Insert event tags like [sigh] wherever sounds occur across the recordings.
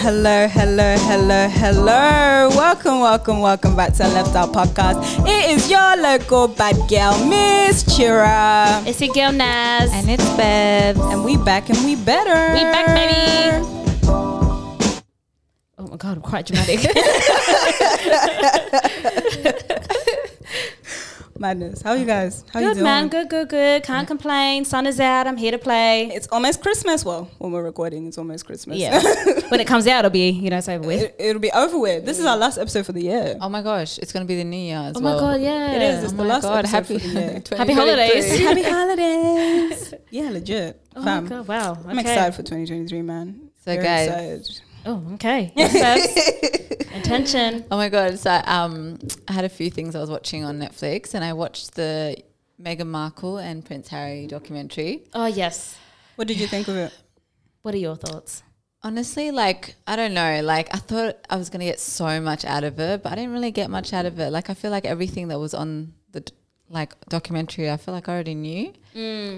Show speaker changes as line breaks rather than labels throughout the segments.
hello, hello, hello, hello. Welcome, welcome, welcome back to Left Out Podcast. It is your local bad girl, Miss Chira.
It's your girl Naz.
And it's Bebs.
And we back and we better.
We back, baby. Oh my god, I'm
[laughs]
quite dramatic.
Madness. How are you guys? How you
good
doing?
man, good, good, good. Can't complain. Sun is out. I'm here to play.
It's almost Christmas. Well, when we're recording, it's almost Christmas. [laughs]
Yeah. when it comes out, it'll be you know it's over with.
it, it'll be over with. This is our last episode for the year.
Oh my gosh, it's gonna be the new year as
Oh
well.
my god, yeah.
It is. It's
Oh
the
my
last
god,
episode
[laughs] happy,
for the year.
Happy holidays. [laughs]
Happy holidays. Yeah, legit.
Oh
Fam.
my god, wow. Okay.
I'm excited for 2023, man.
So guys-
excited.
Oh, okay.
[laughs]
Yes, babes. Attention.
[laughs] Oh my god, so um, I had a few things I was watching on Netflix, and I watched the Meghan Markle and Prince Harry documentary.
Oh yes.
What did you think of it?
What are your thoughts?
Honestly, like I don't know, like I thought I was gonna get so much out of it, but I didn't really get much out of it. Like I feel like everything that was on the d- like documentary, I feel like I already knew.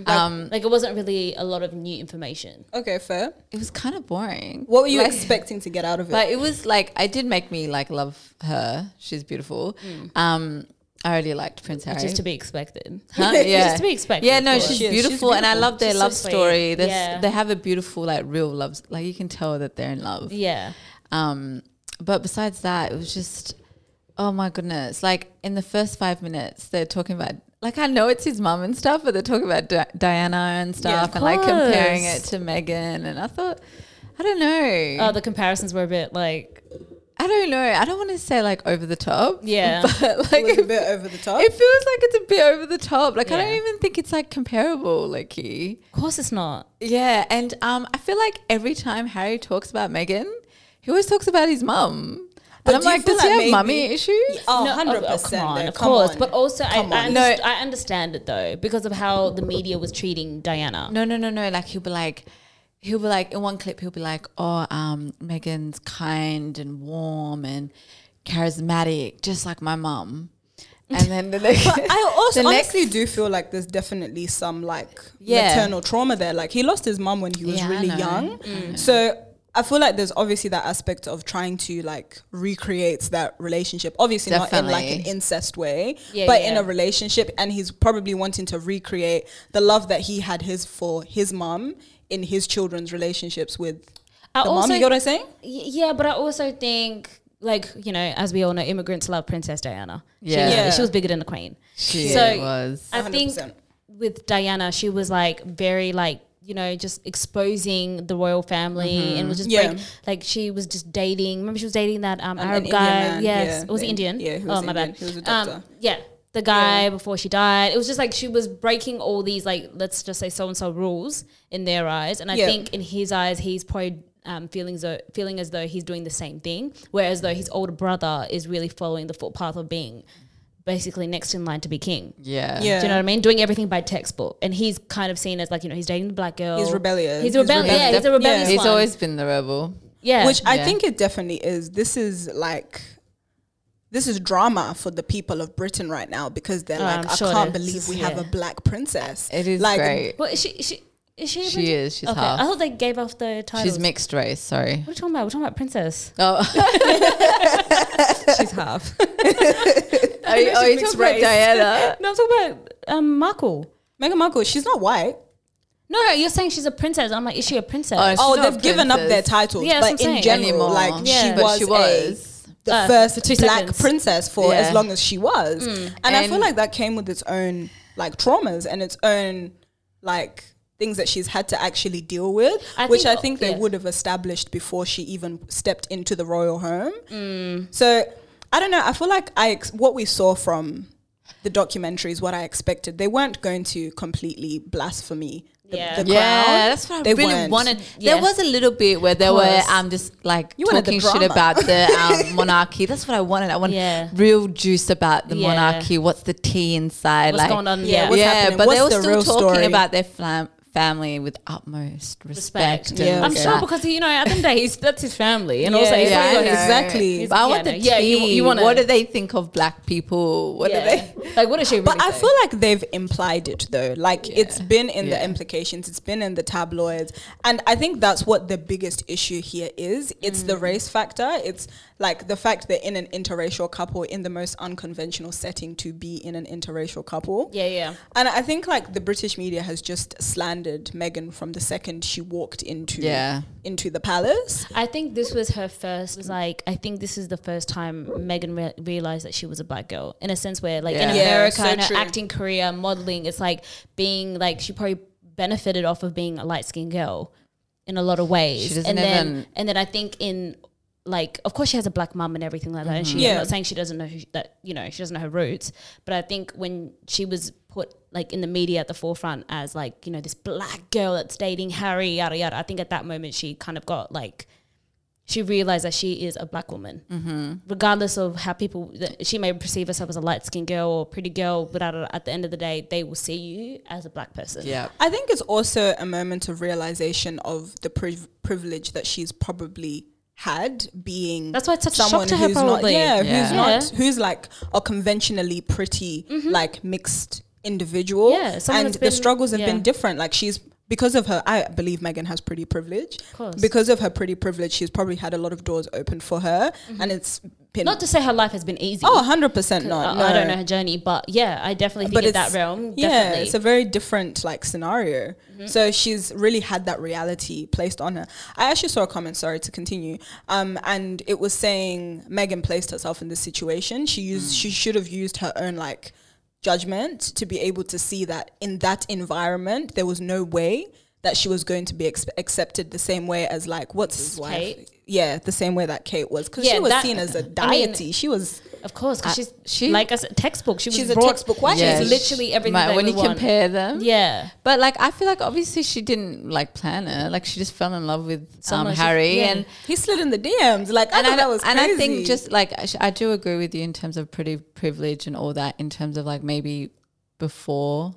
um,
Like it wasn't really a lot of new information.
Okay, fair.
it was kind of boring.
What were you
Like-
expecting to get out of it?
But it was like it did make me like love her. She's beautiful. Um, I really liked Prince Harry.
Mm. Which is to be
[laughs]
expected.
Huh?
[laughs] Which is
Yeah.
to be expected.
yeah, no,
of
she's,
course.
She is. She's
beautiful, and I
beautiful.
love their
She's so
love
sweet.
story. They
Yeah.
they have a beautiful like real love. Like you can tell that they're in love.
Yeah.
Um, but besides that, it was just oh my goodness! Like in the first five minutes, they're talking about like I know it's his mum and stuff, but they're talking about Di- Diana and stuff, and like comparing it
course.
to Megan. And I thought, I don't know.
Oh, the comparisons were a bit like
I don't know. I don't want to say like over the top. [laughs]
Yeah.
But
it
like
was a
it,
bit over the top.
it feels like it's a bit over the top. Like I
Yeah.
don't even think it's like comparable, Lucky.
Of course it's not.
Yeah, and um I feel like every time Harry talks about Megan, he always talks about his mum.
But
And I'm
do you
like,
feel
does he
like
have
maybe-
mummy issues?
oh,
No,
100%.
oh, come on,
there,
of
come
course.
on. [laughs]
But oh, also, I,
Come
I,
on.
No.
underst- I understand it though because of how the media was treating Diana.
No, no, no, no. Like he'll be like, he'll be like in one clip he'll be like, oh, um, Megan's kind and warm and charismatic, just like my mum. And then the
[laughs]
next,
But I also
[laughs] the next-
honestly do feel like there's definitely some like
Yeah.
maternal trauma there. Like he lost his mum when he was
Yeah, I
really
know.
young. So I feel like there's obviously that aspect of trying to like recreate that relationship. Obviously not in like an
Definitely.
incest way,
Yeah,
but
yeah.
in a relationship and he's probably wanting to recreate the love that he had his for his mum in his children's relationships with
I
the mum.
also-
You get what I'm saying?
Y- Yeah, but I also think, like you know, as we all know, immigrants love Princess Diana. She
Yeah.
was-
Yeah.
she was bigger than the Queen.
she
So-
was.
I think
100%.
with Diana, she was like very like you know just exposing the royal family and was just
Mm-hmm. Yeah.
like, like she was just dating. Remember she was dating that
An-
um,
an
Arab
Indian
guy.
man,
yes,
yeah.
was he Indian?
Yeah, he
oh
was
my
Indian.
bad.
He was a
Um,
doctor.
yeah. The guy before she died, it was just like she was breaking all these like let's just say so and so rules in their eyes, and I
Yeah.
think in his eyes he's probably um, feeling as though, feeling as though he's doing the same thing, whereas though his older brother is really following the footpath of being basically next in line to be king.
yeah.
Yeah.
Do you know what I mean? Doing everything by textbook, and he's kind of seen as like you know he's dating the black girl.
He's rebellious.
He's
He's
rebellious. Yeah, he's a
rebellious. This
rebellious.
He's
one.
always been the rebel.
yeah.
Which I
Yeah.
think it definitely is. This is like this is drama for the people of Britain right now because they're
Oh,
like,
I'm
i
sure
can't
it is.
believe we
Yeah.
have a black princess.
It is
like,
great.
well, is she, she is she? a princess?
She is. She's
okay. I
half.
thought they gave off the title.
She's mixed race.
[laughs]
Sorry.
What are we talking about? We're talking about princess.
[laughs] Oh,
She's half.
are you, oh,
she's
you
mixed
talking about
race. [laughs]
Diana?
[laughs] No, I'm talking about um, Markle.
Meghan Markle, she's not white.
No, no, you're saying she's a princess. I'm like, is she a princess?
Oh, she's
Oh,
not a
they've given up
princess
their titles,
Yeah,
but
that's what I'm
in
saying.
general,
anymore.
like
Yeah.
she
But
was,
she was.
A, the
Uh, for
first
two
black
seconds. Mm.
princess for
Yeah.
as long as she was, and, I feel
And-
like that came with its own like traumas and its own like things that she's had to actually deal with,
I
which
think-
I think they
yeah.
would have established before she even stepped into the royal home.
Mm.
So I don't know. I feel like I ex- what we saw from the documentary is what I expected. They weren't going to completely blasphemy the,
Yeah.
the
Yeah,
crown.
that's what I
They
really
weren't.
wanted.
Yeah.
There was a little bit where they
Of
were
course.
um just like
You wanted the
talking shit
drama.
about the
[laughs]
um, monarchy. That's what I wanted. I wanted
Yeah.
real juice about the
Yeah.
monarchy. What's the tea inside?
What's
like
going on?
Yeah,
Yeah.
what's
yeah,
happening?
but
What's
they were
the
still
real
talking
story?
about their flam- family with utmost
respect.
respect. and
Yeah,
I'm
okay.
sure
that.
because you know at the end of the day he's, that's his family, and also
Yeah,
he's
yeah,
probably got
I
his-
know. Exactly.
He's-
But I want
yeah,
the
no, yeah, you-
tea.
you wanna-
what do they think of black people? What
yeah. [laughs]
do they?
like? What does she? Really
But I
say?
feel like they've implied it though. Like it's been in the
yeah.
implications, it's been in the tabloids. And I think that's what the biggest issue here is. It's
Mm.
the race factor. It's like the fact that in an interracial couple in the most unconventional setting to be in an interracial couple.
yeah, yeah.
And I think like the British media has just slandered Meghan from the second she walked into
Yeah.
into the palace.
I think this was her first. Was like I think this is the first time Megan re- realized that she was a black girl in a sense where like in
Yeah.
Yeah,
America
so
and her
true.
acting career, modeling, it's like being like she probably benefited off of being a light skinned girl in a lot of ways.
She doesn't
and then
even-
and then I think in like of course she has a black mum and everything like that and she
Yeah.
I'm not saying she doesn't know who she, that you know she doesn't know her roots but I think when she was put like in the media at the forefront as like you know this black girl that's dating Harry yada yada I think at that moment she kind of got like she realized that she is a black woman,
Mm-hmm.
regardless of how people that she may perceive herself as a light skinned girl or pretty girl. But at, at the end of the day, they will see you as a black person.
Yeah.
I think it's also a moment of realization of the priv- privilege that she's probably had being
That's why it's such a shock to her.
who's
Probably,
not yeah, who's
Yeah.
not
Yeah. Mm-hmm.
who's like a conventionally pretty like mixed individual
Yeah,
and
someone that's
the
been-
struggles have been
yeah.
different like she's because of her i believe megan has pretty privilege
course.
because of her pretty privilege she's probably had a lot of doors open for her and it's been
Mm-hmm. Not to say her life has been easy.
oh 100% not
I,
no.
I don't know her journey, but yeah, I definitely think
But
in
it's-
that realm,
Yeah,
definitely. Mm-hmm.
it's a very different like scenario. So she's really had that reality placed on her. I actually saw a comment, sorry to continue, um, and it was saying Megan placed herself in this situation. She used
Mm.
she should have used her own like judgment to be able to see that in that environment there was no way that she was going to be ex- accepted the same way as like what's his wife.
Kate?
Yeah, the same way that Kate was because
Yeah,
she was
that-
seen as a
I mean-
deity. she was
of course, 'cause she's
she-
like a textbook. She was
she's a
brought-
textbook white
She's
lady.
literally everything
Mate,
that
when
we
you
want.
compare them,
Yeah,
But like, I feel like obviously she didn't like plan it. Like she just fell in love with um,
Someone Oh, she-
Harry,
yeah.
and
He slid in the DMs. Like I
and
thought
I,
that was crazy.
and I think just like I sh- I do agree with you in terms of pretty privilege and all that. In terms of like maybe before,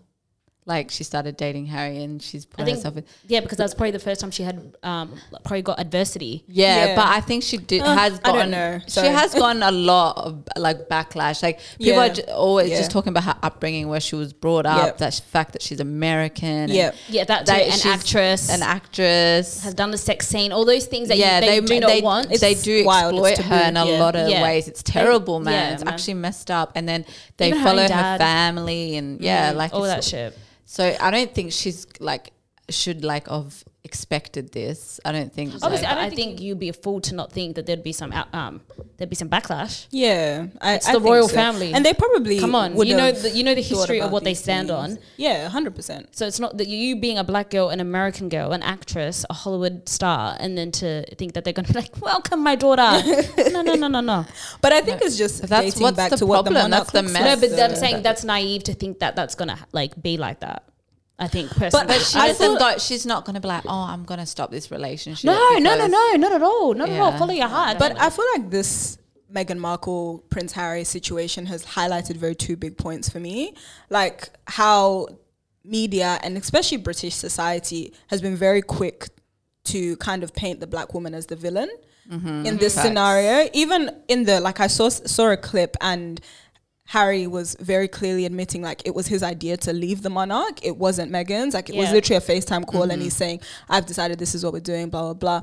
like she started dating Harry, and she's put
I think
herself. In,
yeah because that was probably the first time she had um, probably got adversity.
yeah,
Yeah.
but I think she did
Uh,
has
I don't
gotten.
know.
She
Sorry.
has gotten a lot of like backlash. Like people
Yeah.
are ju- always
Yeah.
just talking about her upbringing, where she was brought up,
Yep.
that sh- fact that she's American. and
yeah.
Yeah, that,
that
too, an
she's
actress,
an actress,
has done the sex scene, all those things that
yeah,
you, they, do
ma-
not
they,
want.
They
It's
do
wild, it's
exploit her in a
taboo, yeah.
lot of
Yeah.
ways. It's terrible,
They-
man.
yeah,
it's
man.
actually messed up. And then they
Even her
follow
own
her,
dad. Mm,
family and yeah, like
all that
it's-
shit.
So I don't think she's like should like have expected this. I don't think. so.
Obviously, I, don't think, you'd be a fool to not think that there'd be some out, um there'd be some backlash.
Yeah, I,
It's
I
the
think
royal
so.
family.
and they probably
Come on,
would
you know
have
the, you know the
thought
history of
about
what they
these
stand
things.
on.
Yeah, hundred percent.
So it's not that you being a black girl, an American girl, an actress, a Hollywood star, and then to think that they're going to be like, "Welcome, my
[laughs]
daughter." no, no, no, no, no.
But I think it's just
But that's
dating
what's
back
the
to what the
problem,
monarch
that's the
looks
mess.
no,
like,
but
so-
I'm saying that's naive to think that that's going to like be like that. I think personally,
But she
I
doesn't
thought-
go, she's not going to be like, oh, I'm going to stop this relationship.
no, no, no,
because-
no, not at all, not at all.
Yeah.
Follow your heart.
But I feel like this Meghan Markle, Prince Harry situation has highlighted very two big points for me. Like how media and especially British society has been very quick to kind of paint the black woman as the villain in this
Facts.
scenario. Even in the, like, I saw, saw a clip and Harry was very clearly admitting like it was his idea to leave the monarch. It wasn't Meghan's. Like it was
Yeah.
literally a FaceTime call and he's saying, I've decided this is what we're doing, blah, blah, blah.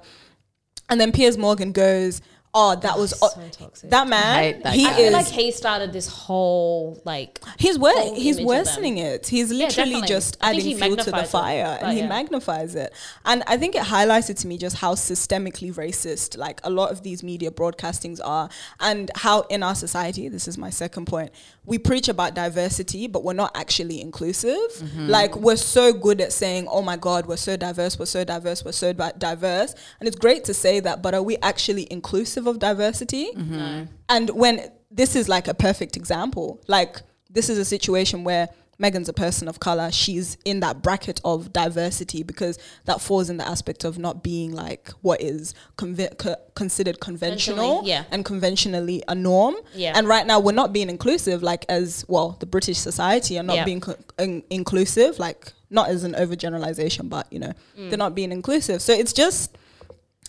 And then Piers Morgan goes, Oh, that was
so toxic.
that man.
hate that
he
guy.
I feel
is
like he started this whole like
he's wor-
whole
he's
image of
worsening it. He's literally
definitely.
just
I think
adding
he
fuel to the
magnifies it,
fire,
but
and he
yeah.
magnifies it. And I think it highlighted to me just how systemically racist like a lot of these media broadcastings are, and how in our society, this is my second point, we preach about diversity, but we're not actually inclusive.
Mm-hmm.
Like we're so good at saying, "Oh my God, we're so diverse, we're so diverse, we're so di- diverse," and it's great to say that, but are we actually inclusive of diversity?
Mm-hmm.
And when this is like a perfect example, like this is a situation where Megan's a person of color. She's in that bracket of diversity because that falls in the aspect of not being like what is conve- co- considered conventional
Conventionally, yeah.
and conventionally a norm.
Yeah.
And right now we're not being inclusive, like as well, the British society are not
Yeah.
being co- in- inclusive, like not as an overgeneralization, but you know, they're not being inclusive. So it's just,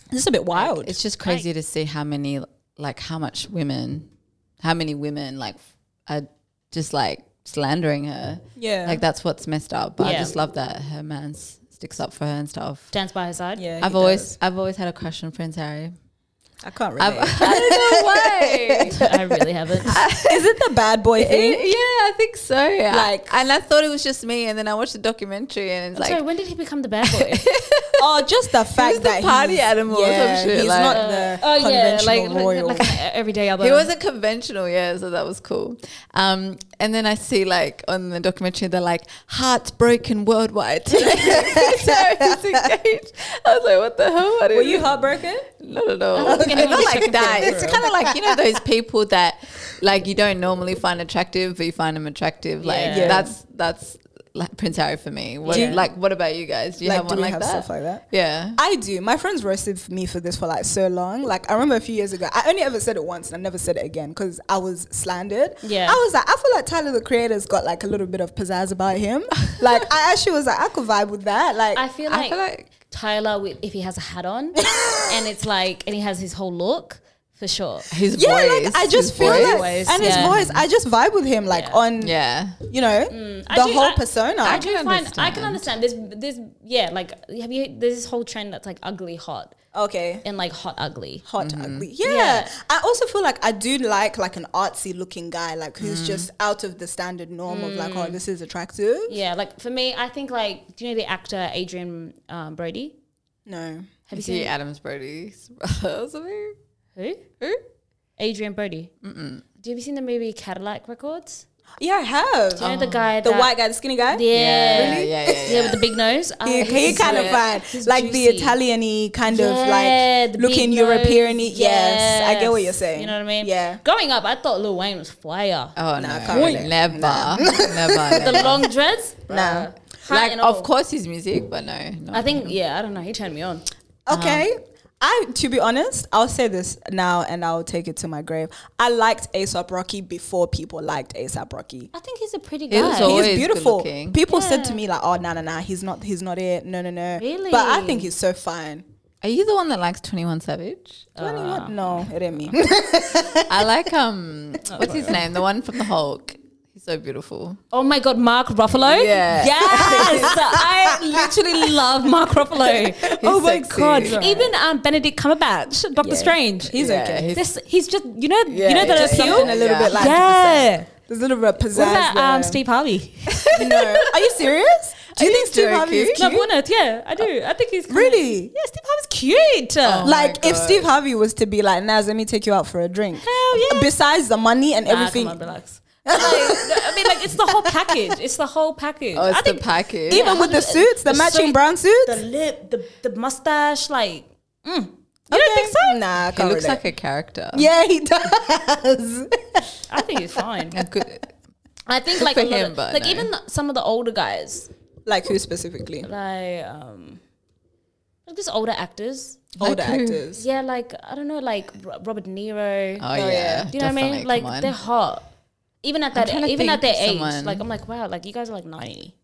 it's just a bit wild.
It's just crazy to see how many, like, how much women, how many women, like, are just like slandering her.
yeah.
Like, that's what's messed up. But I
Yeah.
just love that her man s- sticks up for her and stuff.
Dance by her side.
yeah.
I've
he
always,
does.
I've always had a crush on Prince Harry.
I can't
I've, [laughs]
relate.
I don't know
[laughs]
why.
I really haven't.
is it the bad boy
yeah,
thing?
I think so.
Like-
Like, and I thought it was just me, and then I watched the documentary, and it's like,
so when did he become the bad [laughs] boy?
or just the fact
the
that
party
he's,
animal or some shit,
He's
like-
not
Uh,
the
oh yeah,
conventional
like
royal.
like an everyday other.
He wasn't conventional, yeah, so that was cool. Um, and then I see like on the documentary they're like heartbroken worldwide. [laughs] so he's engaged. I was like, what the hell? I
[laughs] Were
didn't-
[laughs]
you heartbroken?
Not at all.
don't think anyone
Not
was
like [laughs]
looking
that.
for it.
It's kind of like you know those people that like you don't normally find attractive, but you find them attractive. Like
Yeah. Yeah.
that's that's like Prince Harry for me. What,
Yeah.
Like what about you guys? Do you have
do
one
we
like that?
stuff like that?
yeah.
I do. My friends roasted me for this for like so long. Like I remember a few years ago, I only ever said it once, and I never said it again because I was slandered.
Yeah.
I was like, I feel like Tyler the Creator's got like a little bit of pizzazz about
[laughs]
him. like I actually was like, I could vibe with that. Like
I feel like,
I feel like
Tyler, with, if he has a hat on, and it's like, and he has his whole look for sure.
his
yeah,
voice.
like I
his
just feel
voice.
like,
Voice,
and his
yeah.
voice, I just vibe with him. Like
Yeah. Mm,
on,
yeah.
you know,
I
the
do-
whole
I-
persona.
I do
can
find I can
understand.
understand this. This yeah, like have you? There's this whole trend that's like ugly hot
okay.
and like hot ugly.
hot ugly yeah.
Mm-hmm. Yeah.
i also feel like i do like like an artsy looking guy like
Mm.
who's just out of the standard norm of like oh this is attractive
Yeah, like for me, I think like do you know the actor Adrian um, Brody?
no
Have you
Is he
seen
Adams Brody's brother or something?
who?
Who?
Adrian Brody. Mm-mm. Do you ever seen the movie Cadillac Records?
yeah i have Um,
Do you know the guy?
the
that-
white guy the skinny guy
Yeah.
Yeah, yeah, yeah,
Yeah, with the big nose.
He,
I-
he kind of
yeah.
fine,
He's
like the
juicy.
Italian-y kind
Yeah,
of
the
like looking
big
European.
nose.
Yes, I get what you're
Yes.
saying.
You know what I mean?
Yeah,
Growing up, I thought Lil Wayne was fire.
[laughs] Oh
Nah, I
no,
can't relate.
never, never.
the
never.
[laughs]
long dreads.
No.
bruh. Hot
Like,
and
of
all.
course, his music, but no, no.
I think yeah. I don't know. He turned me on. Uh-huh.
Okay. I, to be honest, I'll say this now and I'll take it to my grave. I liked ASAP Rocky before people liked ASAP Rocky.
I think he's a pretty
He
guy.
was always-
he's
good
beautiful.
looking.
People said
Yeah.
to me like, "Oh, no, no, no, he's not, he's not it. No, no, no."
Really?
But I think he's so fine.
Are you the one that likes Twenty One Savage?
Twenty
Ah.
one? No, it
[laughs]
ain't me.
I like um, what's his name? The one from the Hulk. He's so beautiful.
oh my god, Mark Ruffalo.
[laughs]
Yeah.
Yes, I literally love Mark
[laughs]
Ruffalo. oh my
sexy.
god,
Right.
even um, Benedict Cumberbatch, Doctor
Yeah.
Strange.
He's
Yeah,
okay.
he's-
this, he's just you know you know
Yeah,
that
Just
appeal.
something a little
Yeah.
bit like
yeah.
there's a little bit of pizzazz.
What about um,
there.
Steve Harvey?
[laughs] No, are you
[laughs]
serious? Do you
Are you
think Steve Harvey is
joking?
No,
cute?
I'm on it. Yeah, I do. I think he's kinda-
Really?
Yeah, Steve Harvey's cute.
Oh.
like
my
if
God.
Steve Harvey was to be like, Naz, let me take you out for a drink.
Hell yeah.
Besides the money and
Nah,
everything,
come on, relax. Like, no, I mean, like it's the whole package. It's the whole package.
Oh, it's
I
the
think
package.
even
Yeah,
with the
hundred-
suits, the,
the
matching
suit,
brown suits.
the lip, the the mustache, like mm. you
Okay.
don't think so?
Nah, I
he
can't
looks
relate.
like a character.
yeah, he [laughs] does.
I think he's fine.
[laughs] A good.
I think
Good
like
for
a lot
him,
of-
but
like
no.
even the- some of the older guys,
like who specifically?
like um, like just older actors.
Older
Like who?
actors.
Yeah, like I don't know, like Ro- Robert De Niro.
Oh,
yeah.
yeah.
Do you know what I mean?
definitely,
Like
come on.
they're hot. Even at that,
trying to
even at
think
their
of
age,
someone.
like I'm like, wow, like you guys are like ninety.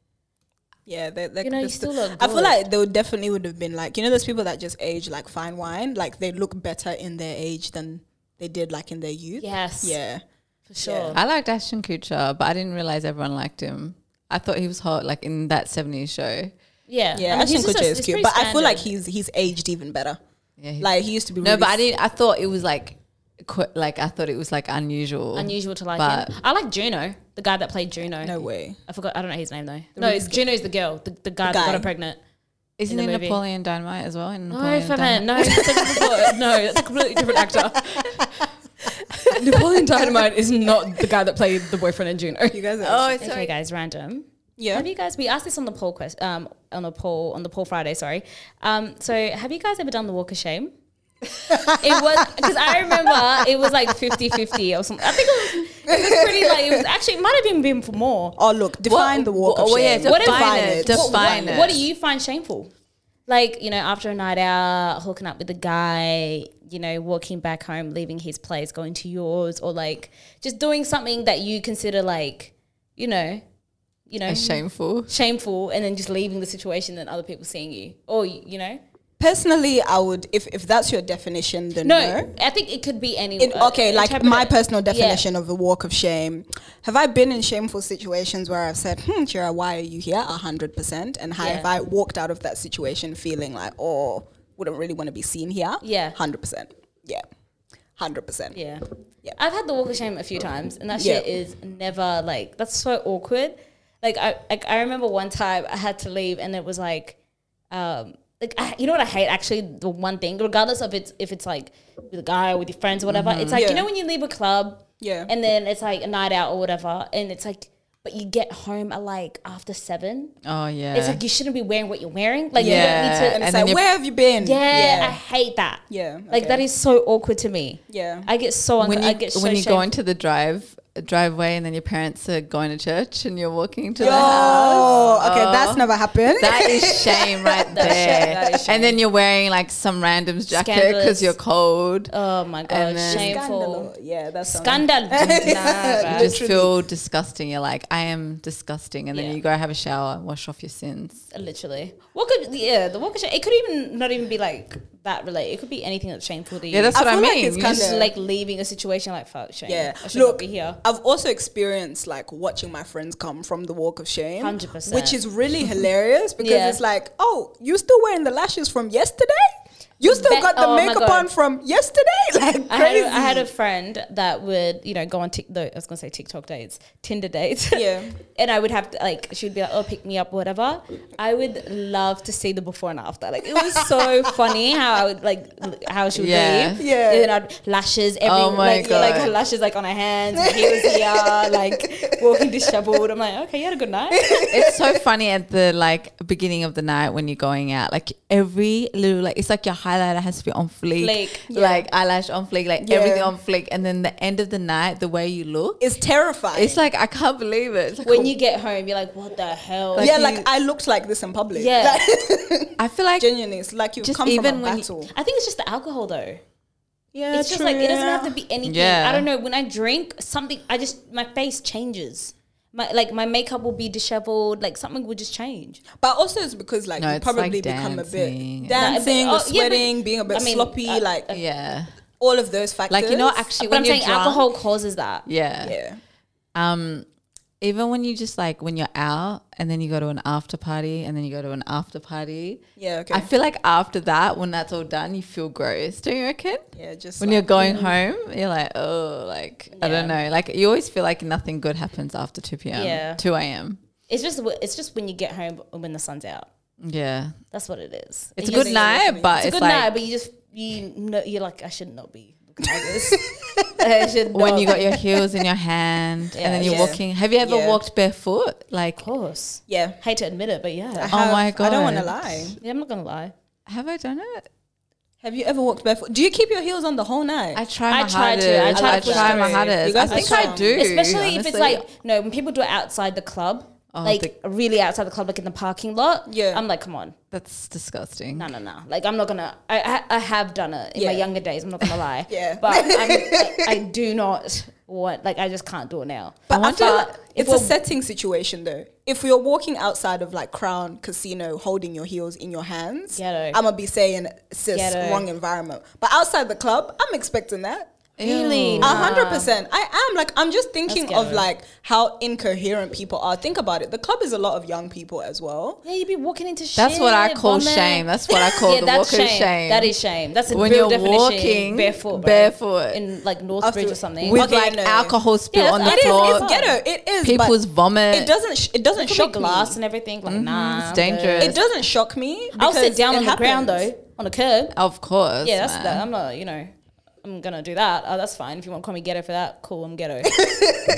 Yeah, they they
You know,
they're
you still look
I feel
good.
like they would definitely would have been like you know those people that just age like fine wine, like they look better in their age than they did like in their youth.
Yes,
Yeah,
for sure.
I liked Ashton Kutcher, but I didn't realize everyone liked him. I thought he was hot, like in that '70s show.
Yeah,
yeah.
I mean,
Ashton
he's just
Kutcher
a-
is
he's
cute,
pretty
but I feel like
standard.
he's he's aged even better.
Yeah, he's
Like he used to be
No,
really
but I didn't. I thought it was like, qu- like I thought it was like unusual.
unusual to like
But-
him. I like Juno, the guy that played Juno.
No way.
I forgot. I don't know his name though. no, it's Juno's the girl, the, the guy
guy.
that got her pregnant.
Isn't
in
he
the movie. Oh,
Napoleon Dynamite as well? In
No,
Napoleon
Femme, no, that's
[laughs]
a, no, that's a completely different actor. Napoleon Dynamite is not the guy that played the boyfriend
[laughs]
in Juno.
You guys are
Oh, it's
Okay, guys, random.
yeah.
Have you guys? We asked this on the poll quest, um, on the poll on the poll Friday. Sorry. Um, so have you guys ever done the Walk of Shame? It was because I remember it was like 50-50 or something. I think it was, it was pretty like it was actually it might have even been for more.
Oh, look, define the walk of
well, yeah,
shame.
define
Define
it.
it.
What-
Define
what,
it.
what do you find shameful? Like, you know, after a night out, hooking up with a guy, you know, walking back home, leaving his place, going to yours, or like just doing something that you consider like, you know, you know,
It's shameful.
shameful, and then just leaving the situation and other people seeing you, or you you know,
Personally, I would if if that's your definition, then
no,
no.
I think it could be any.
In,
uh,
okay, like
interpret
my
it-
personal
yeah.
definition of the walk of shame. Have I been in shameful situations where I've said, hmm, Chira, why are you here? A hundred percent. And have
Yeah.
I walked out of that situation feeling like, oh, wouldn't really want to be seen here?
Yeah.
Hundred percent. Yeah. Hundred percent.
Yeah.
Yeah.
I've had the walk of shame a few times, and that
Yeah.
shit is never like that's so awkward. Like I like I remember one time I had to leave, and it was like, um, like I, you know what I hate actually the one thing, regardless of it's if it's like with a guy or with your friends or whatever, it's
Mm-hmm.
like
Yeah.
you know when you leave a club,
Yeah.
and then it's like a night out or whatever, and it's like. But you get home at like after seven.
Oh yeah.
It's like you shouldn't be wearing what you're wearing. Like you
Yeah.
don't need to.
And it's
And then
like,
you're-
where have you been?
yeah,
Yeah.
I hate that.
Yeah,
like
okay.
that is so awkward to me.
Yeah.
I get so
when
uncomfortable.
you
I get so
when you
shameful.
go into the drive driveway and then your parents are going to church and you're walking to the [laughs] house.
Oh, okay, that's never happened.
That is shame right
That's shame.
there.
That is
And then you're wearing like some random's jacket
Scandalous.
because you're cold.
Oh my god,
And then-
shameful.
Yeah, that's [laughs]
Scandal.
you just feel disgusting. You're like, I am disgusting. And then
Yeah.
you go have a shower and wash off your sins.
Literally. What could yeah, the walk of shame it could even not even be like that related. It could be anything that's shameful to you.
Yeah, that's
I
what I
feel like
mean.
it's
You
kind
just-
just
Yeah.
like leaving a situation like fuck shame.
Yeah,
I should not
look,
be here.
I've also experienced like watching my friends come from the walk of shame,
100%.
which is really
[laughs]
hilarious because
Yeah.
it's like, oh, you still wearing the lashes from yesterday? You still
Be-
got the
oh my
makeup
God.
on from yesterday? [laughs] Like
I had,
crazy.
a, I had a friend that would, you know, go on TikTok. I was gonna say TikTok dates, Tinder dates. [laughs]
Yeah.
and I would have to like, she'd be like, "Oh, pick me up, whatever." I would love to see the before and after. Like, it was
[laughs]
so funny how I would like l- how she would
Yeah.
leave.
Yeah.
and I'd lashes. Every,
Oh my
like, like
God.
her lashes like on her hands. and He was
[laughs]
here, like walking disheveled. I'm like, okay, you had a good night.
it's so funny at the like beginning of the night when you're going out. Like every little like it's like your highlighter has to be on fleek,
Fleek, yeah.
like eyelash on fleek, like
Yeah.
everything on fleek. And then the end of the night, the way you look,
it's terrifying.
it's like I can't believe it. It's like,
when you get home, you're like, what the hell?
Like
yeah,
you-
like I looked like this in public.
[laughs]
Yeah.
Like,
I feel like
genuinely, it's like you've
Just
come
even
from a
when you-
battle.
I think it's just the alcohol though.
yeah,
it's just like it doesn't have to be anything.
Yeah.
I don't know. When I drink something, I just my face changes. My like my makeup will be disheveled. Like something will just change.
But also, it's because like
No,
you
it's like
probably become a
dancing.
bit dancing,
Like,
or
oh, yeah, but-
sweating, being a bit
I mean,
sloppy,
uh,
like
yeah,
all of those factors.
like you know actually
but
when
I'm
you're
saying
drunk,
alcohol causes that.
yeah,
yeah.
um even when you just like when you're out and then you go to an after party and then you go to an after party
Yeah, okay.
i feel like after that when that's all done you feel gross don't you reckon
yeah, just
when
like-
you're going home you're like oh like i don't know like you always feel like nothing good happens after 2 p.m
Yeah.
2 a.m
It's just wh- it's just when you get home and when the sun's out.
yeah
That's what it is.
it's a
You
good
just-
night but
It's a
it's
good
like
night, but you just you know you're like I should not be. looking like this. [laughs] I should not.
when you
[laughs]
got your heels in your hand
Yeah.
and then you're
Yeah.
walking have you ever
Yeah.
walked barefoot like
of course.
yeah.
Hate to admit it, but yeah.
[laughs]
I
Oh my
I don't want to
God.
lie.
yeah, I'm not gonna lie.
have i done it
Have you ever walked barefoot? Do you keep your heels on the whole night?
I try
I
my
try
hardest.
to. I try
I
to push
try my
through. You
hardest. I
guys are
think I
strong.
do.
especially if it's
honestly.
like no when people do it outside the club
Oh,
like really outside the club like in the parking lot
Yeah.
i'm like come on
that's disgusting.
no no no like i'm not gonna i i, I have done it in my
Yeah.
younger days i'm
[laughs]
not gonna lie
Yeah.
but I'm, I, I do not want like i just can't do it now
but I
wonder-
feel like it's a
we're-
setting situation though. If you're walking outside of like Crown Casino holding your heels in your hands,
Ghetto.
I'm gonna be saying sis
Ghetto.
wrong environment. But outside the club, I'm expecting that.
really
Ew.
A hundred percent. I am like I'm just thinking
That's
of
ghetto.
like how incoherent people are. Think about it. The club is a lot of young people as well.
yeah you'd be walking into shit
That's what I call
vomit.
shame. That's what I
[laughs]
call
yeah,
the
that's
walk
shame.
of shame.
That is shame. That's a
When
real
you're
definition.
walking
barefoot, bro.
barefoot.
in like
After-
Northbridge or something.
with
Okay,
like
no.
alcohol spill
Yeah,
on the
that's-
It is.
floor.
It's ghetto. It is. but
People's vomit.
It doesn't. Sh- it doesn't
It could be
shock
glass
me.
and everything. Like nah,
Mm-hmm. it's
bro.
dangerous.
It doesn't shock me.
I'll sit
because
down
it
on the ground
happens.
Oh,
though, on a curb.
Of course.
Yeah, that's
man.
that. I'm not, you know, I'm I'm gonna do that. Oh, that's fine. If you want to call me ghetto for that, cool. I'm ghetto.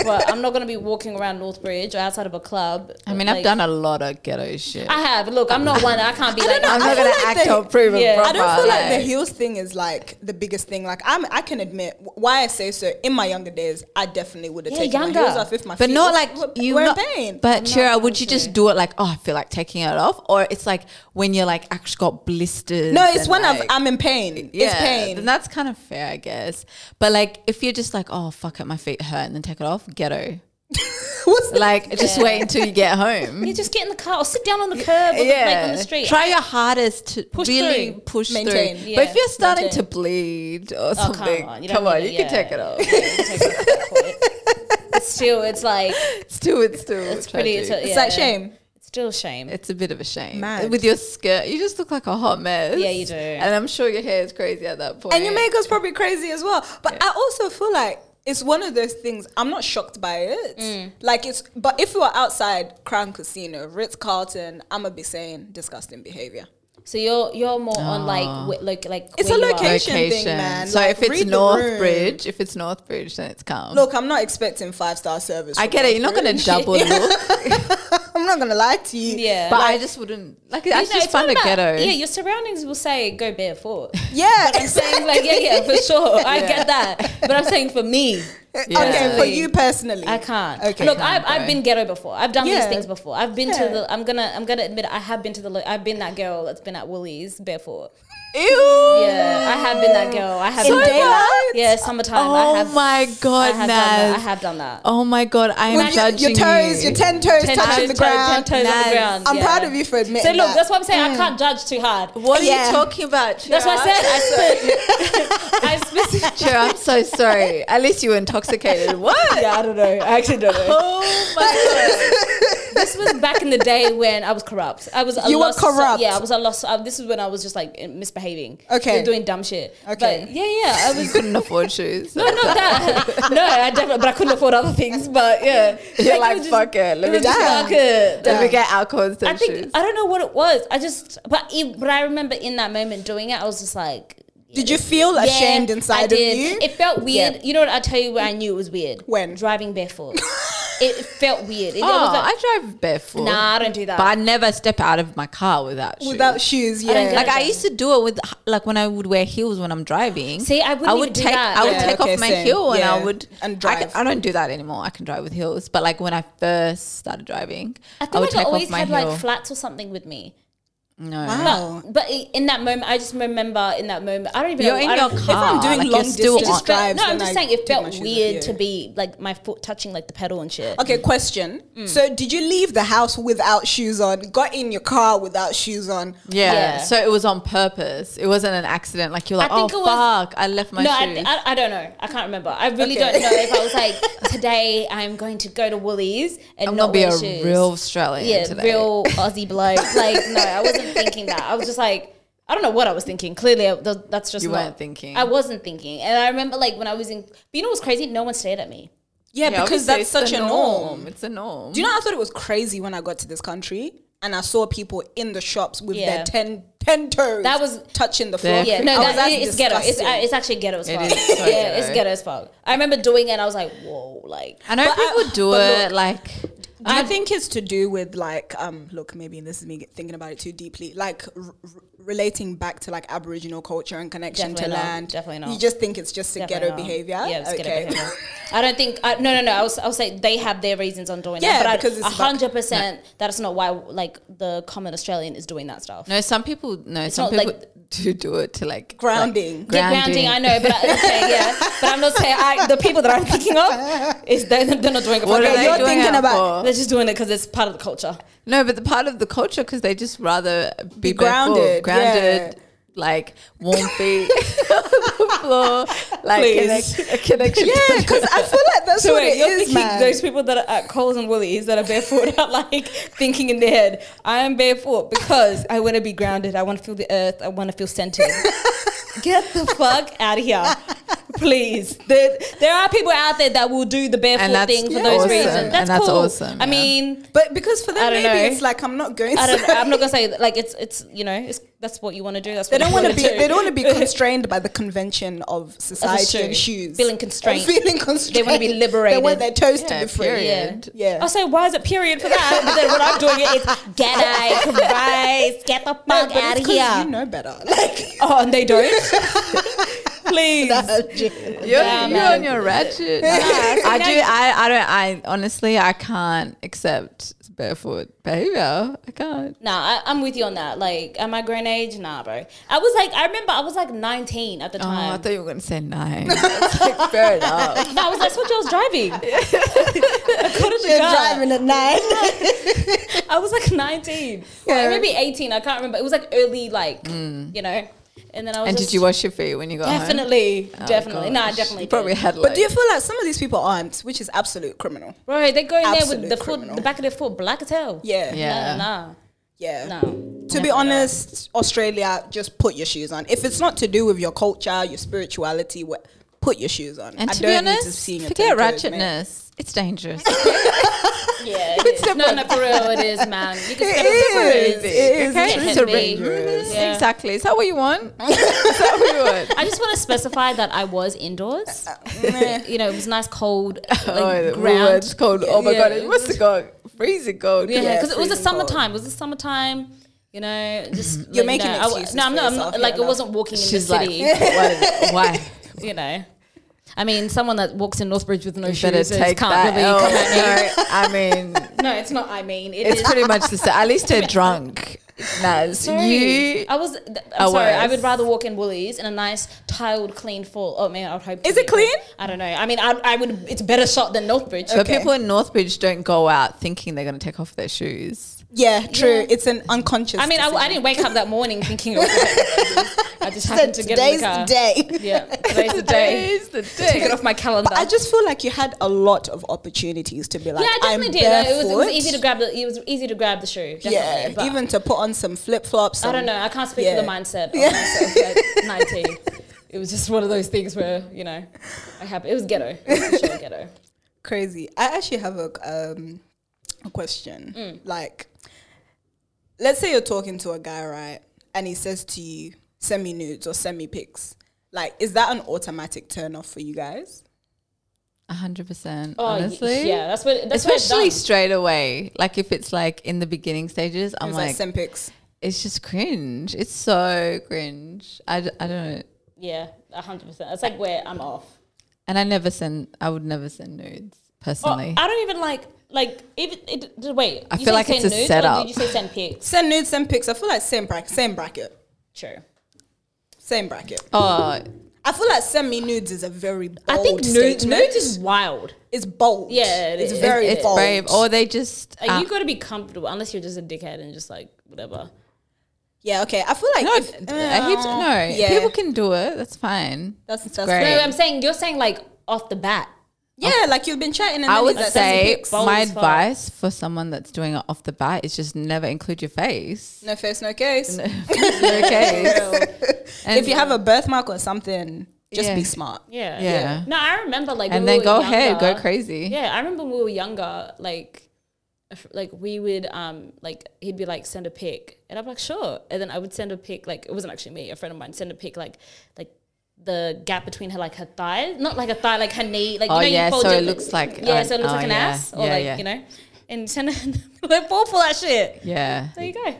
but I'm not gonna be walking around Northbridge or outside of a club.
I mean, I've
like-
done a lot of ghetto shit.
I have. Look, I'm not one. I can't be like. "Oh,
don't know,
I'm
I
not
feel
gonna
like
act
the-
or prove it.
yeah.
I don't feel like the
proper.
heels thing is like the biggest thing. Like I'm, I can admit wh- why I say so. In my younger days, I definitely would have
Yeah,
taken
younger.
my heels off if my
But
feet were-
not like
were,
you
were
not,
in pain.
But Chira,
going
would you
to.
just do it like, oh, I feel like taking it off, or it's like when you're like actually got blisters?
no, it's
and,
when I've,
like-
I'm in pain. it's
Then
pain. [laughs]
that's kind of fair, I guess. But like, if you're just like, oh fuck it, my feet hurt, and then take it off, ghetto.
What's the- [laughs]
Like, just wait until you get home.
You just get in the car or sit down on the curb or the, like on the street.
Try your hardest to
Push
really
through.
push
Maintain,
through.
yeah,
But if you're starting
maintain.
to bleed or
come
something,
on, you
come on, you,
don't need it,
can
yeah.
take it off. [laughs]
Yeah, you [laughs] take it off, fuck it. it's still, it's like,
Still, it's still.
it's pretty. It's, a-
it's
yeah.
like shame.
It's still a shame.
It's a bit of a shame.
Mad.
With your skirt, you just look like a hot mess.
Yeah, you do.
And I'm sure your hair is crazy at that point.
And your makeup's probably crazy as well. But I also feel like it's one of those things. I'm not shocked by it.
Mm.
Like it's, but if we were outside Crown Casino, Ritz Carlton, I'ma be saying disgusting behavior.
so you're you're more on like wi- like like
It's
where
a
you are.
location. thing, man.
So
Like,
if it's
read the
Northbridge, if it's Northbridge, then it's calm.
Look, I'm not expecting five star service.
I
from
get it. You're not
[laughs]
going to double look,
I'm not gonna lie to you.
Yeah.
but I just wouldn't like. I
You know,
just
it's not
find it
about-
ghetto.
Yeah, your surroundings will say go barefoot.
Yeah. [laughs]
I'm saying like yeah, yeah, for sure. I get that, but I'm saying for me,
Okay, for
Personally.
you personally.
I can't.
Okay.
Look,
Can't,
I've, I've been ghetto before. I've done these
Yeah.
things before. I've been
Yeah.
to the. I'm gonna. I'm gonna admit. it, I have been to the. lo- I've been that girl that's been at Woolies
[gasps]
barefoot.
Ew.
Yeah, I have been that girl. I have.
In
been
daylight?
Yeah, summertime.
Oh
I have,
my
I
god,
have done that. I
Naz.
have done that.
Oh my god, I am
With your,
judging
your toes,
you.
your ten toes
Ten
touching
toes,
the
toe- ten
ground.
toes on the
Nice.
ground.
I'm
yeah.
proud of you for admitting
So look,
that. Mm.
that's why I'm saying I can't judge too hard.
what are
Yeah.
you talking about? Chira?
That's why I
[laughs]
said [laughs] I spent. I spent.
Chira, I'm so sorry. At least you were intoxicated. What?
[laughs] Yeah, [laughs] I don't know. I actually don't know.
Oh my
this was [laughs] back in the day when I was corrupt. I was a
You were
lost-
corrupt.
yeah, I was a lost. Uh, this is when I was just like misbehaving.
Okay.
doing dumb shit.
Okay.
but yeah, yeah, I
god. You
was. [laughs]
couldn't afford shoes.
No, not that. [laughs] No, I definitely, but I couldn't afford other things. But yeah,
You're
it
like,
was
fuck it. Let
it
me
was just
just-
like a-
Let me get alcohol instead
I
of
think
shoes.
I don't know what it was. I just, but it, but I remember in that moment doing it. I was just like,
Did you feel
yeah,
ashamed
I
inside of
did.
you?
It felt weird.
Yeah.
You know what? I tell you where I knew it was weird.
When?
driving barefoot,
[laughs]
it felt weird. It, it
Oh,
was like,
I drive barefoot.
nah, I don't do that.
But I never step out of my car without shoes.
Without shoes, yeah.
don't get
like I
Yeah.
used to do it with like when I would wear heels when I'm driving.
See, I wouldn't
I would
even do
take
that.
I would
Yeah,
take
okay,
off my
same.
heel and
Yeah.
I would
And
I ca-
drive.
I, don't do that anymore. I can drive with heels, but like when I first started driving,
I
I,
feel
would
like I
take
always
off my
had
heel.
like flats or something with me.
no.
wow.
But i- in that moment, I just remember in that moment, I don't even
You're
know.
in
I
your
don't,
car.
I'm
Ah,
doing
like,
long
you're still
It
distance
just
on-
felt,
drives,
no, I'm
then
just
I
saying it
take my
felt
shoes off,
weird
yeah.
to be like my foot touching like the pedal and shit.
Okay, question.
Mm.
So did you leave the house without shoes on? Got in your car without shoes on?
Yeah.
Yeah.
So it was on purpose. It wasn't an accident. Like you're
I
like, oh
think it was-
fuck, I left my
No, I,
shoes.
I, I don't know. I can't remember. I really
Okay.
don't know
[laughs]
if I was like today I'm going to go to Woolies and
I'm
not
gonna be
wear
a
shoes.
real Australian
yeah,
today.
real Aussie bloke.
[laughs]
Like no, I wasn't thinking that. I was just like. I don't know what I was thinking. Clearly, I, th- that's just
You
not-
weren't thinking.
I wasn't thinking, and I remember like when I was in. But you know what's crazy? No one stared at me.
Yeah, because
obviously
that's
it's
such
the
a norm.
It's a norm.
Do you know, I thought it was crazy when I got to this country and I saw people in the shops with
Yeah.
their 10, 10 toes
That was-
touching the floor.
Yeah,
They're
I
no,
was
that,
like,
it's ghetto. It's,
disgusting.
uh, it's actually ghetto as
It
fuck.
is so
yeah, it's
ghetto.
ghetto as fuck. I remember doing it and I was like, whoa, like.
I know
But I-
people do
but
it
look-
like
I think it's to do with like, um, look, maybe this is me get- thinking about it too deeply, like r- r- relating back to like Aboriginal culture and connection
Definitely
to
not.
land.
Definitely not.
You just think it's just a
Definitely
ghetto
not.
behavior.
Yeah, it's ghetto behavior. I don't think. I, no, no, no. I was. I was saying they have their reasons on doing
Yeah,
that. But
because
I,
it's about-
hundred percent. That's not why. Like the common Australian is doing that stuff.
no, some people no, some
not like-
people do do it to like
Grounding.
like,
Yeah, grounding, I know, but I,
[laughs]
okay, yeah, but I'm not saying I, the people that I'm thinking of is they, they're not doing it. For
What
what
are they
you're
doing
thinking
it
about-
for?
They're just doing it because it's part of the culture.
No, but the part of the culture because they just rather be,
Be grounded,
barefoot, grounded,
yeah.
like [laughs] warm feet on the floor, like
Please.
connect, a [laughs] connection.
Yeah, because [laughs] I feel like that's
[laughs] So
what
wait,
it
you're
is,
thinking
man.
those people that are at Coles and Woolies that are barefoot [laughs] are like thinking in their head, I am barefoot because I want to be grounded. I want to feel the earth. I want to feel centered.
[laughs]
Get the fuck out of here. Please. There, there are people out there that will do the
And
barefoot
that's
thing for those
awesome.
reasons.
And
That's,
that's
cool.
awesome,
I
yeah.
mean,
But because for
I
them,
don't
maybe
know.
it's like I'm not going.
I
to-
don't I'm not gonna say like it's it's you know, it's that's what you want to do. That's
They
what
don't
you
want to
wanna
be.
do.
They don't want to
[laughs]
be constrained by the convention of society
true.
and shoes.
Feeling constrained.
Or [laughs] Feeling constrained.
They wanna be
They want
liberated.
their toes to
Yeah,
be free.
period.
Yeah.
I say, why is it period for that? But then when I'm doing it, it's get out, Christ, get the
No,
fuck
but it's
out of
'cause
here.
You know better.
[laughs]
Like
Oh, and they
[laughs]
don't. Please.
You're,
Yeah,
you're
man.
on your ratchet. [laughs] I do. I, I don't. I honestly, I can't accept barefoot behavior. I can't.
Nah, I, I'm with you on that. Like, at my grown age, nah, bro. I was like, I remember I was like 19 at the
Oh, I
time.
thought you were gonna say nine. [laughs] It's
[laughs]
like, fair enough.
no, I was that's what I was
[laughs]
driving. I couldn't
you're
drive.
driving at nine.
I was like 19,
Yeah. Mm.
Like, maybe 18. I can't remember. It was like early, like you know. And then I was
And
just-
did you wash your feet when you got home?
definitely,
Oh,
definitely, nah,
gosh.
definitely.
You probably
did.
had. Like,
but do you feel like some of these people aren't, which is absolute criminal?
bro. They go in there with
Absolute
the foot,
criminal.
the back of their foot, black as hell.
Yeah.
Yeah.
Nah,
Yeah.
nah.
[laughs] To be honest, Australia, just put your shoes on. If it's not to do with your culture, your spirituality, what, put your shoes on.
and
I
to
don't
be
need
honest,
seeing it
forget
encourage me.
ratchetness. It's [laughs] dangerous.
[laughs] Yeah, it is. no, no, for real, it is, man. You can
It
tell us what
is. It is.
Okay,
It
it's
can
a
be.
[laughs] dangerous.
Yeah.
Exactly. Is that what you want? [laughs] Is that what you [laughs] want?
I just want to specify that I was indoors.
Uh,
[laughs] you know, it was nice, cold,
[laughs]
like,
Oh, we were
ground.
it's cold. Oh my
Yeah.
god, it must have got freezing cold.
Yeah,
Yeah,
because it was the
freezing cold. Mm-hmm.
summertime. It was the summertime. You know, just
You're
like,
making
no, I w-
excuses
No, I'm
for
not. I'm
yourself.
not
Yeah,
like
no.
it wasn't walking in
She's
the
[laughs]
like,
city.
why? [laughs] why?
you know, I mean, someone that walks in Northbridge with no
You
shoes
better
is-
take
can't
that.
really
L.
come at
[laughs]
me.
No, I mean,
No, it's not. I mean, it
it's
is-
pretty much the same. At least they're [laughs] drunk. Naz,
Sorry.
you.
I was. th-
are
I'm sorry. I
worse.
would rather walk in Woolies in a nice tiled, clean full. Oh man, I would hope. to
Is it
be-
clean?
I don't know. I mean, I, I would. It's better shot than Northbridge.
But
Okay.
people in Northbridge don't go out thinking they're going to take off their shoes.
Yeah, true.
Yeah.
It's an unconscious.
I mean, I, I didn't wake up that morning thinking. [laughs] Of I just happened to get in
today's
the car.
the day.
Yeah, today's the day.
is the
Take it off my calendar.
But I just feel like you had a lot of opportunities to be like,
yeah, I
I'm
definitely did. Like,
barefoot.
it, was, it was easy to grab the. It was easy to grab the shoe. Definitely.
yeah,
but
even to put on some flip flops.
I don't know. I can't speak
Yeah.
for the mindset of myself
[laughs]
at 19. It was just one of those things where, you know, I have, it was ghetto. It was for sure ghetto.
Crazy. I actually have a um a question.
Mm.
Like, let's say you're talking to a guy, right, and he says to you, "Send me nudes or send me pics." Like, is that an automatic turn off for you guys?
hundred percent.
Oh, y-
Honestly,
Yeah, that's what, that's what
Especially
I've done.
straight away. Like if it's like in the beginning stages, I'm
It's
like,
like, send pics.
it's just cringe. It's so cringe. I, d- I don't.
Yeah, 100%. That's like where I'm off.
And I never send. I would never send nudes
Oh,
personally.
I don't even like, like, even, it, d- wait.
I
you
feel
say
like
send
it's a
nudes or
setup.
Did you say send pics?
Send nudes, send pics. I feel like same bracket, same bracket,
True.
same bracket.
oh,
I feel like send me nudes is a very bold
I think nudes,
statement.
nudes is wild.
it's bold.
Yeah, it
it's
is.
very
it's
bold.
brave. Or they just.
Like,
uh,
you got to be comfortable unless you're just a dickhead and just like, whatever.
yeah, okay. I feel like
no,
if- uh,
I hate to- no.
Yeah.
People can do it. That's fine.
that's that's
great.
No,
Right.
I'm saying, you're saying like off the bat.
Yeah, like you've been chatting. And
I
then
would
he's like, send me
say
pics.
bold
my
as fuck.
advice for someone that's doing it off the bat is just never include
[laughs]
your face.
no face, no case.
okay.
So,
And
if you have a birthmark or something, just
Yeah.
be smart.
Yeah.
Yeah.
No, I remember like when
and
we
then
were
go ahead, go
younger-
crazy.
Yeah, I remember when we were younger, like a fr- like we would um like he'd be like send a pic and I'm like sure and then I would send a pic like it wasn't actually me a friend of mine send a pic like like the gap between her like her thigh not like a thigh like her knee like you
Oh,
know
yeah,
you fold
so
your-
it looks like-
yeah
oh,
so it looks
oh,
like an
yeah,
ass or
yeah,
like
yeah.
you know and send [laughs] her like fall for that shit
Yeah.
there you go it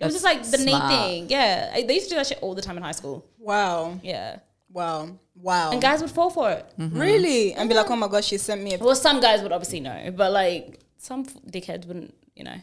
was
That's
just like the
smart.
knee thing yeah I, they used to do that shit all the time in high school
Wow,
yeah
wow, wow.
Oh.
and guys would fall for it
really, and be like, oh my gosh, she sent me. a
Well, some guys would obviously know, but like some f- dickheads wouldn't, you know.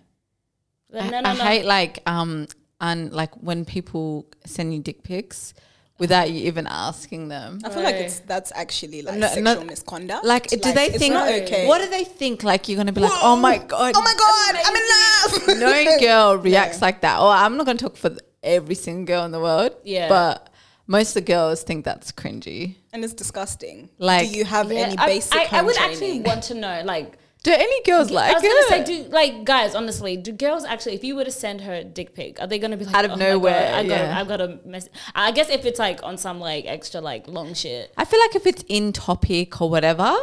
But no, no,
I
no.
hate like um and like when people send you dick pics without you even asking them.
I feel like
Right.
it's that's actually like
No,
sexual
not-
misconduct.
Like, do they
it's
think?
not okay?
What do they think? Like, you're gonna be like, oh my god,
Oh my god,
[laughs]
I'm in love.
no girl reacts like that. Or I'm not gonna talk for every single girl in the world.
Yeah.
but most of the girls think that's cringy.
and it's disgusting.
Like-
do you have
Yeah,
any
I-
basic?
I, I,
home
would
training?
actually want to know, like,
Do any girls [laughs] like
I was
it?
gonna say, do like guys, honestly, do girls actually, if you were to send her a dick pic, are they gonna be like,
Out of
"Oh my
nowhere,
God, I got,
yeah.
I got a mess. I guess if it's like on some like extra like long shit,
I feel like if it's in topic or whatever,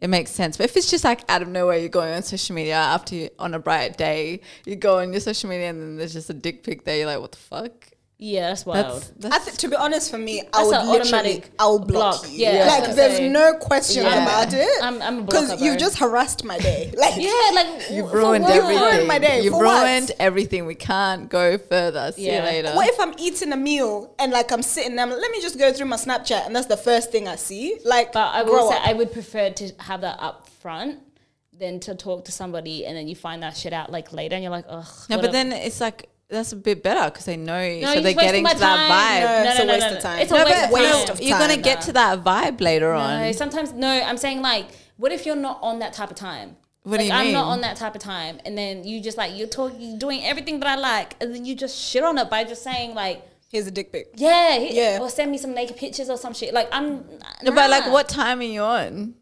it makes sense. But if it's just like out of nowhere, you're going on social media after you, on a bright day, you go on your social media and then there's just a dick pic there, you're like, what the fuck?
Yeah, that's wild.
That's, [laughs]
I
that's
th- to be honest, for me, I
That's
would
an
literally,
automatic
I'll block,
block.
you.
Yeah,
like
that's
there's
okay.
no question
Yeah.
about it.
I'm- I'm a blocker,
you've
bro.
just harassed my
[laughs]
day. Like
yeah, like
[laughs] you've
for
ruined
what?
everything.
Ruined my day.
You've
For what?
ruined everything. We can't go further. See
Yeah.
you later.
What if I'm eating a meal and like I'm sitting there? I'm like, Let me just go through my Snapchat, and that's the first thing I see. Like,
But I
grow
will say
up.
I would prefer to have that up front than to talk to somebody and then you find that shit out like later and you're like, ugh.
No,
what
but
a-
then it's like that's a bit better because they know,
No,
so
you're
they're
just wasting
getting
my
to that
time.
No,
vibe.
No,
it's
no,
a
no,
waste
no,
of
no.
time.
It's a
No,
waste
but
of time.
waste of
You're gonna
time.
get to that vibe later
No,
on.
sometimes no. I'm saying like, what if you're not on that type of time?
What do
like,
you
I'm not
mean?
on that type of time, and then you just like you're talking, you're doing everything that I like, and then you just shit on it by just saying like,
Here's a dick pic.
yeah, he-
Yeah.
or send me some naked pictures or some shit. Like I'm,
No, but like,
nah.
what time are you on?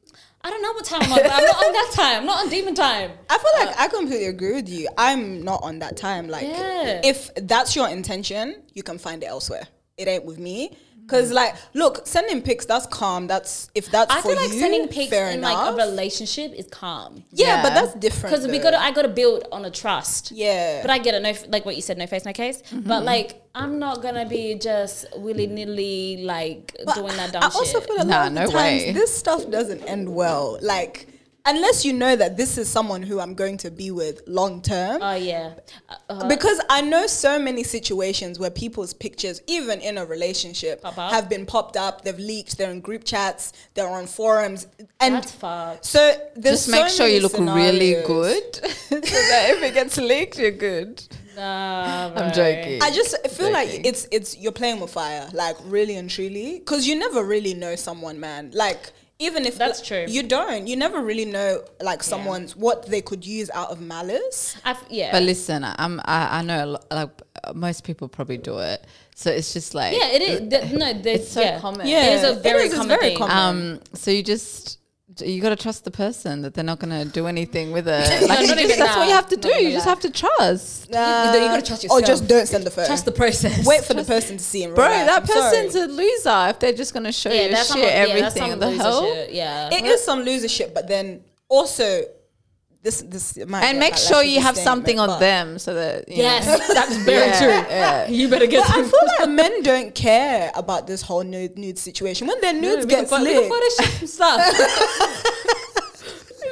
I don't know what time I'm on. But I'm not on that time. I'm not on demon time.
I feel like I completely agree with you. I'm not on that time. Like,
Yeah.
if that's your intention, you can find it elsewhere. It ain't with me. Cause like, look, sending pics that's calm. That's if that's
I
for
feel like
you,
sending pics
fair
in
enough.
like a relationship is calm.
yeah,
Yeah.
but that's different.
because we
though.
got to I got to build on a trust.
Yeah.
but I get it. No, like what you said, no face, no case.
Mm-hmm.
But like, I'm not gonna be just willy nilly like
But
doing that dumb
I also
shit.
feel a lot
Nah,
of the
no
times
way.
this stuff doesn't end well. Like, unless you know that this is someone who I'm going to be with long term.
oh yeah, Uh, uh,
because I know so many situations where people's pictures, even in a relationship,
Pop up.
have been popped up. They've leaked. They're in group chats. They're on forums. And
that's fucked.
so there's
Just make
so
sure
many
you look really
scenarios.
good, [laughs] so that if it gets leaked, you're good.
Nah,
I'm
bro.
joking.
I just feel like
Joking.
it's it's you're playing with fire, like really and truly, because you never really know someone, man. Like even if
That's true.
you don't. You never really know like someone's what they could use out of malice.
I f- yeah,
But listen, I'm, I, I know a lo- like uh, most people probably do it, so it's just like
yeah, it is. th- no, there's,
It's so
yeah.
common.
Yeah, it is a
it
very
it's
common thing.
Um, so you just you got to trust the person that they're not going to do anything with it. Like,
not
you just-
even
that's
that.
what you have to
Not
do. You
even
just
that.
have to trust.
you- you gotta trust
Or
yourself.
just don't send the photo.
Trust the process.
Wait for the person to see in real
Bro,
life.
that
I'm sorry.
person's a loser if they're just going to show you shit,
some- that's
everything.
some
the
loser
hell?
shit, Yeah,
It is some loser shit, but then also this this might
And
be
make
like
sure
left
you
with
have
the
something
statement,
on
but-
them so that. You
yes, [laughs] that's
Know.
very
Yeah,
true.
yeah.
You better get.
But I [laughs]
some-
feel like men don't care about this whole nude nude situation. When their nudes
We can
gets
pho- we
leaked,
can Photoshop
[laughs]
some stuff.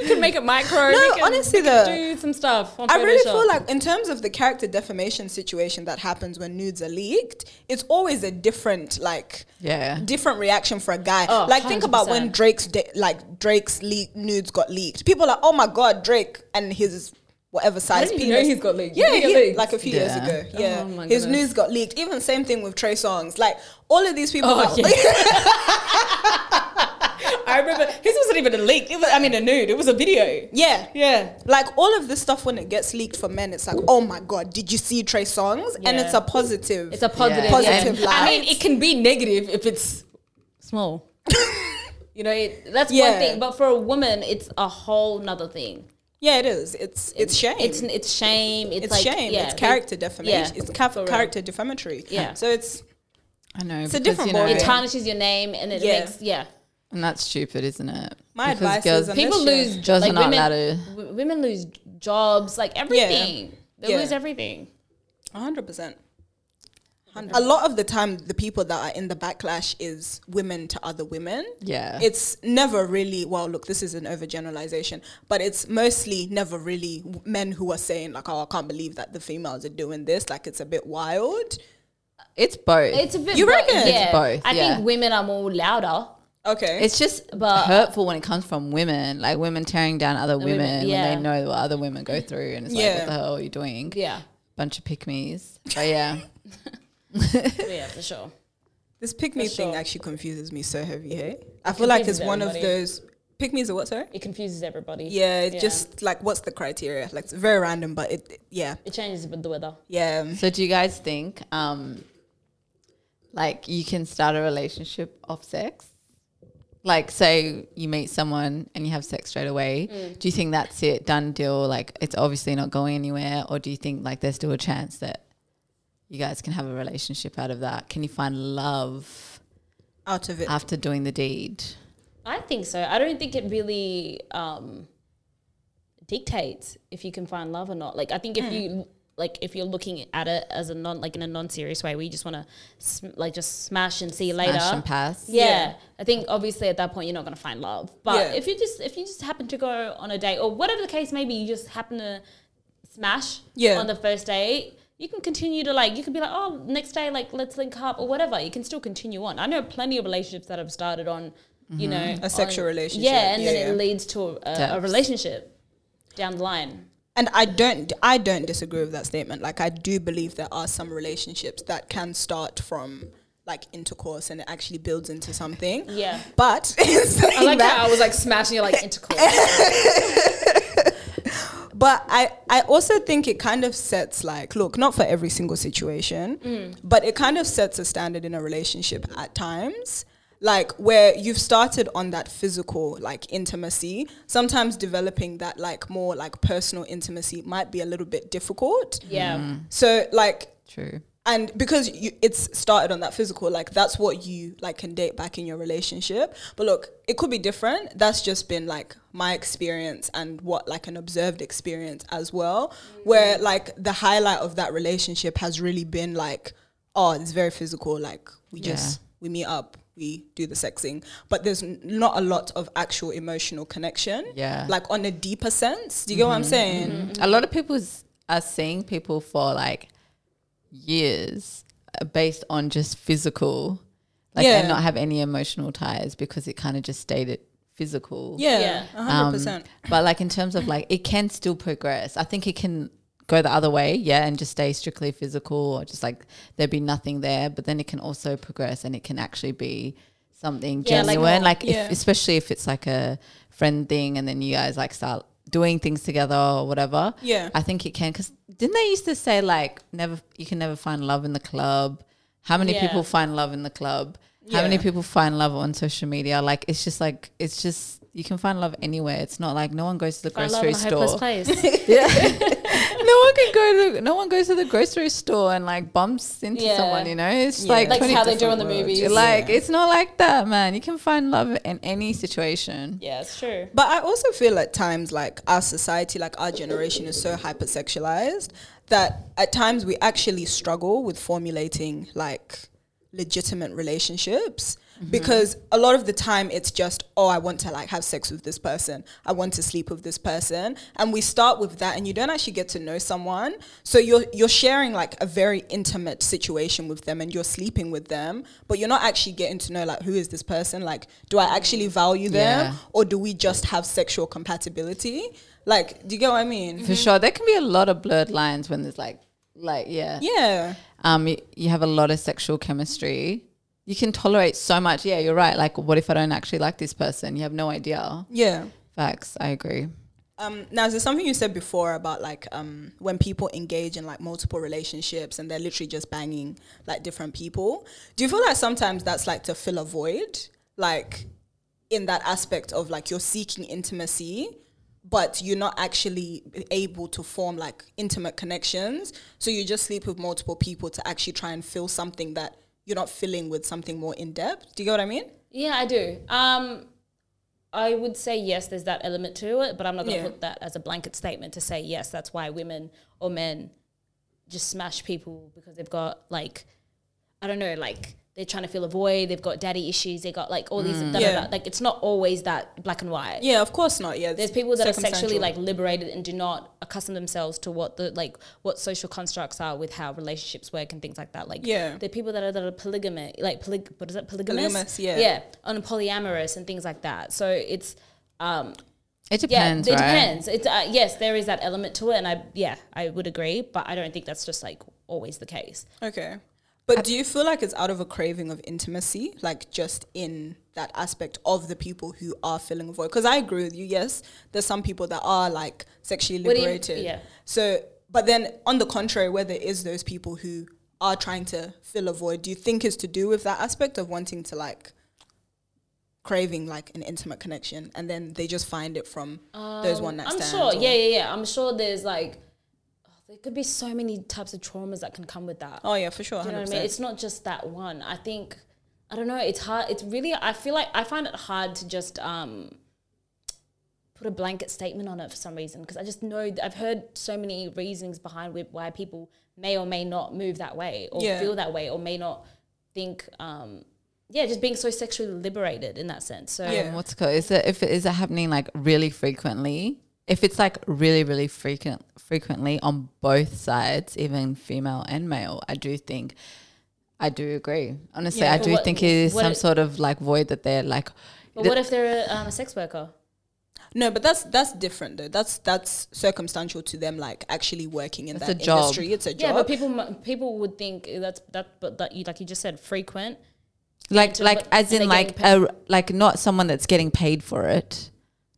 you can make it
No,
micro. we can,
honestly
we can
though,
do some stuff. On
I really
Photoshop.
feel like in terms of the character defamation situation that happens when nudes are leaked, it's always a different like
Yeah.
different reaction for a guy.
Oh,
like think about when
100%.
Drake's de- like Drake's leak nudes got leaked. People are like, oh my god, Drake and his whatever size
didn't
penis.
even know he's got leaked. You
Yeah,
think it
he-
leaked?
like a few
Yeah.
years ago.
Oh
Yeah,
my
his
goodness.
nudes got leaked. Even same thing with Trey Songs. Like all of these people.
Oh,
are-
[laughs] I remember his wasn't even a leak. It was, I mean, a nude. It was a video.
[laughs] yeah.
[laughs] Yeah.
Like all of this stuff when it gets leaked for men, it's like, oh my god, did you see Trey Songs? And
Yeah.
it's a positive.
It's a positive.
Yeah.
Positive
I
light.
mean, it can be negative if it's small. [laughs] you know, it, that's
Yeah.
one thing. But for a woman, it's a whole nother thing.
Yeah, it is. It's it's shame.
It's it's shame. It's,
Mm. it's
like,
shame.
Yeah,
it's character defamation.
yeah,
it's ca-
for real.
character defamatory.
Yeah.
So it's
I know.
a
because,
different
you know,
ballgame.
It tarnishes your name and it
Yeah.
makes yeah.
And that's stupid, isn't it?
My
Because
advice
girls-
is unless
People
you're-
lose
Girls are
like
not
women.
allowed to-
w- women lose jobs, like everything. They
Yeah.
lose everything.
hundred percent. A lot of the time, the people that are in the backlash is women to other women.
Yeah.
It's never really well. Look, this is an overgeneralization, but it's mostly never really w- men who are saying like, "Oh, I can't believe that the females are doing this." Like, it's a bit wild.
It's both.
It's a bit.
You
bo-
reckon? It's
Yeah.
both,
I
yeah.
think women are more louder.
Okay.
It's just
But-
hurtful when it comes from women, like women tearing down other women,
women, yeah.
when they know what other women go through, and it's
Yeah.
like, what the hell are you doing?
Yeah.
Bunch of pick me's. But
[laughs]
yeah,
Yeah, for sure.
This pick me
For
thing
sure.
actually confuses me so heavy. Hey, I feel like it's
confuses
one of
everybody.
those pick me's or what? Sorry.
It confuses everybody.
Yeah, it just like what's the criteria? Like it's very random, but it, it- yeah,
it changes with the weather.
yeah. um,
So do you guys think um like you can start a relationship off sex? Like say you meet someone and you have sex straight away. Do you think that's it, done deal, like it's obviously not going anywhere or do you think like there's still a chance that you guys can have a relationship out of that? Can you find love
Out of it,
Uh,
after doing the deed?
I think so. I don't think it
Hmm.
really um, dictates if you can find love or not. Like I think if you like if you're looking at it as a non like in a non serious way, where you just want to sm- like just smash and see you later.
Smash and pass.
Yeah.
Yeah.
I think obviously at that point you're not gonna find love. But
Yeah.
if you just if you just happen to go on a date or whatever the case may be, you just happen to smash
Yeah.
on the first date, you can continue to like you could be like, Oh, next day like let's link up or whatever. You can still continue on. I know plenty of relationships that have started on you know
Mm-hmm. A sexual
on-
relationship,
Yeah, and
yeah.
then it leads to a, a
Depth.
relationship down the line.
And I don't I don't disagree with that statement. Like I do believe there are some relationships that can start from like intercourse and it actually builds into something.
Yeah.
But [laughs] in saying
I like
that,
how I was like smashing your
[laughs]
like intercourse.
But I, I also think it kind of sets like look not for every single situation, but it kind of sets a standard in a relationship at times. Like where you've started on that physical like intimacy, sometimes developing that like more like personal intimacy might be a little bit difficult.
yeah.
Mm.
So like
True.
and because you, it's started on that physical like that's what you like can date back in your relationship but look it could be different that's just been like my experience and what like an observed experience as well where like the highlight of that relationship has really been like oh it's very physical like we just we meet up we do the sexing but there's n- not a lot of actual emotional connection
Yeah. Mm-hmm.
like on a deeper sense do you get what i'm saying
A lot of people s- are seeing people for like years uh, based on just physical, like
Yeah.
and not have any emotional ties because it kind of just stayed at physical.
yeah,
Yeah.
a 100%
But like in terms of like, it can still progress. I think it can go the other way, yeah, and just stay strictly physical or just like there'd be nothing there. But then it can also progress and it can actually be something
Yeah, like
genuine.
more-
Like,
yeah.
if, especially if it's like a friend thing and then you guys like start doing things together or whatever.
Yeah.
I think it can. Because didn't they used to say like, never, you can never find love in the club? How many
Yeah.
people find love in the club? How many
Yeah.
people find love on social media? Like it's just like it's just you can find love anywhere. It's not like no one goes to the
I love
grocery
a hopeless
[laughs]
store.
place.
Yeah. [laughs] no one can go to no one goes to the grocery store and like bumps into
Yeah.
someone, you know? It's
Yeah.
like
Like
20
how they do
different
in the
worlds.
movies.
Like it's not like that, man. You can find love in any situation.
yeah, it's true.
But I also feel at times like our society, like our generation is so hypersexualized that at times we actually struggle with formulating like legitimate relationships because a lot of the time it's just oh I want to like have sex with this person I want to sleep with this person and we start with that and you don't actually get to know someone so you're you're sharing like a very intimate situation with them and you're sleeping with them but you're not actually getting to know like who is this person like do I actually value them
Yeah.
or do we just have sexual compatibility? Like, do you get what I mean?
Mm-hmm.
For sure. There can be a lot of blurred lines when there's like like yeah.
Yeah.
um, you, you have a lot of sexual chemistry. You can tolerate so much. Yeah, you're right. Like, what if I don't actually like this person? You have no idea.
Yeah.
Facts. I agree.
Um, now, is there something you said before about like um, when people engage in like multiple relationships and they're literally just banging like different people? Do you feel like sometimes that's like to fill a void, like in that aspect of like you're seeking intimacy, but you're not actually able to form like intimate connections? So you just sleep with multiple people to actually try and fill something that you're not filling with something more in depth? Do you get what I mean?
Yeah, I do. Um, I would say yes, there's that element to it, but I'm not going to
Yeah.
put that as a blanket statement to say yes, that's why women or men just smash people because they've got like, I don't know, like they're trying to fill a void, they've got daddy issues, they got like all these, da, da,
Mm. Yeah.
da. like it's not always that black and white.
Yeah, of course not. Yeah,
There's
it's
people that are sexually
circumstantial.
like liberated and do not accustom themselves to what the like what social constructs are with how relationships work and things like that. Like
Yeah.
the people that are that are polygamy like polyg what is it polygamous?
Polygamous, yeah.
yeah, on polyamorous and things like that. So it's um
It
yeah,
depends,
it
right?
depends. It's uh, yes, there is that element to it, and I yeah I would agree, but I don't think that's just like always the case.
Okay. But do you feel like it's out of a craving of intimacy, like just in that aspect of the people who are filling a void? Because I agree with you. Yes, there's some people that are like sexually
What do you-
liberated.
yeah.
So, but then on the contrary, where there is those people who are trying to fill a void, do you think is to do with that aspect of wanting to like craving like an intimate connection, and then they just find it from those one night
Um, I'm
stands?
sure.
or-
Yeah, yeah, yeah. I'm sure there's like oh, there could be so many types of traumas that can come with that.
Oh yeah, for sure.
Do you
100%.
know what I mean? It's not just that one. I think I don't know. It's hard. It's really. I feel like I find it hard to just um put a blanket statement on it for some reason because I just know that I've heard so many reasonings behind whi- why people may or may not move that way or
Yeah.
feel that way or may not think. Um, yeah, just being so sexually liberated in that sense. So
Yeah.
Um, what's it called? Is it if it is it happening like really frequently? If it's like really, really frequent frequently on both sides, even female and male, I do think I do agree. Honestly,
Yeah.
I
But
do
what-
think it is
what
some
it-
sort of like void that they're like
But what if they're a, um, a sex worker?
No, but that's that's different though. That's that's circumstantial to them, like actually working in
It's
that
a job.
industry. It's a job.
Yeah, but people mu- people would think that's that, but that you like you just said frequent.
like
to
like
what-
as
and
in
they're
like
getting
a, like not someone that's getting paid for it.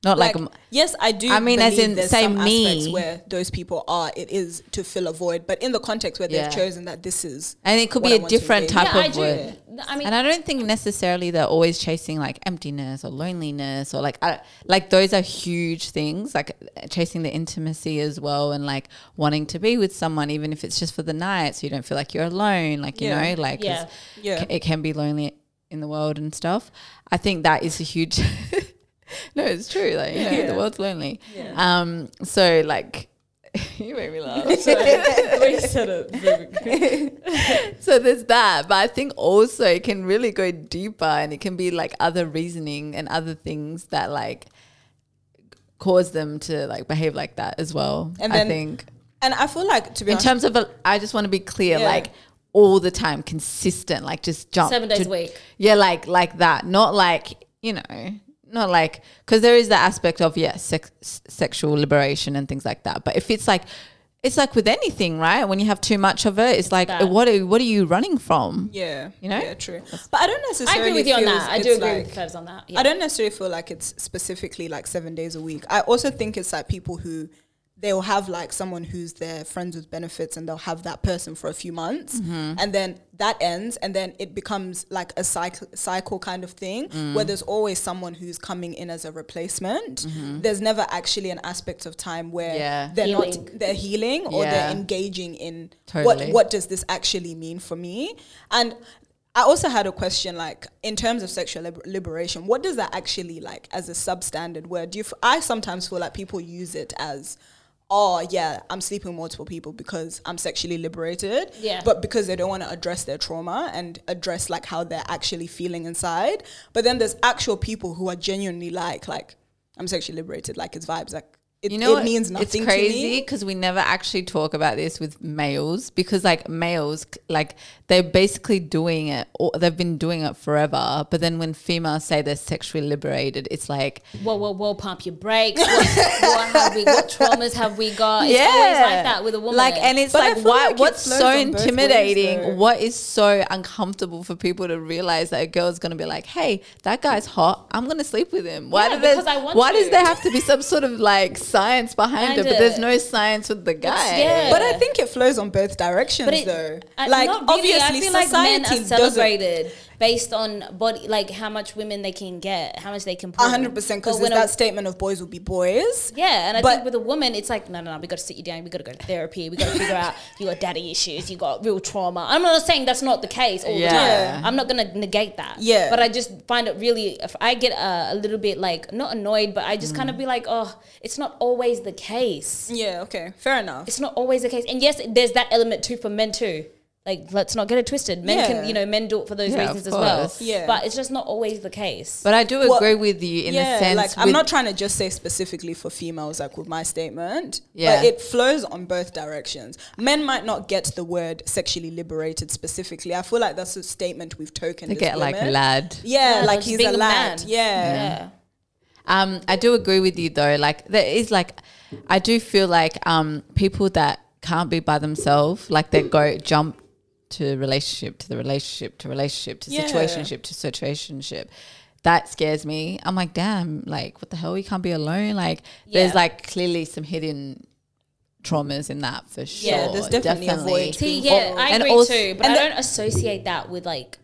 Not like, m-
yes, I do.
I mean, as
believe
in,
there's
say
some aspects
me.
where those people are. It is to fill a void, but in the context where
Yeah.
they've chosen that this is.
and it could
What
be
I
a
want to
different
engage.
type
yeah, I
of
do.
void.
I mean,
and I don't think necessarily they're always chasing like emptiness or loneliness or like I, like those are huge things like chasing the intimacy as well and like wanting to be with someone even if it's just for the night so you don't feel like you're alone like you
Yeah.
know like 'cause
Yeah.
Yeah.
ca- it can be lonely in the world and stuff. I think that is a huge [laughs] no it's true like you know,
Yeah.
the world's lonely um so like [laughs] you made me laugh so there's that, but I think also it can really go deeper and it can be like other reasoning and other things that like cause them to like behave like that as well.
And
I
then,
think
And I feel like to be
in
honest,
terms of, a, I just want to be clear,
Yeah.
like all the time, consistent, like just jump
Seven days
to-
a week.
Yeah, like like that, not like you know, not like because there is the aspect of yeah, sex, sexual liberation and things like that. But if it's like it's like with anything, right? When you have too much of it, it's like
That.
what are what are you running from?
yeah,
You know?
yeah, true. But I don't
I
necessarily.
agree with you on
feel
that. I
it's
do agree
like-
with Curves on that.
I don't necessarily feel like it's specifically like seven days a week. I also think it's like people who they'll have like someone who's their friends with benefits and they'll have that person for a few months
Mm-hmm.
and then that ends and then it becomes like a cycle cycle kind of thing
Mm.
where there's always someone who's coming in as a replacement there's never actually an aspect of time where
Mm-hmm. Yeah.
they're
Healing.
not they're healing or
Yeah.
they're engaging in
Totally.
what what does this actually mean for me and i also had a question like in terms of sexual liber- liberation what does that actually like as a substandard word do you f- i sometimes feel like people use it as oh yeah i'm sleeping with multiple people because i'm sexually liberated
Yeah.
but because they don't want to address their trauma and address like how they're actually feeling inside but then there's actual people who are genuinely like like i'm sexually liberated like it's vibes like it,
you know
it
what?
means nothing
it's
to me
crazy because we never actually talk about this with males because like males c- like they're basically doing it or they've been doing it forever but then when females say they're sexually liberated it's like
whoa, whoa, whoa, pump your brakes.
[laughs]
What, what have we? What traumas have we got? It's always like that with a woman.
Like, and it's
But I
like,
feel
why,
like it
what's
flows
so
on both ways,
intimidating?
though.
what is so uncomfortable for people to realize that a girl's gonna be like, hey, that guy's hot. I'm gonna sleep with him. Why
Yeah,
do there's,
because I want
Why does
to.
there have to be some sort of like science behind
Behind
it? But there's
it.
no science with the guy.
yeah.
But I think it flows on both directions,
but it,
though.
uh,
like
not really.
obviously,
I feel like men
society
are
doesn't.
celebrated based on body, like how much women they can get, how much they can. pull.
hundred percent because
But when a-
that statement of boys will be boys.
Yeah, and I
But-
think with a woman, it's like, no, no, no, we got to sit you down. We got to go to therapy. We got to figure
[laughs]
out you got daddy issues. You got real trauma. I'm not saying that's not the case all
Yeah.
the time. I'm not going to negate that.
Yeah.
But I just find it really, if I get uh, a little bit like, not annoyed, but I just
Mm.
kind of be like, oh, it's not always the case.
Yeah. Okay. Fair enough.
It's not always the case. And yes, there's that element too for men too. Like, let's not get it twisted. Men
Yeah.
can, you know, men do it for those
Yeah,
reasons
of
as well.
course.
Yeah.
But it's just not always the case.
But I do
Well,
agree with you in
yeah.
the sense.
like I'm
with-
not trying to just say specifically for females, like with my statement.
Yeah.
But it flows on both directions. Men might not get the word sexually liberated specifically. I feel like that's a statement we've token.
to get like lad.
Yeah,
Yeah,
like
just
he's
being
a
a
lad.
man.
Yeah.
yeah.
Um, I do agree with you though. Like there is like, I do feel like um people that can't be by themselves, like they go jump to relationship to the relationship to relationship to
Yeah.
situationship to situationship. That scares me. I'm like, damn, like what the hell? You can't be alone. Like there's
Yeah.
like clearly some hidden traumas in that for sure.
Yeah, there's definitely a void.
See,
being
yeah,
bold.
I
And
agree
also-
too, but
and
I
the-
don't associate that with like,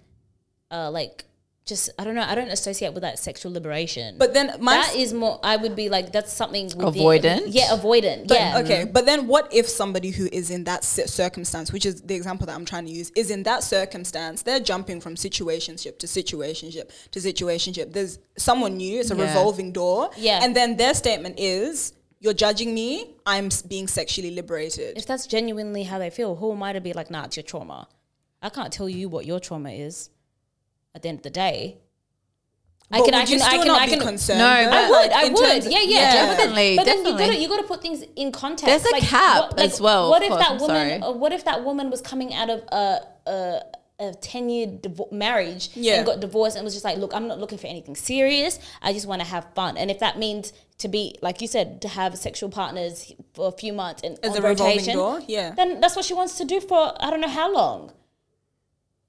uh, like just I don't know. I don't associate with that sexual liberation.
But then my
that is more. I would be like that's something within-
Avoidant?
Yeah, avoidant.
But,
yeah.
Okay, but then what if somebody who is in that ci- circumstance, which is the example that I'm trying to use, is in that circumstance, they're jumping from situationship to situationship to situationship. There's someone new, it's a
Yeah.
revolving door.
Yeah.
And then their statement is, you're judging me, I'm s- being sexually liberated.
If that's genuinely how they feel, who am I to be like, nah, it's your trauma. I can't tell you what your trauma is. At the end of the day, I
But
can.
would
I
you
can.
still
I can.
not
I
be
can.
concerned
No,
though?
I
but
would,
Like,
I
in
would,
terms-
yeah, yeah,
Definitely,
But then you
definitely.
gotta you gotta put things in context.
There's a cap as well,
What
of
if
course,
that
I'm
woman?
sorry.
uh, What if that woman was coming out of a a, a ten year divo- marriage
Yeah.
and got divorced and was just like, look, I'm not looking for anything serious. I just want to have fun. And if that means to be like you said, to have sexual partners for a few months and
As
on
a revolving
rotation,
door, yeah.
then that's what she wants to do for I don't know how long.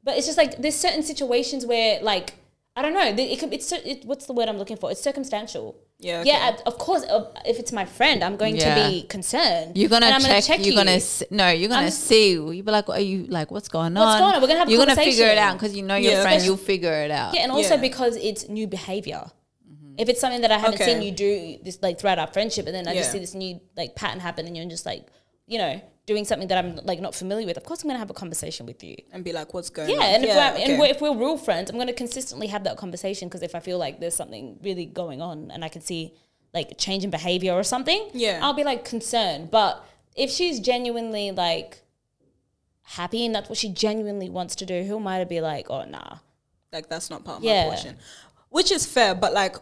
But it's just like there's certain situations where like I don't know. It could, it's cir- it, what's the word I'm looking for? It's circumstantial.
Yeah,
Yeah. I- Of course, of- if it's my friend, I'm going to
Yeah.
be concerned.
You're gonna
And I'm
check, You're gonna s- no. You're gonna
I'm-
see. You'll be like, "What are you like? What's going on?
going on? We're gonna have a
You're gonna figure
conversation.
it out because you know your
Yeah.
friend.
Especi-
You'll figure it out.
Yeah, and also
Yeah.
because it's new behavior.
Mm-hmm.
If it's something that I haven't
Okay.
seen you do this like throughout our friendship, and then I just
Yeah.
see this new like pattern happen, and you're just like, you know, doing something that I'm like not familiar with. Of course, I'm gonna have a conversation with you.
And be like, what's going
Yeah,
on?
and, if, we're,
okay.
and we're, if we're real friends, I'm going to consistently have that conversation because if I feel like there's something really going on and I can see like a change in behavior or something,
Yeah.
I'll be like concerned. But if she's genuinely like happy and that's what she genuinely wants to do, who am I to be like, oh nah?
like that's not part of
Yeah.
my portion which is fair but like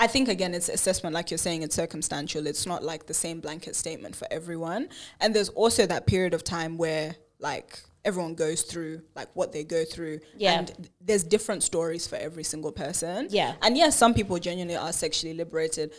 i think again it's assessment like you're saying it's circumstantial it's not like the same blanket statement for everyone and there's also that period of time where like everyone goes through like what they go through
Yeah.
and th- there's different stories for every single person
Yeah.
and yes some people genuinely are sexually liberated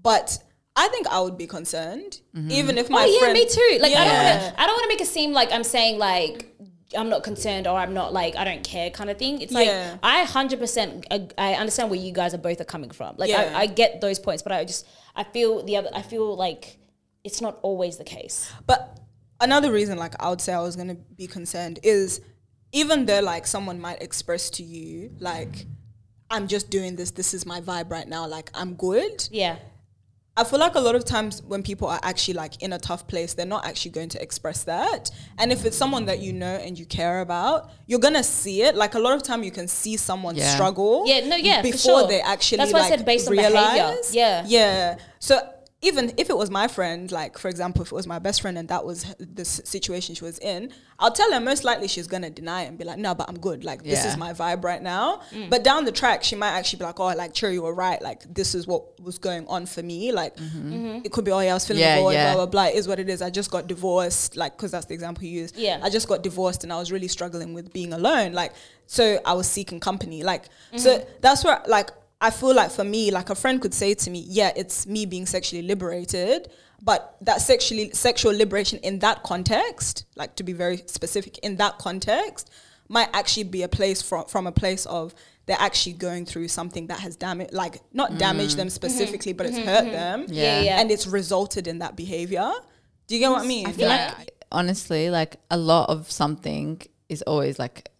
but i think i would be concerned even if my
oh yeah,
friend
me too. Like I don't
Yeah.
want to. I don't want to make it seem like I'm saying like I'm not concerned or I'm not like I don't care kind of thing. It's like
Yeah.
I hundred percent. I understand where you guys are both are coming from. Like
Yeah.
I, I get those points, but I just I feel the other. I feel like it's not always the case.
But another reason, like I would say, I was gonna be concerned is even though like someone might express to you like. I'm just doing this. This is my vibe right now. Like, I'm good.
Yeah.
I feel like a lot of times when people are actually like in a tough place, they're not actually going to express that. And if it's someone that you know and you care about, you're gonna see it. Like a lot of time, you can see someone
Yeah.
struggle.
Yeah, no, yeah, for
before
sure.
they actually.
That's why I
like,
said based on behavior.
realize.
Yeah.
yeah. So even if it was my friend, like for example, if it was my best friend and that was h- the s- situation she was in, I'll tell her most likely she's gonna deny it and be like, "No, but I'm good. Like this
Yeah. Mm.
is my vibe right now." But down the track, she might actually be like, "Oh, like Cherry, you were right. Like this is what was going on for me. Like it could be, oh yeah, I was feeling
Mm-hmm. Yeah,
bored,
yeah.
blah blah blah. It is what it is. I just got divorced. Like because that's the example you used.
Yeah.
I just got divorced and I was really struggling with being alone. Like so, I was seeking company. Like
Mm-hmm.
so that's where like I feel like for me, like a friend could say to me, yeah, it's me being sexually liberated. But that sexually sexual liberation in that context, like to be very specific, in that context, might actually be a place from from a place of they're actually going through something that has damaged, like not damaged them specifically, but it's hurt them,
Mm-hmm. Yeah. Yeah.
and it's resulted in that behavior. Do you get what I mean?
I feel like honestly, like a lot of something is always like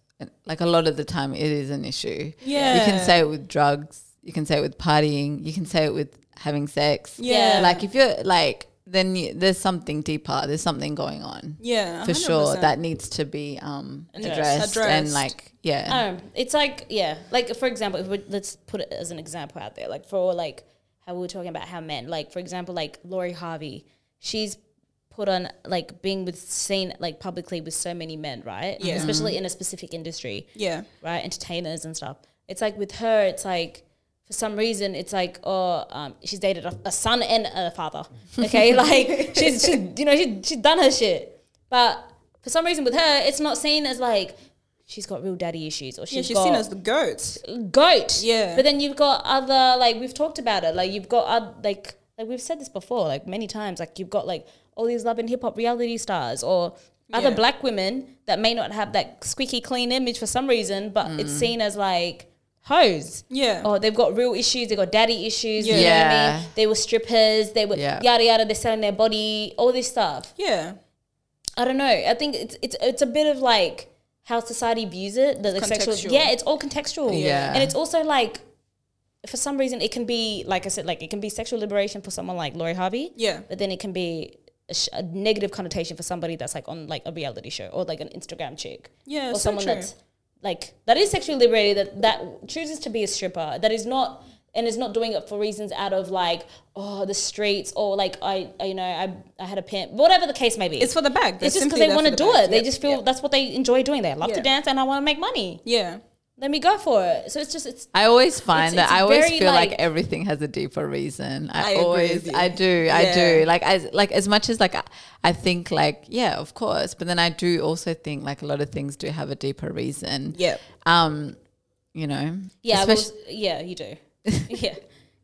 like a lot of the time it is an issue. You can
Yeah.
say it with drugs, you can say it with partying, you can say it with having sex.
Yeah.
Like if you're like then you, there's something deeper, there's something going on.
yeah,
For sure
100%.
that needs to be um
Addressed.
addressed, and
Addressed.
like yeah.
Um, it's like yeah, like for example, if we, let's put it as an example out there. Like for like how we were talking about how men, like for example, like Lori Harvey, she's put on like being with seen like publicly with so many men, right?
Yeah.
especially in a specific industry
yeah,
right? Entertainers and stuff. It's like with her, it's like for some reason, it's like oh, um, she's dated a, a son and a
[laughs]
father. Okay, like she's she's you know she she's done her shit, but for some reason with her, it's not seen as like she's got real daddy issues or
yeah. She's
got
seen as the goat.
goat.
Yeah.
But then you've got other like we've talked about it. Like you've got other, like like we've said this before like many times. Like you've got like all these love and hip hop reality stars or other
Yeah.
black women that may not have that squeaky clean image for some reason, but it's seen as like hoes.
Yeah.
Oh, they've got real issues. They got daddy issues. You know what I
Yeah.
mean? They were strippers. They were
Yeah.
yada yada. They're selling their body. All this stuff.
Yeah,
I don't know. I think it's it's it's a bit of like how society views it. The
It's
the sexual,
contextual.
yeah, it's all contextual.
Yeah.
and it's also like. For some reason, it can be like I said, like it can be sexual liberation for someone like Lori Harvey,
Yeah.
but then it can be a, sh- a negative connotation for somebody that's like on like a reality show or like an Instagram chick,
Yeah,
or
so
someone
true.
that's like that is sexually liberated that that chooses to be a stripper that is not and is not doing it for reasons out of like oh the streets or like I, I you know I I had a pimp whatever the case may be.
It's for the bag. They're
It's just
simply
because they
there
want to
for the
do
bag.
it. They
Yep.
just feel
Yep.
that's what they enjoy doing. They love
Yeah.
to dance and I want to make money.
yeah.
Let me go for it. So it's just it's
I always find
It's-
that
it's
I always
very,
feel like,
like-
everything has a deeper reason.
I
I,
agree with
always,
you.
I do,
Yeah.
I do. Like as like as much as like I, I think like yeah, of course, but then I do also think like a lot of things do have a deeper reason.
Yep.
Um, you know.
yeah I will
especially-
s- yeah
[laughs]
you do yeah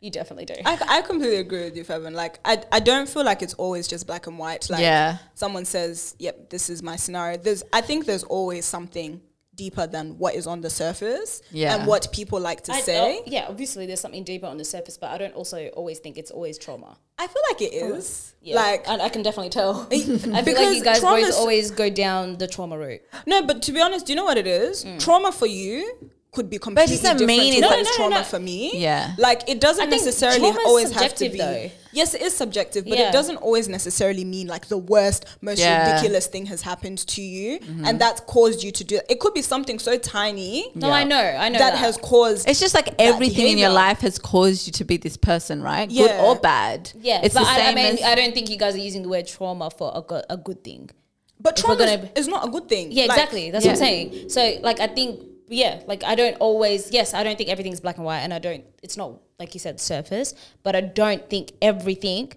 you definitely do.
I, I completely agree with you, Fevin. Like, I, I don't feel like it's always just black and white. Like,
Yeah.
someone says, yep, this is my scenario. There's, I think there's always something deeper than what is on the surface
Yeah.
and what people like to
I-
say.
oh, yeah, obviously there's something deeper on the surface, but I don't also always think it's always trauma.
I feel like it is.
Oh, Yeah,
Like,
I, I can definitely tell.
[laughs]
I feel like
because
you guys always
trauma's-
always go down the trauma route.
no, but to be honest, do you know what it is?
Mm.
Trauma for you could be
it
completely
doesn't
different
mean
to
it's
what
like-
is
No, no,
trauma
no, no.
for me.
Yeah.
Like, it doesn't
I think
necessarily
trauma's
always have to
subjective,
be.
though.
Yes, it is subjective, but
Yeah.
it doesn't always necessarily mean like the worst, most
Yeah.
ridiculous thing has happened to you
Mm-hmm.
and that's caused you to do it. could be something so tiny
No, I know, I know
that, has caused
It's just like everything in your
behavior.
life has caused you to be this person, right? Good
Yeah.
or bad.
Yeah,
It's
but
the
I, I
same
mean,
as
I don't think you guys are using the word trauma for a, go- a good thing.
But
we're
trauma is-
gonna-
is not a good thing.
Yeah,
Like,
exactly. That's what I'm saying. So, like, I think, yeah, like, I don't always, yes, I don't think everything's black and white, and I don't, it's not, like you said, surface, but I don't think everything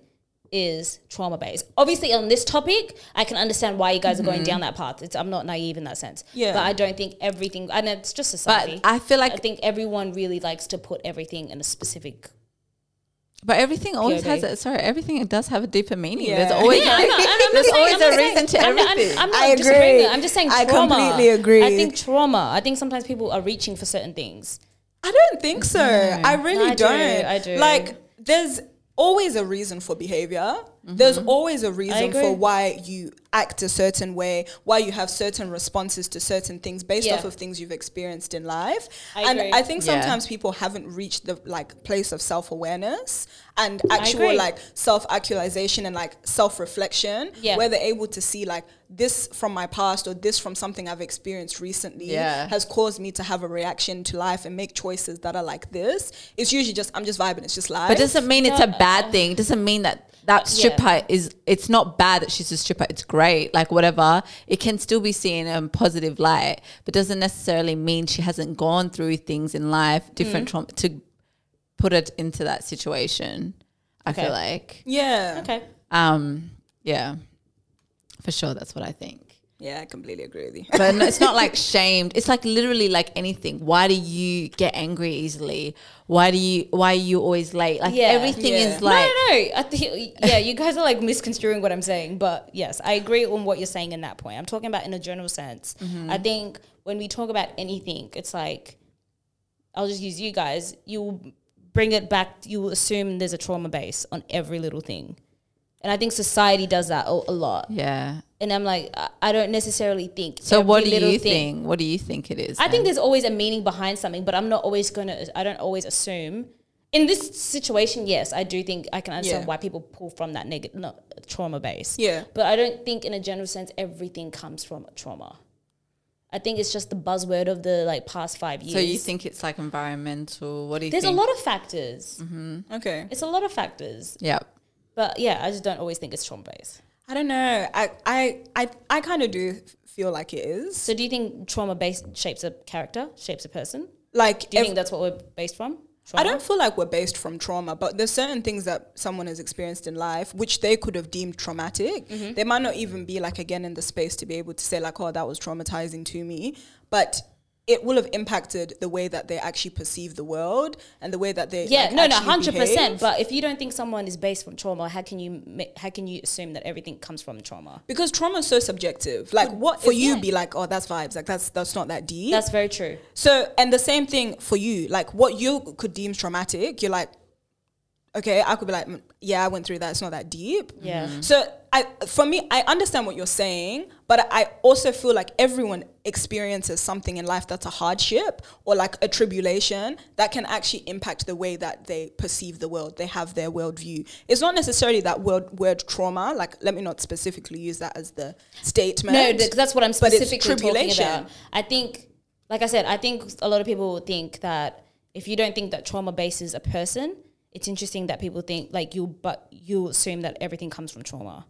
is trauma based. Obviously, on this topic, I can understand why you guys are going down
Mm-hmm.
that path. It's, I'm not naive in that sense.
Yeah.
But I don't think everything, and it's just society.
but I feel
I
like
think everyone really likes to put everything in a
[laughs]
specific.
but everything always
POV.
has a sorry, everything it does have a deeper meaning.
Yeah.
There's
[laughs]
always
Yeah, I'm not- I'm not
there's
saying-
always
I'm not
a reason to
saying- I'm not- I'm-
everything.
I'm not
I agree.
disagreeing with it. I'm just saying
I
trauma.
completely agree.
I think trauma. I think sometimes people are reaching for certain things.
I don't think so. I really
No, I do,
don't.
I do.
Like, there's always a reason for behavior. There's always a reason
Mm-hmm. agree.
for why you act a certain way, why you have certain responses to certain things based
Yeah.
off of things you've experienced in life.
I
and
agree.
I think
Yeah.
sometimes people haven't reached the like place of self-awareness and actual
agree.
like self-actualization and like self-reflection
Yeah.
where they're able to see like this from my past or this from something I've experienced recently
Yeah.
has caused me to have a reaction to life and make choices that are like this. It's usually just I'm just vibing. It's just life.
But doesn't mean it's a
No,
bad thing. Doesn't mean that that
Yeah.
stripper is. It's not bad that she's a stripper. It's great. Like whatever, it can still be seen in a positive light. But doesn't necessarily mean she hasn't gone through things in life, different
Mm.
trauma to put it into that situation. I
Okay.
feel like,
yeah,
Okay.
um, yeah, for sure. That's what
[laughs]
I think.
yeah, I completely agree with you.
But no, it's not like shamed. It's like literally like anything. Why do you get angry easily? Why do you? Why are you always late? Like
Yeah.
everything
Yeah.
is like.
no, no, no. I think yeah, you guys are like misconstruing what I'm saying, but yes, I agree on what you're saying in that point. I'm talking about in a general sense. I think when we talk about anything, it's like I'll just use you guys. You bring it back. You assume there's a trauma base on every little thing, and I think society does that a, a lot.
Yeah.
And I'm like, I, I don't necessarily think.
So
every
what do
little
you think? What do you think it is?
I think
then?
there's always a meaning behind something, but I'm not always gonna. I don't always assume. In this situation, yes, I do think I can understand
Yeah.
why people pull from that negative, not trauma base.
Yeah.
but I don't think, in a general sense, everything comes from trauma. I think it's just the buzzword of the like past five years.
so you think it's like environmental? What do you
there's
think? Mm-hmm.
a lot of factors. Mm-hmm.
Okay,
It's a lot of factors,
Yeah.
but yeah, I just don't always think it's trauma based.
I don't know. I I I, I kind of do feel like it is.
So do you think trauma based shapes a character, shapes a person?
Like
Do you
if-
think that's what we're based from?
I
Trauma?
don't feel like we're based from trauma, but there's certain things that someone has experienced in life which they could have deemed traumatic.
Mm-hmm.
They might not even be like again in the space to be able to say like, oh, that was traumatizing to me, but it will have impacted the way that they actually perceive the world and the way that they
yeah
like,
no no
actually
100%
behave.
but if you don't think someone is based from trauma how can you ma- how can you assume that everything comes from trauma
because trauma is so subjective. Like what for
is-
you
yeah.
be like, oh, that's vibes. Like that's that's not that deep.
that's very true
So, and the same thing for you. Like, what you could deem traumatic, you're like, okay, I could be like, "Mm, yeah, I went through that. It's not that deep.
Yeah. Mhm.
So, I for me, I understand what you're saying, but I also feel like everyone experiences something in life that's a hardship or like a tribulation that can actually impact the way that they perceive the world they have their worldview it's not necessarily that word word trauma like let me not specifically use that as the statement
No, because that's what I'm
but it's
specifically talking about. I think, like I said, I think a lot of people think that if you don't think that trauma bases a person, it's interesting that people think like you, but you assume that everything comes from trauma.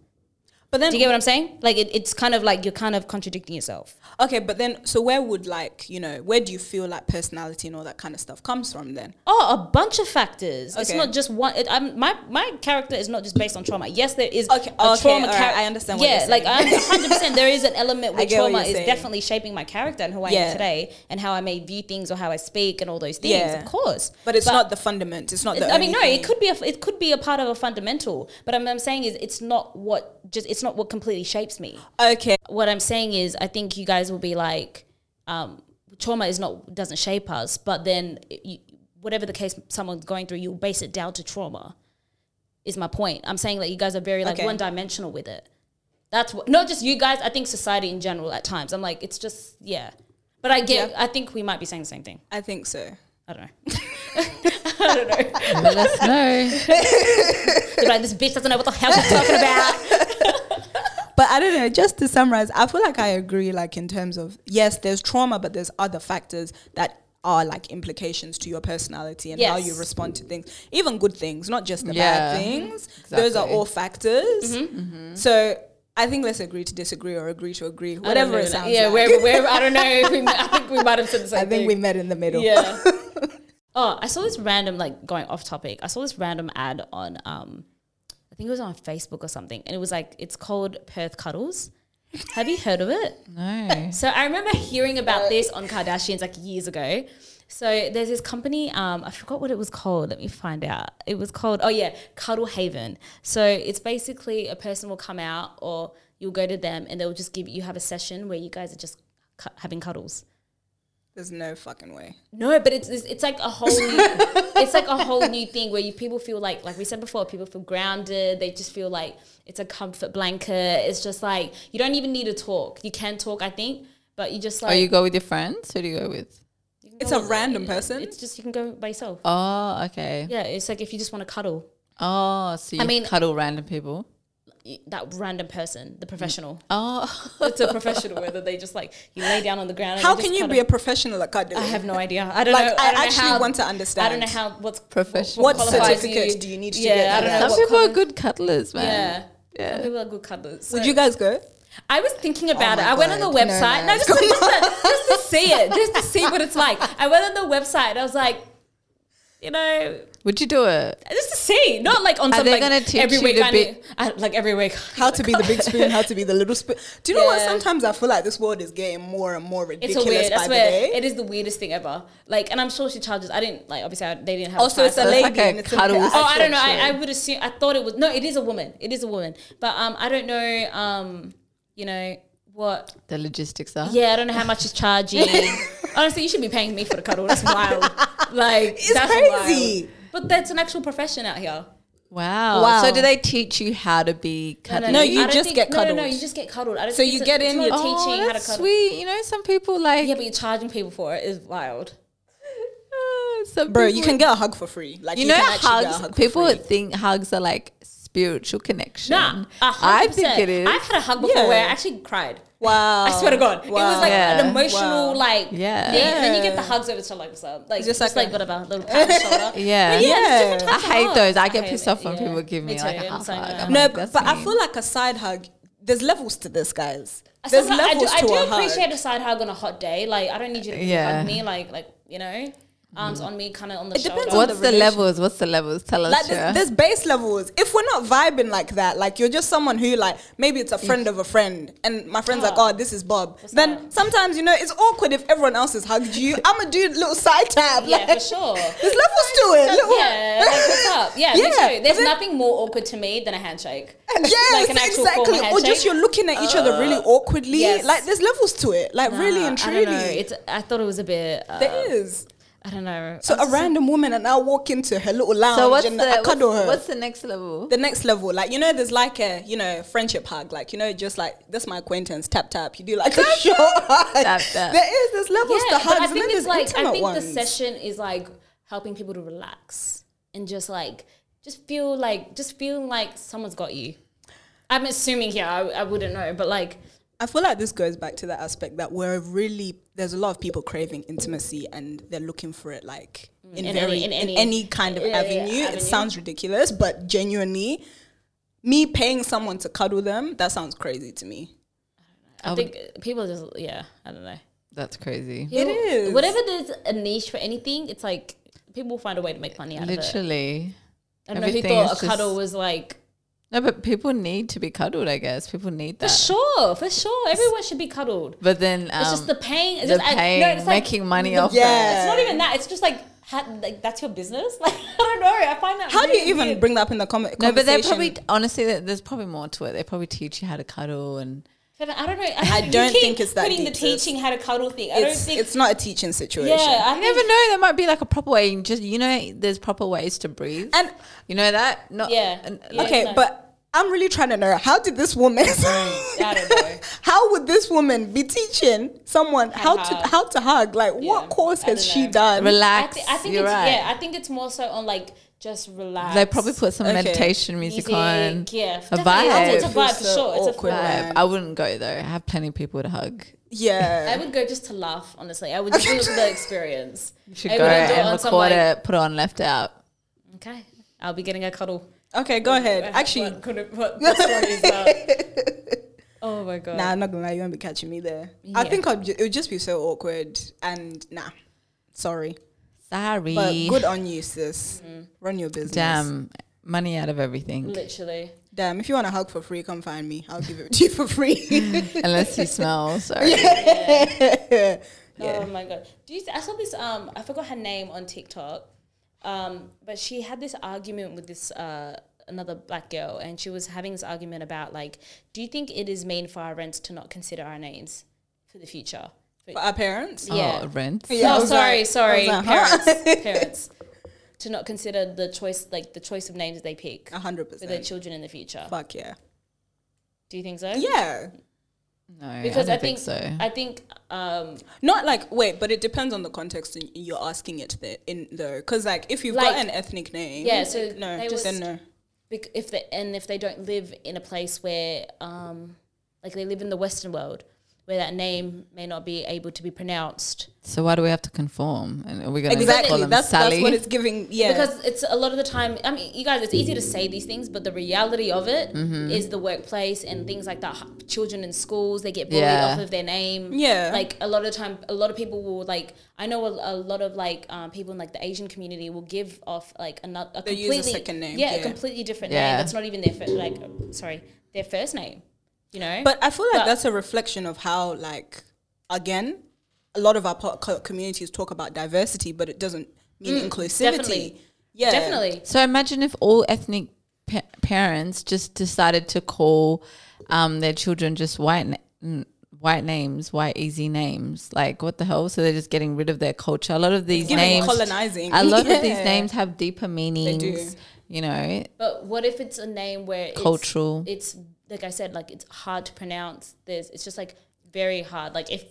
but then
Do you get what I'm saying? Like it, it's kind of like you're kind of contradicting yourself.
okay but then so where would like you know where do you feel like personality and all that kind of stuff comes from then
Oh, a bunch of factors. It's
Okay.
not just one. It, I'm, my my character is not just based on trauma. Yes, there is
Okay,
a
okay,
trauma.
alright,
charac-
I understand what
Yeah,
you're
like
saying.
I'm 100. percent There is an
[laughs]
element where
get what
trauma
you're
is
saying.
definitely shaping my character and who I
Yeah.
am today and how I may view things or how I speak and all those things.
Yeah.
Of course,
but it's not the fundament it's not the
I
only
mean, no,
thing.
it could be a, it could be a part of a fundamental. But I'm, I'm saying is it's not what just it's not what completely shapes me
okay
what I'm saying is, I think you guys will be like, um, trauma is not doesn't shape us, but then you, whatever the case someone's going through, you'll base it down to trauma. Is my point? I'm saying that you guys are very like
Okay.
one dimensional with it. That's what, not just you guys. I think society in general at times. I'm like, it's just yeah. But I get.
Yeah.
I think we might be saying the same thing.
i think so
I don't know. I don't know.
[laughs] Let us know.
They're like this bitch doesn't know what the hell she's talking about.
But I don't know, just to summarize, I feel like I agree, like in terms of yes, there's trauma, but there's other factors that are like implications to your personality and how you
Yes.
respond to things. Even good things, not just the
Yeah.
bad things.
Mm-hmm.
Those are
Exactly.
all factors. So I think let's agree to disagree or agree to agree,
I
[laughs]
don't
whatever it
[laughs] know, like-
sounds
yeah,
like. [laughs]
wherever, wherever. I don't know. If we, I think we might have said the same
I think
thing.
we met in the middle.
Yeah. oh, I saw this random like going off topic. I saw this random ad on um I think it was on Facebook or something and it was like it's called Perth Cuddles. Have you heard of it?
No.
[laughs] So I remember hearing about this on Kardashians like years ago. So there's this company, um, I forgot what it was called. Let me find out. It was called, oh yeah, Cuddle Haven. So it's basically a person will come out or you'll go to them and they'll just give you have a session where you guys are just cu- having cuddles.
There's no fucking way.
No, but it's it's, it's like a
[laughs]
whole new, it's like a whole new thing where you people feel like like we said before, people feel grounded. They just feel like it's a comfort blanket. It's just like you don't even need to talk. You can talk, I think, but you just
[laughs] Oh,
like
you go with your friends? Who do you go with?
you can
It's
go
a
with-
random
it-
person?
It's just you can go by yourself.
Oh, okay.
Yeah, it's like if you just want to cuddle
Oh, so you
I mean-
cuddle random people.
y- that random person, the professional.
[laughs] Oh,
It's a professional whether they just like you lay down on the ground. and
How
just
can you
cuddle.
be a professional at cuddling?
I have no idea. I don't
Like,
know.
I
don't know
actually
how-
want to understand.
I don't know how what's
Professional.
What
qualifies you.
certificate do you need to
yeah,
get
I
for
don't
that?
know
Some
what
people
quali-
are good cuddlers, man.
Yeah. Yeah. Some people are good cuddlers. So
Would you guys go?
I was thinking
Oh
about
my
it. I went on
God.
the website.
No,
No,
no.
just, to, just, to,
[laughs]
just to see it, just to see what it's like. I went on the website. and I was like, you know,
Would you do it?
just to see, not like on
Are
some
they
like
gonna teach
every
you
week.
to
I
be-
need, I, like every week.
[laughs] how to be the big spoon, how to be the little spoon. Do you know what?
Yeah.
Sometimes I feel like this world is getting more and more
[laughs] It's
ridiculous
a weird.
by
That's
the
where
day.
it is the weirdest thing ever. Like, and I'm sure she charges. I didn't like. Obviously, I, they didn't have.
also,
a
Oh, it's a
price.
lady.
like a
and it's a-
cuddle
[laughs] Oh, I don't know.
Sure.
I, I would assume. I thought it was no. It is a woman. It is a woman. But um, I don't know. Um, you know what
The logistics are.
Yeah, I don't know how much
[laughs]
it's charging. Honestly, you should be paying me for the cuddle. That's wild. Like
It's
that's
crazy.
wild. But that's an actual profession out here.
Wow.
Wow.
So do they teach you how to be cuddly?
No, you
I don't
just get
no, no, No,
cuddled.
you just get cuddled. I don't
So
think
you
it's a-
get
it's
in,
not
you're
teaching
oh,
how to
that's
cuddle.
sweet. You know, some people like.
Yeah, but you're charging people for it is wild.
uh, [laughs] some
Bro, you
people-
can get a hug for free. Like
You know,
can actually get a
hugs.
hug for
people
free.
think hugs are like spiritual connection.
Nah,
I think it is.
I've had a hug before
Yeah.
where I actually cried.
Wow.
[laughs] I swear to God, it was like
Yeah.
an emotional
Wow.
like.
Yeah.
Thing. Then you
Yeah.
get the hugs over the shoulder, like what's up? Like
Just
just,
like
like,
a-
whatever, little pat
[laughs]
on the shoulder.
Yeah.
But yeah, there's
Yeah.
different
I
types of
hate
hugs.
those. I
I
get
hate
pissed
it,
off when
yeah.
people give me,
Me
like
too,
a
I'm
half
so
hug.
annoyed.
I'm
No,
like,
but
that's
but I
mean.
feel like a side hug. There's levels to this, guys. There's
Sometimes
levels
I do,
to
I
a
do appreciate
hug.
a side hug on a hot day. Like I don't need you to
Yeah.
hug me. Like like you know, arms on me, kind of on the
It depends on
shoulder.
What's
Mm. the
the levels? What's the levels? Tell us.
Like
Shira.
there's, there's base levels. If we're not vibing like that, like you're just someone who like maybe it's a friend of a friend, and my friend's like,
Oh.
oh, this is Bob. then sometimes you know it's awkward if everyone else has hugged
[laughs]
you. I'm a dude, little side tap.
yeah,
like,
for sure.
[laughs] There's levels to it. Little,
Yeah, like, what's up? Yeah, me
Yeah,
too. There's
but then-
nothing more awkward to me than a handshake.
[laughs] Yes,
Like an actual formal
exactly. Or just
handshake. Uh,
you're looking at each other really awkwardly.
yes.
Like there's levels to it. Like really and
Uh,
truly,
I don't know. It's I thought it was a bit. Uh,
there is.
I don't know.
So
I
a
was just like-
random woman and I walk into her little lounge
So what's the
and I cuddle
what's,
her.
what's the next level?
the next level, like you know, there's like a you know friendship hug, like you know, just like that's my acquaintance. Tap tap. You do like a short hug.
Tap, tap.
There is there's levels
yeah,
to
but
hugs,
I
and then
think
there's
it's like
intimate
I think
ones.
the session is like helping people to relax and just like just feel like just feel like someone's got you. I'm assuming here. I, I wouldn't know, but like
I feel like this goes back to the aspect that we're really there's a lot of people craving intimacy and they're looking for it like in,
Mm, in
very
any- in
in,
any-
any, kind of
yeah, yeah,
avenue.
yeah, avenue.
It sounds ridiculous, but genuinely, me paying someone to cuddle them that sounds crazy to me.
I,
I
think people just yeah. I don't know.
That's crazy.
It
People-
is.
whatever there's a niche for anything. It's like people find a way to make money out of it.
Literally.
I don't know who
everything
thought a
is just-
cuddle was like
No, but people need to be cuddled. I guess people need
for
that.
sure, for sure. Everyone should be cuddled.
But then um,
It's just the pain. It's
the
just, I- no,
pain,
it's like-
making money
the-
off.
Yeah.
It's not even that. It's just like, ha- like that's your business. [laughs] Like I don't know. I find that.
How do
really
you even
weird.
bring that up in the comment?
No, but they probably honestly, there- there's probably more to it. They probably teach you how to cuddle and
I don't- I don't know.
I
[laughs] you
don't
keep
think it's that
putting the
deep, sis.
teaching how to cuddle thing. I don't
it's,
think.
it's not a teaching situation.
yeah, I
I
think-
never know. There might be like a proper way. And just you know, there's proper ways to breathe.
And
you know that? Not
Yeah.
and-
Yeah.
okay,
no.
but I'm really trying to know how did this woman
I don't know.
[laughs] how would this woman be teaching someone how,
hug.
to how to hug? Like
Yeah,
what course
I
has
don't
she
know.
done?
I,
Relax.
thi- I think
you're
it's
right.
yeah. I think it's more so on like just relax.
They probably put some
Okay.
meditation music, on.
Yeah,
a
definitely. I think It's a
vibe.
vibe for
Feels so
sure. It's a
awkward.
vibe.
Vibe. I wouldn't go though. I have plenty of people to hug.
I
Yeah.
would go just to laugh. Honestly, I would just do it for
[laughs]
the experience.
You should
I
go
wouldn't do it
and
on
record
some, like-
it, put it on left out.
Okay, I'll be getting a cuddle.
Okay, go ahead. Actually,
what, could it- what the story is
[laughs]
that? Oh my god.
nah, I'm not gonna lie, you won't be catching me there. I
Yeah.
think I'd ju- it would just be so awkward and nah. Sorry.
Sorry.
But good on you, sis.
Mm-hmm.
Run your business.
Damn. Money out of
[laughs]
everything.
Literally.
Damn, if you want a hug for free, come find me. I'll give it to you for free.
Unless you smell. Sorry.
Oh my god. Do you I saw this um I forgot her name on TikTok. Um but she had this argument with this uh another black girl and she was having this argument about like do you think it is mean for our rents to not consider our names for the future?
for our parents.
Yeah.
Oh, rent.
Yeah, I
no,
was
sorry,
like-
sorry.
I was like, huh?
parents.
[laughs]
parents. To not consider the choice like the choice of names they pick
A hundred
for their
percent.
children in the future.
Fuck yeah.
Do you think so?
Yeah.
No,
Because
I,
I,
don't think,
think,
so.
I think um
Not like wait, but it depends on the context in- you're asking it the, in though. Because like if you've
Like-
got an ethnic name,
Yeah, so
no,
they
just then
was-
no.
bec- if they and if they don't live in a place where um like they live in the western world where that name may not be able to be pronounced
So why do we have to conform? And are we going to call
Exactly.
them
That's
Sally?
that's what it's giving. Yeah,
because it's a lot of the time i mean you guys it's easy to say these things but the reality of it is
Mm-hmm.
the workplace and things like that H- children in schools they get bullied
Yeah.
off of their name
Yeah.
like a lot of time a lot of people will like i know a, a lot of like um, people in like the asian community will give off like another a
They use a
completely
second name,
yeah, a
yeah.
completely different
Yeah.
name that's not even their fir- like sorry their first name you know
but I feel like
But-
that's a reflection of how like again, a lot of our po- co- communities talk about diversity, but it doesn't mean inclusivity.
Mm, definitely.
Yeah,
definitely
so imagine if all ethnic pa- parents just decided to call um, their children just white na- n- white names, white easy names. Like what the hell? So they're just getting rid of their culture. A lot of these
Giving
names,
colonizing.
a lot
Yeah.
[laughs]
of these names have deeper meanings.
do.
You know,
But what if it's a name where it's,
Cultural.
It's like I said, like it's hard to pronounce. There's it's just like very hard. Like if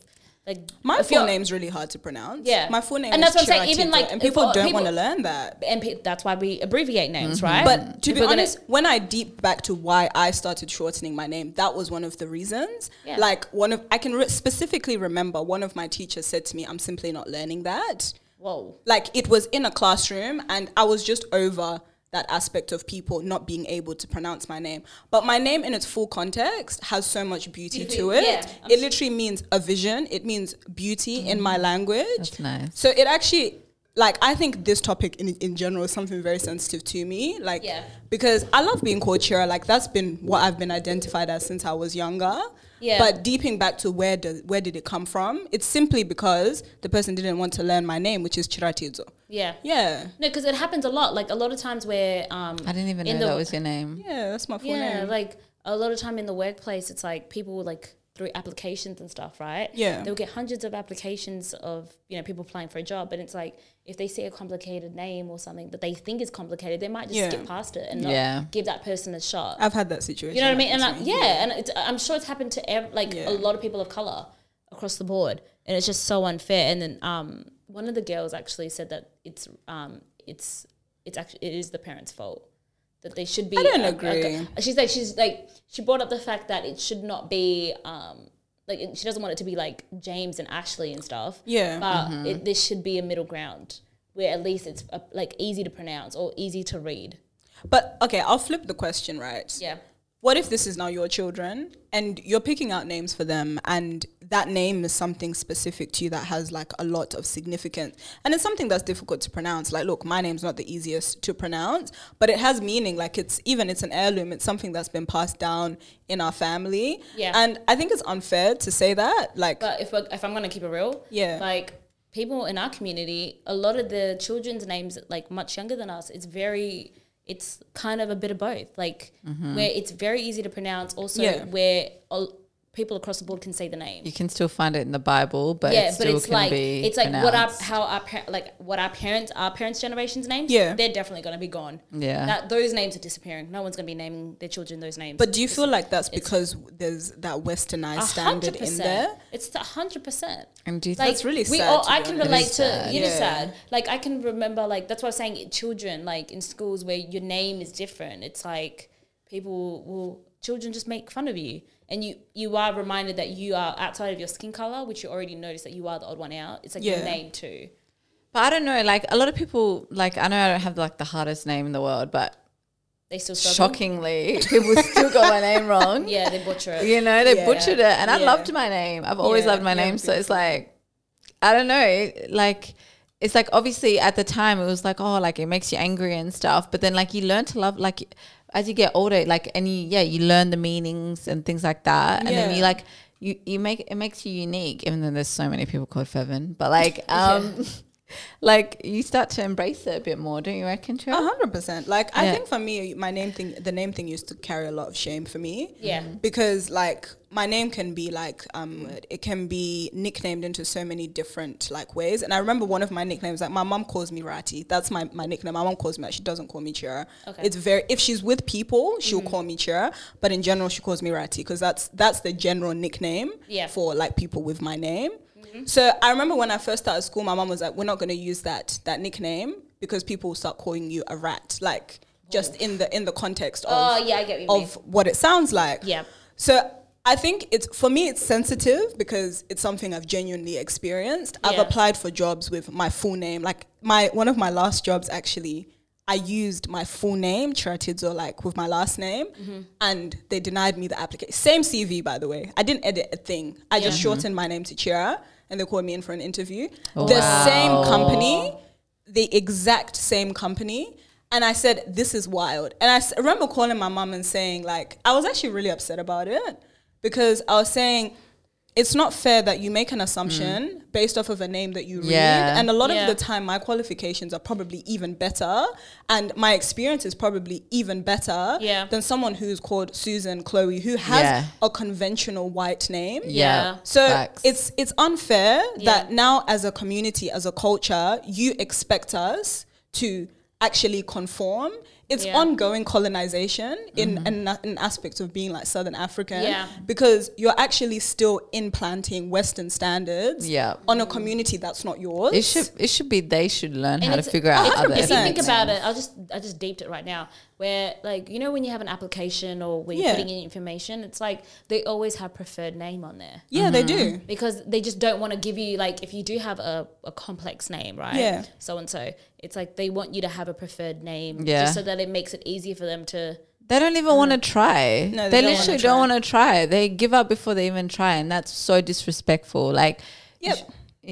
like
My
if
full
you're-
name's really hard to pronounce.
Yeah.
my full name.
And
is
that's what I'm saying,
Chirati
even,
Dwa-
like,
and
if
people
all-
don't
people-
want to learn that.
and pe- that's why we abbreviate names, right?
But to
If
be
we're gonna-
honest, when I deep back to why I started shortening my name, that was one of the reasons.
Yeah.
Like one of I can re- specifically remember one of my teachers said to me, "I'm simply not learning that."
whoa,
Like it was in a classroom, and I was just over that aspect of people not being able to pronounce my name. But my name, in its full context, has so much beauty
Beauty,
to it.
yeah. Mm.
It literally means a vision. It means beauty in my language.
That's nice.
So it actually, like, I think this topic in, in general is something very sensitive to me. Like,
Yeah.
because I love being called Chira. Like, that's been what I've been identified as since I was younger.
Yeah.
But deeping back to where do, where did it come from? It's simply because the person didn't want to learn my name, which is Chiratizo.
yeah,
Yeah.
no, because it happens a lot. Like a lot of times where um,
I didn't even
in
know
the-
that was your name.
Yeah, that's my full
yeah,
name.
like a lot of time in the workplace, it's like people will like through applications and stuff, right?
Yeah.
They'll get hundreds of applications of, you know, people applying for a job. And it's like if they see a complicated name or something that they think is complicated, they might just
Yeah.
skip past it and not
Yeah.
give that person a shot.
I've had that situation.
You know what I mean? And
happen
like,
to me.
yeah, and it's, I'm sure it's happened to ev- like
Yeah.
a lot of people of color across the board, and it's just so unfair. And then um, one of the girls actually said that it's um, it's it's actually it is the parents' fault that they should be.
I don't
uh,
agree.
uh, she's like she's like she brought up the fact that it should not be um, like it, she doesn't want it to be like James and Ashley and stuff.
Yeah. mm-hmm.
but it, this should be a middle ground where at least it's uh, like easy to pronounce or easy to read.
But okay, I'll flip the question, right?
Yeah.
What if this is now your children and you're picking out names for them and that name is something specific to you that has like a lot of significance and it's something that's difficult to pronounce. Like, look, my name's not the easiest to pronounce, but it has meaning. Like it's even it's an heirloom, it's something that's been passed down in our family.
Yeah.
And I think it's unfair to say that. Like
But if we're, if I'm gonna keep it real,
Yeah.
like people in our community, a lot of the children's names, like much younger than us, it's very, it's kind of a bit of both. Like where it's very easy to pronounce, also
Mm-hmm. Yeah.
where all, people across the board can say the name.
You can still find it in the Bible, but
yeah,
it still
but it's
can
like
be
it's like what our
pronounced.
how our par- like what our parents our parents generation's names
Yeah.
they're definitely gonna be gone
Yeah.
that those names are disappearing no one's gonna be naming their children those names
but do you feel like that's because there's that westernized standard in there?
It's a hundred percent.
And do you think-
like
That's really
we
sad,
all,
to be
I can
honest.
relate
It is
to
sad.
it is
Yeah.
sad. Like I can remember like that's why I'm saying it, children like in schools where your name is different. It's like people will children just make fun of you, and you you are reminded that you are outside of your skin color, which you already noticed that you are the odd one out. It's like your
Yeah.
name too.
But I don't know. Like a lot of people, like I know I don't have like the hardest name in the world, but
They still struggle.
shockingly, people still got my name
[laughs]
wrong.
Yeah, they butcher it.
You know,
[laughs]
they
Yeah.
butchered it, and I
Yeah.
loved my name. I've always
Yeah,
loved my
yeah,
name, so it's like, I don't know, like. It's like obviously at the time it was like oh like it makes you angry and stuff, but then like you learn to love like as you get older like and you, yeah you learn the meanings and things like that, and then
Yeah.
you like you you make it makes you unique even though there's so many people called Fevin,
[laughs]
but like um [laughs] like you start to embrace it a bit more, don't you reckon? Trill?
A hundred percent. Like I
Yeah.
think for me, my name thing, the name thing used to carry a lot of shame for me.
Yeah. Mhm.
Because like my name can be like um, it can be nicknamed into so many different like ways. And I remember one of my nicknames, like my mom calls me Ratty. That's my, my nickname. My mom calls me that. She doesn't call me Chira.
Okay. Mm-hmm.
It's very if she's with people, she'll call me Chira. But in general, she calls me Ratty because that's that's the general nickname
Yeah.
for like people with my name. So I remember when I first started school, my mom was like, "We're not going to use that that nickname because people will start calling you a rat." Like just in the in the context of
Oh yeah, I get what you mean.
of what it sounds like.
Yeah.
So I think it's for me it's sensitive because it's something I've genuinely experienced. I've
Yeah.
applied for jobs with my full name. Like my one of my last jobs actually I used my full name, Chiratidzo, like with my last name,
Mm-hmm.
and they denied me the application. Same CV, by the way. I didn't edit a thing. I just shortened my name to Chira, and they called me in for an interview. The same company, the exact same company. And I said, this is wild. And I s- remember calling my mom and saying, like, I was actually really upset about it because I was saying, it's not fair that you make an assumption based off of a name that you read.
Yeah.
And a lot
Yeah.
of the time, my qualifications are probably even better. And my experience is probably even better
Yeah.
than someone who's called Susan, Chloe, who has
Yeah.
a conventional white name.
Yeah.
So
facts.
it's it's unfair that
Yeah.
now as a community, as a culture, you expect us to actually conform. It's
Yeah.
ongoing colonization in
Mm-hmm.
an, an aspect of being like Southern African
Yeah.
because you're actually still implanting Western standards
Yeah.
on a community that's not yours.
It should it should be they should learn how to
it's-
figure out
it's-
other
If you think
things.
about it, I just I just deeped it right now. Where like you know when you have an application or when you're
Yeah.
putting in information, it's like they always have preferred name on there
Yeah, they
Mm-hmm.
do.
because they just don't want to give you like if you do have a, a complex name, right?
Yeah.
So and so, it's like they want you to have a preferred name,
Yeah.
just so that it makes it easier for them to.
They don't even want to try.
Mm. No,
they,
they don't
literally
wanna
don't
try.
want to try. They give up before they even try, and that's so disrespectful. Like,
Yep.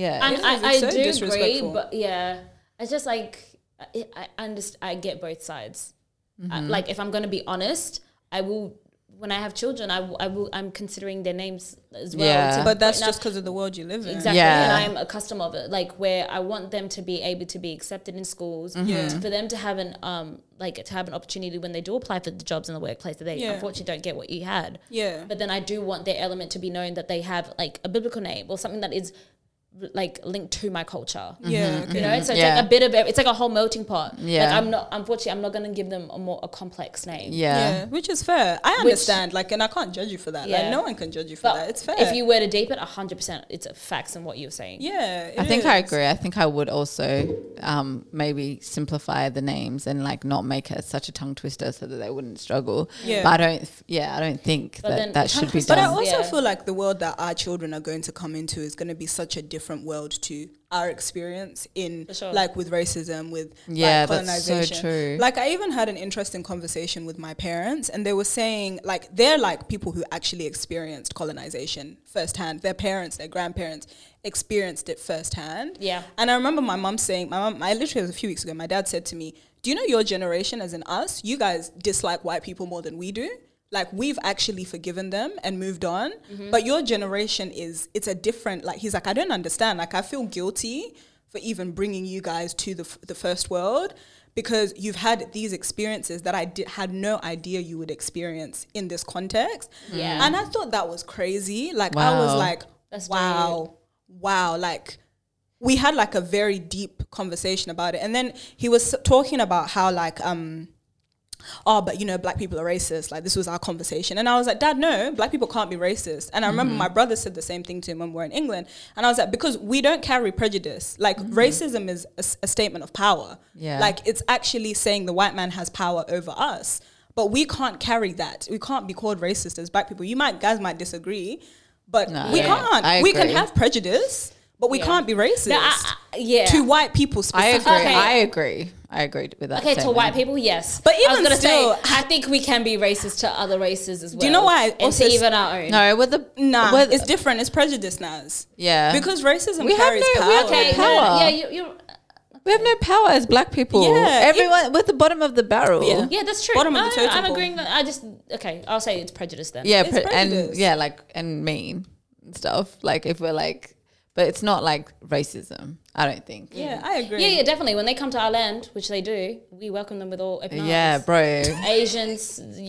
yeah,
And
is,
I,
it's
I
so
do agree,
disrespectful.
but yeah, it's just like I,
Mm-hmm.
I understand. I get both sides. I- like if I'm gonna be honest, I will when I have children, I, w- I will, I'm considering their names as well.
Yeah.
to the
But that's
point now-
just because of the world you live in.
Exactly.
Yeah.
And I'm accustomed of it. Like where I want them to be able to be accepted in schools.
Mm-hmm.
Yeah.
For them to have an um like to have an opportunity when they do apply for the jobs in the workplace that they
Yeah.
unfortunately don't get what you had.
Yeah.
But then I do want their element to be known that they have like a biblical name or something that is like linked to my culture.
yeah.
Mm-hmm.
okay.
You know, so it's
Yeah.
like a bit of it. It's like a whole melting pot. Like
Yeah.
I'm not, unfortunately, I'm not going to give them a more a complex name.
Yeah.
yeah.
which is fair. I understand, like, and I can't judge you for that. Like,
Yeah.
no one can judge you for
But
that. It's fair.
If you were to deep it, hundred percent, it's a facts in what you're saying.
yeah, it
I think I
is.
agree. I think I would also um, maybe simplify the names and like not make it such a tongue twister so that they wouldn't struggle.
Yeah.
But I don't. Yeah, I don't think
But then
that that
tongue
should be
twister-
But I
done.
also
Yeah.
feel like the world that our children are going to come into is going to be such a different world to our experience in,
For sure.
like, with racism, with
Yeah,
like,
that's so
colonization.
true.
Like, I even had an interesting conversation with my parents, and they were saying, like, they're like people who actually experienced colonization firsthand. Their parents, their grandparents experienced it firsthand.
Yeah.
And I remember my mom saying, my mom, I literally it was a few weeks ago, my dad said to me, Do you know your generation, as in us, you guys dislike white people more than we do? Like we've actually forgiven them and moved on. But your generation is, it's a different, like, he's like, I don't understand. Like, I feel guilty for even bringing you guys to the, f- the first world because you've had these experiences that I did, had no idea you would experience in this context.
Yeah.
And I thought that was crazy. Like, I was
Wow.
like,
That's
wow, wow. Like, we had like a very deep conversation about it and then he was talking about how like um oh but you know black people are racist like this was our conversation and i was like dad no black people can't be racist and i remember
Mm-hmm.
my brother said the same thing to him when we were in england and i was like because we don't carry prejudice like racism is a, s- a statement of power
Mm-hmm. Yeah.
like it's actually saying the white man has power over us but we can't carry that we can't be called racist as black people you might guys might disagree but
No,
we
I-
can't
I
we can
agree.
have prejudice but we
Yeah.
can't be racist
No, I- I- yeah.
to white people
I
specifically.
agree.
Okay.
I agree. I agree with that.
Okay, to
statement.
white people, yes.
But
I was
even
gonna
still-
say, I think we can be racist to other races as well.
Do you know why I
And
also
to
s-
even our own.
No, with the
Nah,
with,
it's different. It's prejudice, Naz.
yeah.
Because racism
We have
carries
no- we
power.
have
Okay,
With
no, no,
power.
yeah, you, you're.
we have no power as black people.
Yeah,
Everyone with the bottom of the barrel.
Yeah.
Yeah, that's true.
Bottom of
no,
the
no, no,
totem
I'm
pole.
agreeing. That I just okay. I'll say it's prejudice then.
yeah
It's
pre- and
prejudice.
yeah like and mean and stuff like if we're like but it's not like racism i don't think
Yeah, I agree.
yeah, yeah, definitely. When they come to our land, which they do, we welcome them with all open arms.
yeah bro
Asians,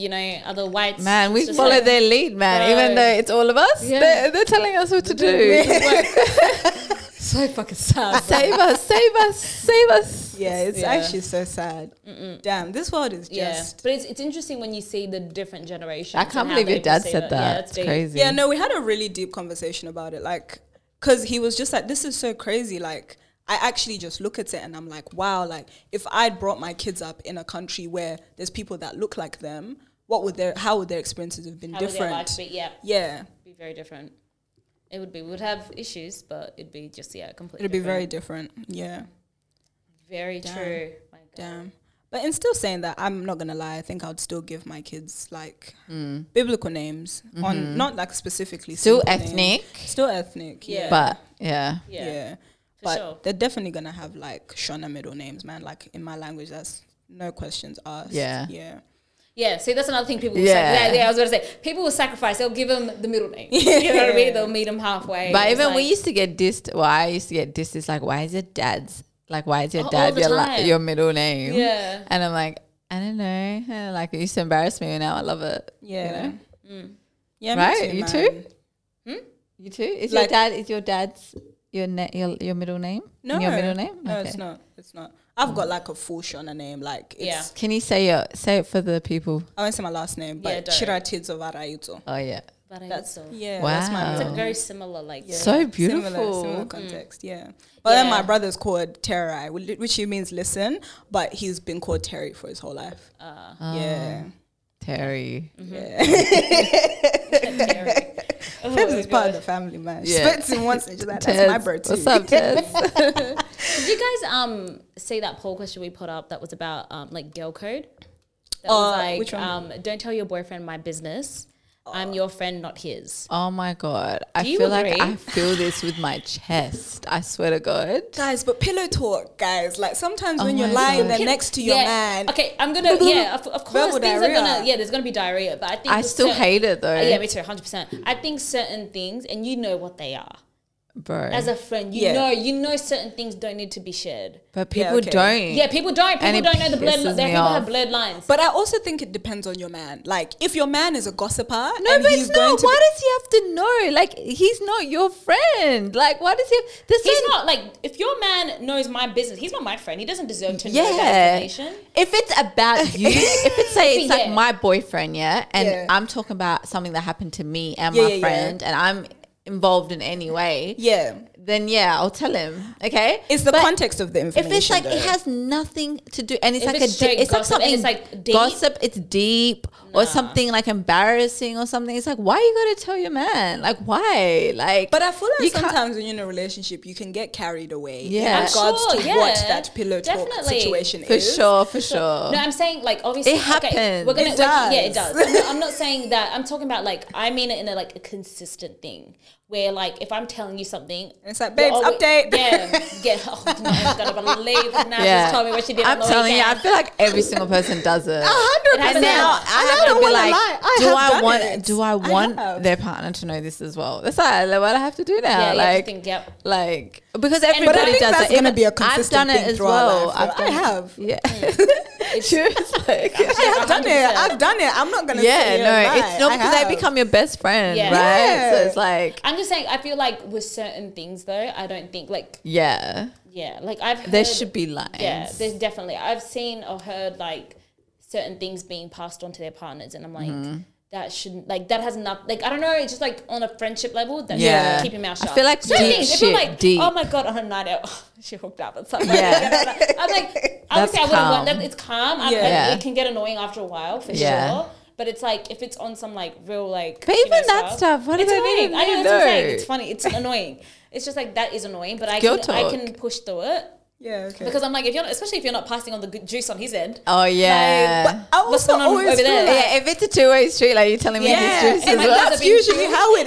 you know, other whites.
man we
It's just
follow
like-
their lead man
Bro.
even though it's all of us
Yeah.
they're, they're telling us what to do
so fucking sad.
[laughs] save us save us save us
Yeah, it's
Yeah.
actually so sad. Damn, this world is
Yeah,
just.
but it's, it's interesting when you see the different generations.
i can't
and how
believe
they
your dad
perceive
said
it.
that
Yeah,
it's
deep.
crazy
Yeah, no, we had a really deep conversation about it. Like, because he was just like, this is so crazy. Like, I actually just look at it and I'm like, wow, like, if I'd brought my kids up in a country where there's people that look like them, what would their, how would their experiences have been
How would their lives
different?
be? Yeah,
Yeah,
be very different. It would be. We would have issues, but it'd be just yeah, completely.
it'd be very
different.
different. Yeah.
very
Damn.
true. My God.
Damn. But in still saying that, I'm not gonna lie. I think I would still give my kids like biblical names on not like specifically
Mm. Mm-hmm. still
simple names.
ethnic
still ethnic. Yeah,
Yeah.
but yeah
yeah.
Yeah, for
But
sure.
they're definitely gonna have like Shona middle names, man. Like in my language, that's no questions asked.
Yeah.
yeah.
Yeah, see, that's another thing people. Will
Yeah.
sac- yeah, yeah. I was about to say people will sacrifice. They'll give them the middle name. You know what I mean? They'll meet them halfway.
But
It's
even we
like-
used to get dissed. Well, I used to get dissed. It's like, why is your dad's like, why is your
Oh, all
dad
the
your,
time.
li- your middle name?
Yeah.
And I'm like, I don't know. Like, it used to embarrass me. and Now I love it.
Yeah. Mm.
You, know?
Yeah, me
Right, you too?
man.
you too. Is
Like-
your dad? Is your dad's your ne- your your middle name?
No,
Your middle name? Mm.
No, it's not. It's not. I've got like a full Shona name. Like, it's,
Yeah.
Can you say your say it for the people?
I won't say my last name,
Yeah,
but
don't.
Chira Tidzo Varayuto.
Oh yeah.
But I
That's
also-
yeah. That's my
Wow.
It's
middle
like very similar, like
So
Similar-
beautiful.
Similar, context, yeah. But then my
Yeah.
brother's called Terry, wh- which he means listen, but he's been called Terry for his whole life.
Ah.
yeah.
Terry.
Terry. Oh
Fibs
my
is part of
God.
the family, man. She
Yeah.
Spits in one stage, like, that's
Tez.
my bird too.
What's [laughs] up, Tez?
Did you guys um see that poll question we put up that was about um like girl code? That
Uh,
was like
which one?
um don't tell your boyfriend my business. I'm your friend, not his.
Oh my god. I
Do you
feel like
agree?
I feel this with my chest. I swear to God.
Guys, but pillow talk, guys. Like sometimes
Oh
when you're
my
lying
God.
there next to your
Yeah.
man,
Okay, I'm gonna yeah, of, of course
Verbal
things
diarrhea.
are gonna yeah, there's gonna be diarrhea, but I think
I
with
still
certain-
hate it though.
Uh, yeah, me too, hundred percent. I think certain things, and you know what they are.
Bro.
As a friend, you
Yeah.
know, you know certain things don't need to be shared.
but
Yeah,
people
okay.
don't.
Yeah, people don't. People
And it
don't know the blood.
pisses
There
me
people have
off.
blood lines.
But I also think it depends on your man. Like, if your man is a gossiper,
No,
and
but
he's
it's not.
going to.
why
be-
does he have to know? Like, he's not your friend. Like, why does he? This
he's
is
not like if your man knows my business, he's not my friend. He doesn't deserve to know that
Yeah.
information.
If it's
[laughs]
about you, if it's say it's like
Yeah.
my boyfriend, yeah, and
Yeah.
I'm talking about something that happened to me and
Yeah,
my
yeah, yeah.
friend, and I'm involved in any way,
Yeah.
then yeah, I'll tell him. Okay,
It's the
But
context of the
If
information.
it's like it
though.
has nothing to do, and it's
If
like
it's
a
straight
di- it's like
gossip and
something
it's, like, deep-
gossip, it's deep or something like embarrassing or something. It's like why you gotta tell your man? Like why? Like
But I feel
you
like
can't-
sometimes when you're in a relationship, you can get carried away
Yeah.
in
I'm
regards
sure,
to
yeah.
what that pillow talk
Definitely.
situation
for
is.
sure, for sure.
No, I'm saying like obviously
It
okay,
happens.
we're gonna
It
we're- yeah, it
does.
does. I'm not, I'm not saying that. I'm talking about like I mean it in a like a consistent thing where like if I'm telling you something,
And it's like,
you're
babes, update. [laughs]
Oh, Yeah, yeah. Oh my god, I believe now yeah.
yeah,
she's told me what she did.
I'm
on the
telling you, I
weekend.
feel like every single person does it.
It has
And
And
now
now-
I have to be like, do I want do I want
have.
their partner to know this as well? That's all, like, what I have to do now.
yeah, you have to
like,
think, yep.
like because
I
everybody
think
does
that's
it.
gonna
Even-
be a consistent
I've done
thing
it as
through our
well.
life.
I've
I
done it.
have. [laughs]
Yeah. [laughs] she was like,
I have done it.
100%.
I've done it. I'm not gonna.
yeah,
sit here
no,
and lie.
it's not
I
because
have.
they become your best friend,
Yeah.
right? So
Yeah.
it's like,
I'm just saying. I feel like with certain things though, I don't think like
yeah,
yeah, like I've heard,
there should be lines.
yeah, there's definitely I've seen or heard like certain things being passed on to their partners, and I'm like.
Mm-hmm.
That shouldn't like that has not like I don't know. It's just like on a friendship level that
Yeah.
yeah. keep your mouth
I
shut.
feel like
Certain
deep
things,
shit,
if I'm like,
deep.
oh my god, on a night out, [laughs] she hooked up at something.
Yeah.
[laughs] I'm like, obviously I wouldn't
calm.
want that. It's calm. I'm,
Yeah.
and it can get annoying after a while for
Yeah.
sure. But it's like if it's on some like real like.
But
you
even that stuff, what
it's
does that
annoying.
even
I know
mean,
that's what I'm saying.
though?
It's funny. It's annoying. It's just like that is annoying, but I
Girl
can, I
talk.
can push through it
Yeah. Okay.
[laughs] because I'm like, if you're not, especially if you're not passing on the good juice on his
[laughs]
end.
Oh
but
yeah.
I
What's
also
going on
always
over
feel
there?
like-
yeah, if it's a two-way street, like you're telling me
Yeah,
his juice
and
as
my
well.
gloves
that's
are being
usually
chewed.
how it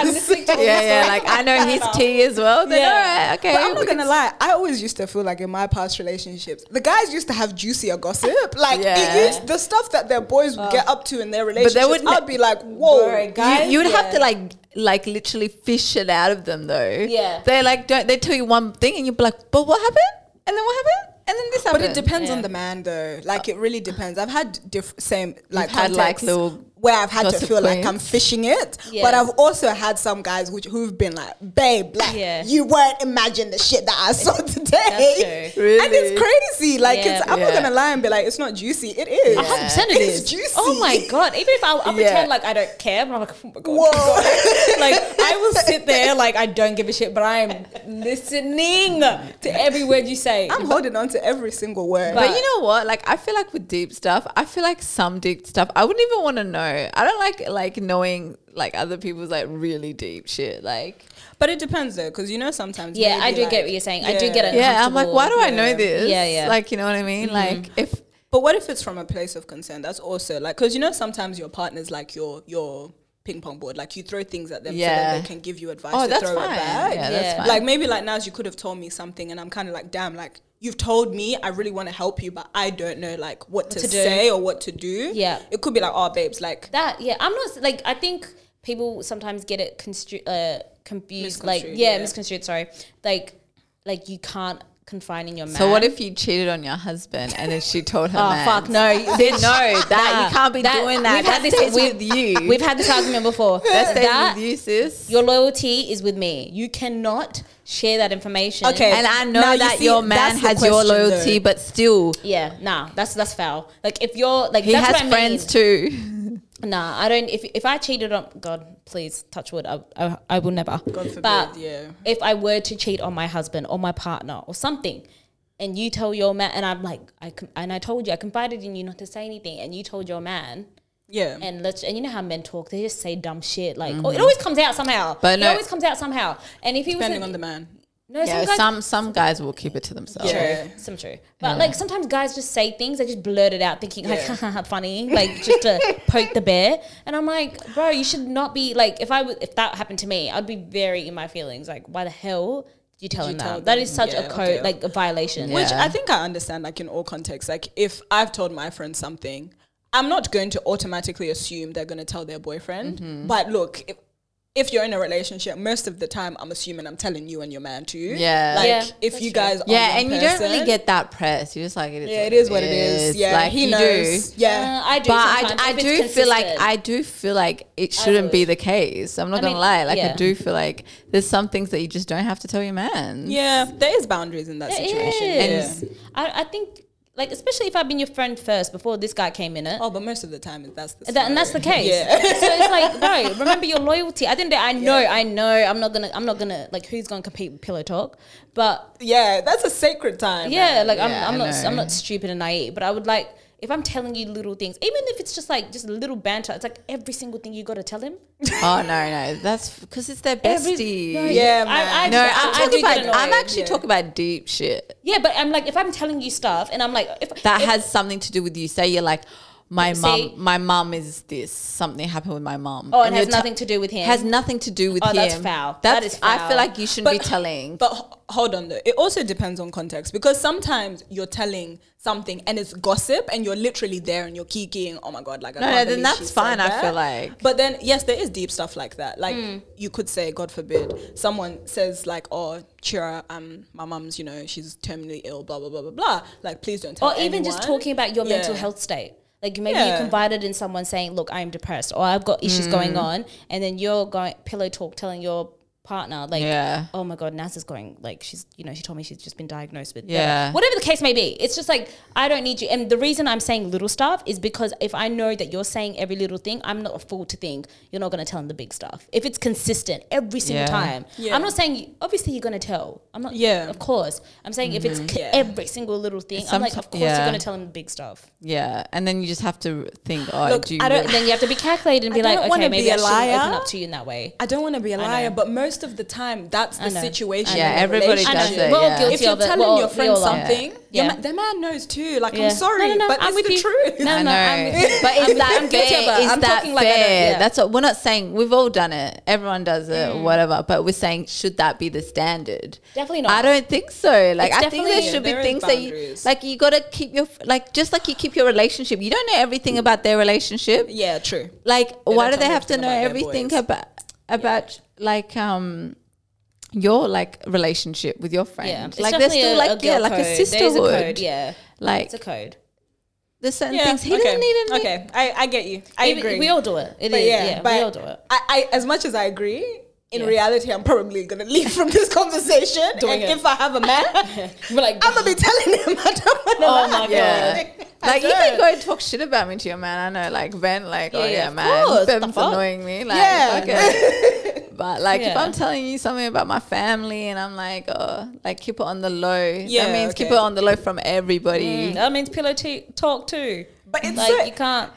I'm
is.
listening to all
yeah,
this
yeah.
stuff.
Like I know
[laughs]
his tea as well. Then
Yeah.
all right, okay.
But I'm
we
not
can
gonna lie. I always used to feel like in my past relationships, the guys used to have juicier gossip. Like
Yeah.
it used, the stuff that their boys would get up to in their relationships.
would ne-
I'd be like, whoa,
Bro, you- You, would have to like like literally fish it out of them though.
Yeah.
They like don't they tell you one thing and you'd be like, but what happened? And then what happened? And then this
But
happened.
it depends on
Yeah.
the man, though. Like it really depends. I've had diff- same like
You've had, like,
contexts
little
where I've had to
gossip
feel like
queens.
I'm fishing it,
Yeah.
but I've also had some guys which who've been like, "Babe, like
Yeah.
you weren't imagine the shit that I saw [laughs] today,"
That's
true.
and it's crazy. Like
Yeah.
it's, I'm not
Yeah.
gonna lie and be like, "It's not juicy." It is.
A hundred percent it
It's
is.
juicy.
Oh my god! Even if I, I
Yeah.
pretend like I don't care, but I'm like, oh my god.
Whoa. [laughs]
like I
[laughs]
will sit there like I don't give a shit, but I am listening to every word you say.
I'm holding on to every single word.
But
But-
you know what? Like I feel like with deep stuff, I feel like some deep stuff I wouldn't even want to know. I don't like like knowing like other people's like really deep shit. Like
but it depends though, because you know sometimes.
yeah, I
maybe,
do
like-
get what you're saying. I do get it.
yeah, I'm like, why do I know this?
Yeah, yeah. Mm-hmm.
Like you know what I mean? Like if
But what if it's from a place of concern? That's also like because you know sometimes your partner's like your your ping pong board. Like you throw things at them so
Yeah.
that they can give you advice.
oh
to
that's
throw It
fine.
back.
Yeah, that's
Yeah.
fine.
Like maybe like now you could have told me something, and I'm kind of like, damn, like you've told me I really want to help you, but I don't know like what to,
to do.
say or what to do.
Yeah.
it could be like, oh, babes, like
That yeah, I'm not like I think people sometimes get it constru- uh, confused. Like
Misconstrued,
yeah,
yeah.
misconstrued. Sorry, like like you can't confide in your man.
So what if you cheated on your husband and then she told her
Oh
man?
fuck no! you-
Then no, that,
Nah,
you can't be
that-
doing that.
we've
that
had this-
stays
we've-
with [laughs] you.
We've had this argument before.
[laughs] that stays
That-
with you, sis.
your loyalty is with me. You cannot share that information.
Okay.
And I know
Now you
that
see,
your
that's
man
the
has your
question,
loyalty,
though.
but still
Yeah, nah, that's that's foul. Like if you're like
he
that's
has
what I
friends too.
mean. Nah, I don't. If if I cheated on God, please touch wood. I I, I will never.
God forbid,
but
yeah.
if I were to cheat on my husband or my partner or something, and you tell your man, and I'm like, I con- and I told you, I confided in you not to say anything, and you told your man,
yeah.
and let's and you know how men talk, they just say dumb shit. Like, oh, it always comes out somehow.
Mm-hmm. But
it
no-
always comes out somehow. And if he was
Depending
to-
on the man,
No,
yeah,
some guys,
some some guys will keep it to themselves.
Yeah.
true, some true. But like sometimes guys just say things, they just blurt it out, thinking like, haha, [laughs] funny, like
[laughs]
just to poke the bear. And I'm like, bro, you should not be like, if I would, if that happened to me, I'd be very in my feelings. Like, why the hell did you tell him
tell
that? That is such
them?
a
Yeah,
code,
okay.
like a violation.
Which
Yeah.
I think I understand, like in all contexts. Like if I've told my friend something, I'm not going to automatically assume they're going to tell their boyfriend.
Mm-hmm.
But look, if, if you're in a relationship, most of the time, I'm assuming I'm telling you and your man too.
Yeah.
Like
Yeah,
if
that's
you
true.
guys, are
Yeah,
one
and you don't really
person,
get that press. You're just like, it is
Yeah, it is what it is. Yeah,
like
he
you
knows.
do.
Yeah,
Uh, I do.
But I,
sometimes,
I
if it's
do feel like
consistent.
I do feel like it shouldn't be the case. I'm not
I
gonna
mean,
lie. Like I
yeah.
do feel like there's some things that you just don't have to tell your man.
yeah. There is boundaries in that
There
situation.
is.
Yeah.
I, I think, like, especially if I've been your friend first before this guy came in it.
Oh, but most of the time, that's the
That, and that's the case. so it's like, bro, remember your loyalty. I think that I know, I know. I'm not gonna, I'm not gonna like who's gonna compete with pillow talk, but
yeah, that's a sacred time.
yeah, like
Yeah,
I'm, I'm
I
not, I'm
know.
not stupid and naive. But I would like if I'm telling you little things, even if it's just like just little banter. It's like every single thing you got to tell him.
Oh no, no, that's because it's their
Every-
bestie.
No,
Yeah,
I,
man.
I,
No,
I,
I'm
I do
talking
get
about. I'm
annoyed.
actually
yeah.
talking about deep shit
yeah, but I'm like if I'm telling you stuff and I'm like if
that
if-
has something to do with you. Say you're like, my
See?
mum, my mum is this. Something happened with my mum.
oh it
And
has
you're te-
nothing to do with him.
Has nothing to do with
Oh,
him.
that's foul. That
That's,
is
I
foul.
feel like you shouldn't be telling.
But h- hold on though. It also depends on context because sometimes you're telling something and it's gossip and you're literally there and you're kikiing, oh my god, like I
No,
can't
no, then
believe
that's
she said
fine, I
that."
feel like. Mm.
But then yes, there is deep stuff like that. Like you could say, God forbid, someone says like, Oh, Chira, um, my mum's, you know, she's terminally ill, blah blah blah blah blah. Like please don't tell
or even just
anyone.
talking about your
Yeah.
mental health state like maybe
Yeah.
you confided in someone saying look i'm depressed or i've got issues going
Mm.
on and then you're going pillow talk telling your partner like
Yeah.
oh my god nasa's going like she's you know she told me she's just been diagnosed with
Yeah.
whatever the case may be it's just like i don't need you and the reason i'm saying little stuff is because if i know that you're saying every little thing i'm not a fool to think you're not going to tell them the big stuff if it's consistent every single
Yeah.
time
Yeah.
i'm not saying you, obviously you're going to tell i'm not
Yeah. Mm-hmm.
of course i'm saying if it's c-
Yeah.
every single little thing I'm like,
Someti-
of course
yeah.
you're gonna tell him the big stuff.
yeah, and then you just have to think. Oh,
Look,
do you
I don't.
really-
Then you have to be calculated and be
I
like,
don't
okay,
wanna
maybe
be
I
a
shouldn't open
liar.
up to you in that way.
I don't want to be a
know.
liar, but most of the time that's the
know. I
situation.
know.
in a
Yeah, everybody
I
relationship.
know.
does it,
we're all
yeah.
guilty
if you're
of it.
telling
We're all-
your friend
we all are.
something,
Yeah.
your ma- their man knows too. Like,
Yeah.
I'm sorry,
No, no, no,
but
I'm
it's
with
the
you.
truth.
No,
I
no,
know,
I'm-
but
I'm
is that
guilty
fair?
about it.
Is
I'm
that
talking like I don't-
fair?
yeah. Mm.
That's what we're not saying. We've all done it. Everyone does it, whatever. But we're saying, should that be the standard?
Definitely not.
I don't think so. Like,
It's
I think there
definitely-
should
There
be
is
things that, you,
boundaries.
like, you gotta keep your like, just like you keep your relationship. You don't know everything
Mm.
about their relationship.
Yeah, true.
Like, why
don't
do they
tell
have to
everything
know
about their
everything
boys.
about about like um your like relationship with your friend?
Yeah, it's
like, there's
definitely
still
a-
like
a
yeah,
girl
like
code.
a
There is
sisterhood.
code, yeah,
Like,
it's a code.
there's certain
Yeah,
things he
okay.
doesn't need. any-
Okay, I, I get you. I
Even-
agree.
We all do it. It is.
but yeah,
yeah,
but
we all do it.
I, I, as much as I agree, in
Yeah.
reality, I'm probably gonna leave from this conversation. and
Doing it.
if I have a
[laughs]
man,
We're like,
I'm gonna be telling him I don't want to.
Oh my
Yeah.
[laughs] I
like you
don't.
can go and talk shit about me to your man. I know, like Ben, like oh
Yeah,
yeah,
of
man,
course, the
Ben's
fuck?
annoying me. Like,
Yeah.
fuck
[laughs]
it. but like if
Yeah.
I'm telling you something about my family and I'm like, oh, like keep it on the low.
Yeah,
that means keep
okay.
it on the low from everybody.
Mm, [laughs] that means pillow t- talk too.
But it's
like
so-
you can't.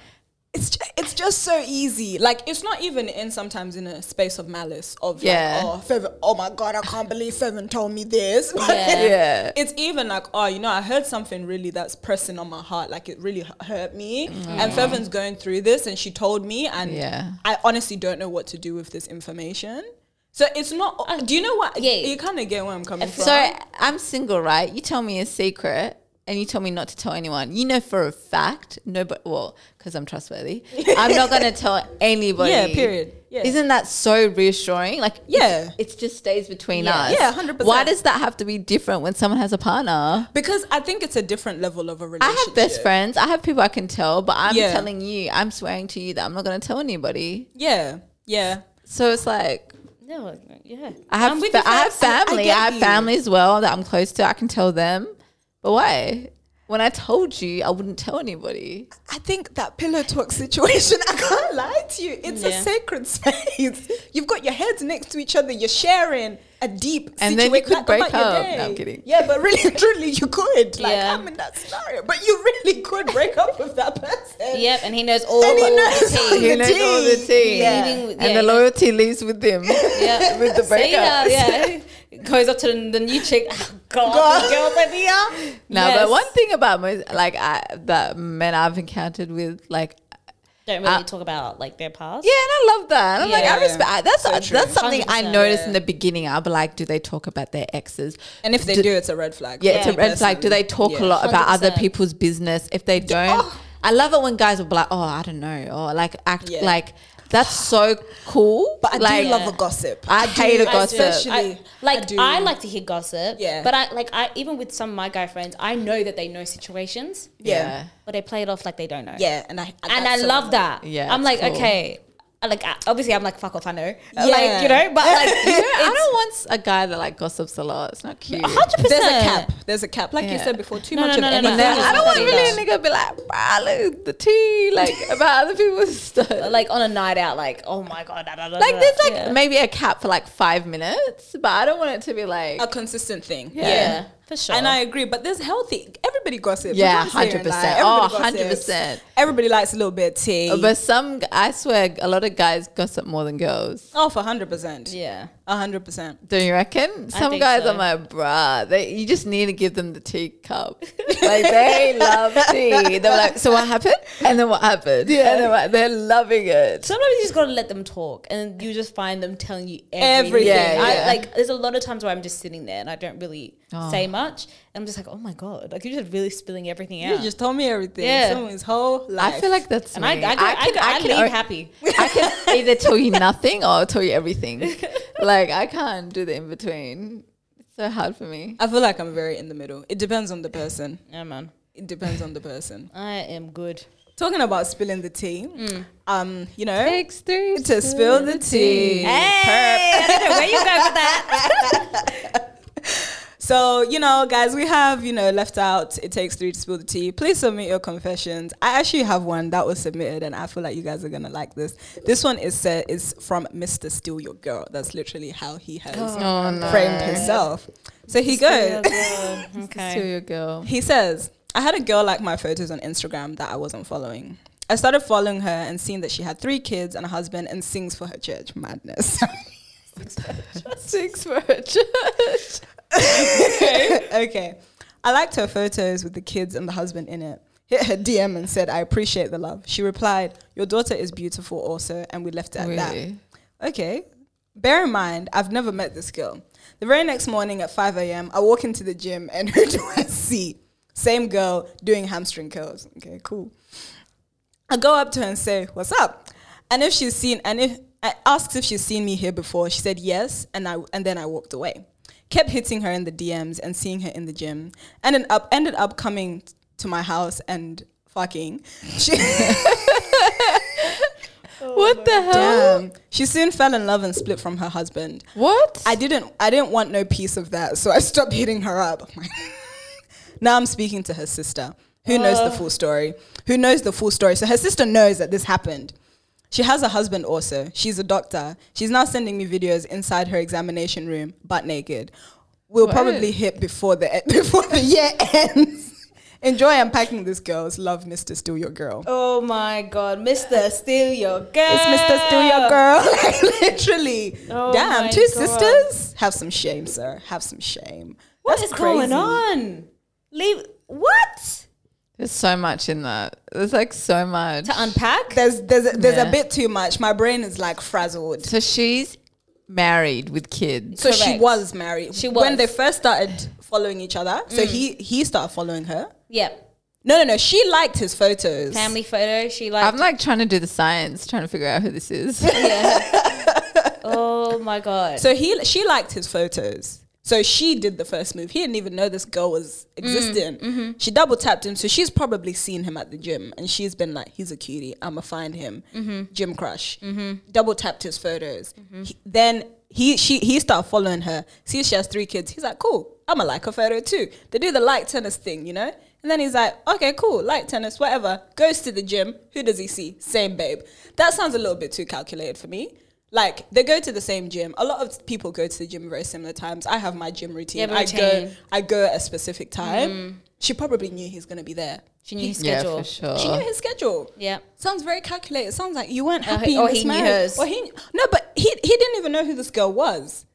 it's ju- it's just so easy. Like it's not even in sometimes in a space of malice of
Yeah.
like, oh Fevin, oh my god, I can't believe Fevin told me this. [laughs] But
Yeah.
Yeah.
It's even like, oh, you know, I heard something really that's pressing on my heart, like it really hu- hurt me. And Fevin's going through this and she told me and
Mm. Yeah.
I honestly don't know what to do with this information. So it's not do you know what
Yeah.
you kinda get where I'm coming from.
Uh, So I'm single, right? You tell me a secret. And you tell me not to tell anyone. You know for a fact, no, but well, because I'm
[laughs]
trustworthy. I'm not gonna tell anybody.
Yeah, period. Yeah.
Isn't that so reassuring? Like,
Yeah.
it just stays between
Yeah.
us.
Yeah, 100%.
Why does that have to be different when someone has a partner?
because I think it's a different level of a
I
relationship.
have best friends. I have people I can tell, but I'm
Yeah.
telling you, I'm swearing to you that I'm not gonna tell anybody.
Yeah. Yeah.
So it's like
No, yeah.
I have,
I'm with
fa-
you,
I have
facts. I- I
family. I,
get
have
you.
family as well that I'm close to. I can tell them, but why? When I told you, I wouldn't tell anybody.
I think that pillow talk [laughs] situation, I can't lie to you. It's a
Yeah.
sacred [laughs] space. You've got your heads next to each other, you're sharing a deep
And then you
situa-
could
like,
break
about your
up.
day.
No, I'm kidding.
Yeah, but really [laughs] truly you could. Like
Yeah.
I'm in that scenario. But you really could break up with that person.
Yep, and he knows all,
And he
all
knows [laughs]
the
all [laughs]
tea.
the
He knows all the
tea.
tea,
Yeah.
Leading with-
and
yeah,
the
he knows-
[laughs] loyalty leaves with him.
Yeah.
with the
See ya,
breakups.
yeah. goes up to the, the new
[laughs]
chick. "Ah, God, the girls over here.
No,
Yes.
but one thing about most, like I, the men I've encountered with, like
don't really
Uh,
talk about like their past.
yeah, and I love that. And I'm like,
Yeah.
I respect I- that's
true.
that's something I
100%.
noticed in the beginning. I'll be like, do they talk about their exes?
And if they do, it's a red flag.
Yeah, it's a
Me
red flag. Do
personally.
they talk
Yeah.
a lot about other
100%.
people's business? If they don't,
Oh.
I love it when guys will be like, oh, I don't know, or like act
Yeah.
like that's so cool.
[gasps] But I
like,
do love a gossip.
I hate
do,
a gossip.
Especially,
I, like
do.
I, like to hear gossip.
Yeah.
But I like I even with some of my guy friends, I know that they know situations,
yeah,
but they play it off like they don't know.
yeah, and I
And I
that's so
love that.
Yeah,
I'm
it's
like
cool.
okay. I, Like I- obviously, I'm like fuck off. I know,
Yeah.
like you know, but [laughs] like
You know, I
it's-
don't want a guy that like gossips a lot. It's not cute.
There's a cap. There's a cap. Like you
Yeah.
said before, too
No, no,
much
no, no,
of
no.
anything.
Yeah,
is
I don't want
bad.
really a nigga be like, bruh, look, the tea, like about other people's [laughs] stuff. Like,
like on a night out, like oh my god, da, da, da, da,
there's like
yeah.
maybe a cap for like five minutes, but I don't want it to be like
a consistent thing.
yeah. for sure.
And I agree, but there's healthy. Everybody gossips.
Yeah,
You can't sit and lie.
100%.
Everybody
Oh,
gossips.
100%.
Everybody likes a little bit of tea.
But some, g- I swear, a lot of guys gossip more than girls.
oh, for hundred percent.
yeah,
hundred percent.
Do you reckon?
I
Some
think
guys,
so.
I'm like, bruh, they, you just need to give them the
[laughs]
tea cup. like they love tea. They're like, so what happened? And then what happened? Yeah, and then what, they're loving it.
sometimes you just gotta let them talk, and you just find them telling you everything.
Everything.
Yeah,
I,
yeah.
like there's a lot of times where I'm just sitting there and I don't really
Oh.
say much, and I'm just like, oh my god, like you're just really spilling everything out.
You just told me everything.
Yeah.
Someone's whole life.
I feel like that's
and
me.
I, I, go- I, go- I, leave
o-
happy.
I
[laughs]
can either tell you nothing or I'll tell you everything. like I can't do the in between. It's so hard for me.
I feel like I'm very in the middle. It depends on the person.
Yeah, man,
It depends on the person.
I am good.
Talking about spilling the tea. Um, you know,
Takes three
to spill the tea.
[laughs] I don't know where you go with
[laughs]
that.
So, you know, guys, we have, you know, left out It Takes Three to Spill the Tea. Please submit your confessions. I actually have one that was submitted, and I feel like you guys are going to like this. This one is said is from Mr. Steal Your Girl. That's literally how he has
Oh,
framed himself. So he goes,
okay.
your girl.
he says, I had a girl like my photos on Instagram that I wasn't following. I started following her and seeing that she had three kids and a husband and sings for her church. Madness. [laughs]
[laughs] Six for a church.
[laughs] okay. I liked her photos with the kids and the husband in it. Hit her DM and said, I appreciate the love. She replied, Your daughter is beautiful also, and we left it at
Really?
that. Okay. Bear in mind, I've never met this girl. The very next morning at 5 a.m., I walk into the gym and [laughs] who do I see? Same girl doing hamstring curls. Okay, cool. I go up to her and say, "What's up?" And if she's seen, and if I asked if she's seen me here before, she said yes, and I and then I walked away. Kept hitting her in the DMs and seeing her in the gym, and then up ended up coming to my house and fucking. [laughs] She,
what the hell?
damn, she soon fell in love and split from her husband.
What?
I didn't I didn't want no piece of that, so I stopped hitting her up. [laughs] now I'm speaking to her sister, who knows the full story. Who knows the full story? So her sister knows that this happened. She has a husband also. She's a doctor. She's now sending me videos inside her examination room, butt naked. We'll
What?
probably hit before the [laughs] before the year ends. Enjoy unpacking this girls. Love Mr. Steal Your Girl.
Oh my god, Mr. Steal Your Girl.
It's Mr. Steal Your Girl. [laughs] like, literally.
Oh my
Damn, two
God.
sisters? Have some shame, sir. Have some shame.
What
That's
is going
crazy.
on? Leave what
There's so much in that. There's like so much.
to unpack?
There's there's a, there's
Yeah.
a bit too much. My brain is like frazzled.
So she's married with kids.
So she
Correct.
was married.
She
When
was.
they first started following each other,
Mm.
so he he started following her.
Yep,
No, no, no. She liked his photos.
family photo. She like.
I'm like trying to do the science, trying to figure out who
[laughs]
this is. [laughs]
oh my god.
So he she liked his photos. So she did the first move. He didn't even know this girl was existent. She double tapped him. So she's probably seen him at the gym and she's been like, he's a cutie. I'm going to find him. Gym crush. Double tapped his photos. He- then he she he started following her. Sees she has three kids. He's like, cool. I'm going to like her photo too. They do the like tennis thing, you know? And then he's like, okay, cool. Like tennis, whatever. Goes to the gym. Who does he see? Same babe. That sounds a little bit too calculated for me like they go to the same gym. A lot of people go to the gym very similar times. I have my gym routine.
You have a
I go
routine. Mm-hmm.
I go at a specific time. She probably knew he's gonna be there.
she knew his
yeah,
schedule.
for sure.
She knew his schedule.
Yeah.
Sounds very calculated. Sounds like you weren't
Uh,
happy.
or
in this
he knew
marriage.
hers.
Or he no, but he he didn't even know who this girl was.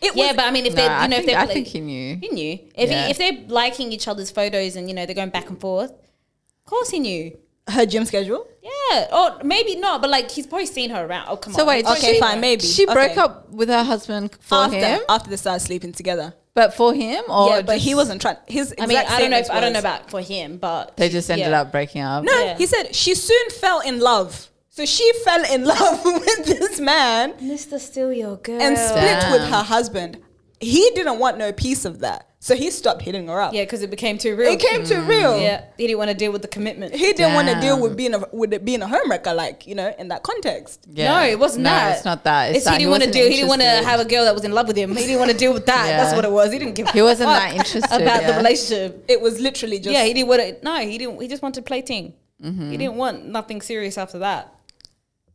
It
yeah,
was,
but I mean, if they,
Nah, I
you know, if
think-
they,
I think he knew.
he knew. If
Yeah.
he, if they're liking each other's photos and you know they're going back and forth, of course he knew.
her gym schedule.
Yeah, or maybe not, but like he's probably seen her around. Oh come
So
on.
wait,
He's probably
Okay,
seen
fine,
her.
maybe
She
Okay.
broke up with her husband for
after
him,
after they started sleeping together.
but for him or
yeah, but
just-
he wasn't trying. His
I mean,
exact
I don't know. If,
statements
I don't know
was-
about for him, but
They just ended
yeah.
up breaking up.
No,
Yeah.
he said she soon fell in love. So she fell in [laughs] love with this man
Mr. Still Your Girl.
and split with
Damn.
her husband. He didn't want no piece of that. So he stopped hitting her up.
yeah, because it became too real.
It came to real.
Yeah, he didn't want to deal with the commitment.
He didn't want to deal with
Damn.
being a with it being a homewrecker, like, you know, in that context.
Yeah.
No, it wasn't
No,
that.
it's not that. It's
It's
that
he
he
didn't want to
wasn't
deal. He didn't want to
interested.
have a girl that was in love with him. He didn't want to deal with that.
Yeah.
That's what it was. He didn't give.
He
a
wasn't
fuck
that interested,
about the
yeah.
relationship.
It was literally just
yeah, he didn't want to. No, he didn't. He just wanted to play ting.
Mm-hmm.
He didn't want nothing serious after that.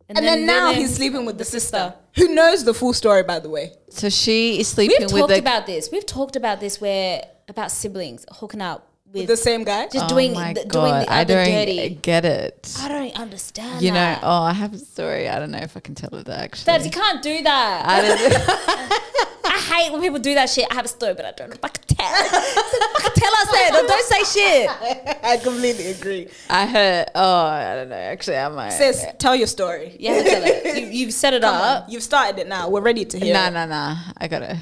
and then, now he's sleeping with the sister. Who knows the full story by the way.
So she is
We've
sleeping with
talked
the
about this. We've talked about this where about siblings hooking up with,
With the same guy.
just doing the, doing the
Oh I
other
don't
dirty.
get it.
I don't understand.
You know,
that.
oh, I have a story. I don't know if I can tell it actually.
Dad, you can't do that.
I don't,
[laughs] I hate when people do that shit. I have a story, but I don't know if I can [laughs] tell. I can tell us that. Don't, don't say shit.
[laughs] I completely agree.
I heard. Oh, I don't know. Actually, I might.
Sis, tell your story.
You have to tell it. You, you've set it up.
You've started it now. We're ready to hear.
Nah,
it.
nah, nah. I gotta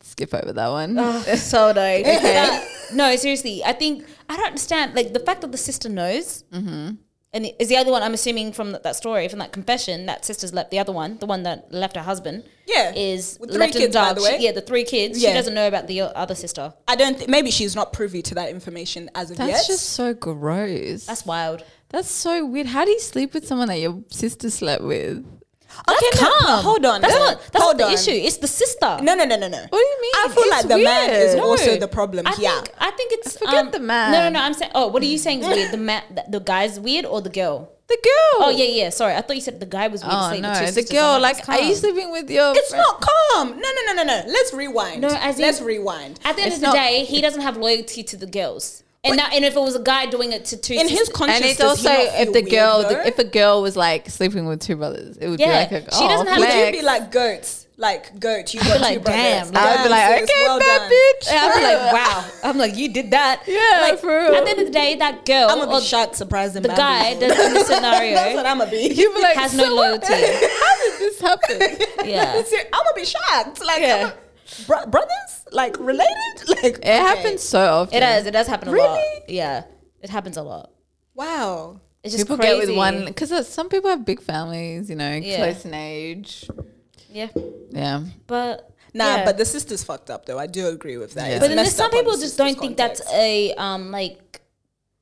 skip over that one.
so nice. no, seriously. I think I don't understand. Like the fact that the sister knows, Mm-hmm. and is the other one. I'm assuming from that, that story, from that confession, that sister's left the other one, the one that left her husband.
Yeah.
is
With three
left in
kids,
the
by
dark.
the way.
She- yeah, the three kids.
Yeah.
She doesn't know about the o- other sister.
I don't. Th- maybe she's not privy to that information as of
That's
yet.
just so gross. That's,
That's wild.
so weird. How do you sleep with someone that your sister slept with?
okay,
That's
no, but
calm.
hold on.
That's
then.
not. That's
hold
not the
on.
issue. It's the sister.
No, no, no, no, no.
What do you mean?
I feel
It's
like the man is
weird.
also the problem
I
here.
Think, I think it's um,
Forget the man.
No, no, no. I'm saying. Oh, what are you saying is weird? The man, the, the guy's weird or the girl?
The girl.
Oh yeah, yeah. Sorry, I thought you said the guy was weird.
Oh
saying
no,
the, two
the
sisters.
girl.
I'm
Like,
it's
are you
calm.
sleeping with your?
it's
friend?
not calm. No, no, no, no, no. Let's rewind.
No, as in-
let's rewind.
At the end
It's
of the
not-
day, he doesn't have loyalty to the girls. And now, and if it was a guy doing it to two,
In his
sisters-
conscience,
And it's
does he
also
not feel
if the
weird,
girl,
though?
the, if a girl was like sleeping with two brothers, it would
Yeah.
be like, a,
She
oh,
doesn't have-
would you
flex.
be like goats? Like goat,
[laughs]
you got
feel
two
like,
brothers.
damn, like-
I would be like,
sis,
okay,
well
bad
done.
bitch.
Yeah, I'd be
[laughs]
like, wow. I'm like, you did that.
Yeah,
like,
for real.
At the end of the day, that girl
I'm gonna
or
be shocked, surprised, and
the
bamboozled.
guy
[laughs]
that's in the scenario
That's what I'm gonna
[laughs]
be. [laughs]
You'd be like,
has no
so what?
loyalty.
How did this [laughs] happen?
Yeah.
I'm gonna be shocked. Like,
Yeah.
I'm a- bro- brothers, like related, [laughs] like
It happens so often.
It does. It does happen a lot.
Really?
Yeah, it happens a lot.
Wow.
It's just
People
crazy.
get with one because some people have big families, you know,
Yeah.
close in age.
Yeah,
Yeah,
but
Nah,
yeah.
but the sister's fucked up though. I do agree with that.
Yeah.
It's
but then there's
messed
some
up on
people
the
just
sister's
don't think
context.
that's a um like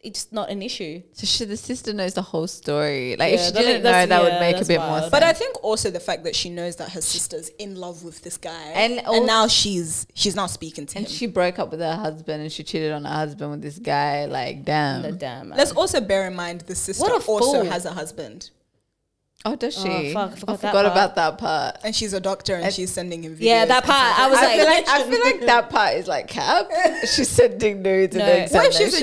it's not an issue.
so she, the sister knows the whole story. Like if
Yeah,
she
that-
didn't know,
that's-
that would
yeah,
make a
that's
bit more
wild.
sense.
But I think also the fact that she knows that her sister's in love with this guy,
And al-
and now she's she's not speaking to
and
him.
she broke up with her husband, and she cheated on her husband with this guy. Like,
The
damn.
damn. uh,
Let's also bear in mind the sister
What
also
a fool.
has a husband,
Oh, does she?
Oh, fuck, I forgot that part.
about that part.
and she's a doctor, and she's sending him. Videos
yeah, that
and
part. I
stuff
was
I
like,
feel like I feel [laughs] like that part is like cap. She's sending nudes
No.
in the
What
if she's a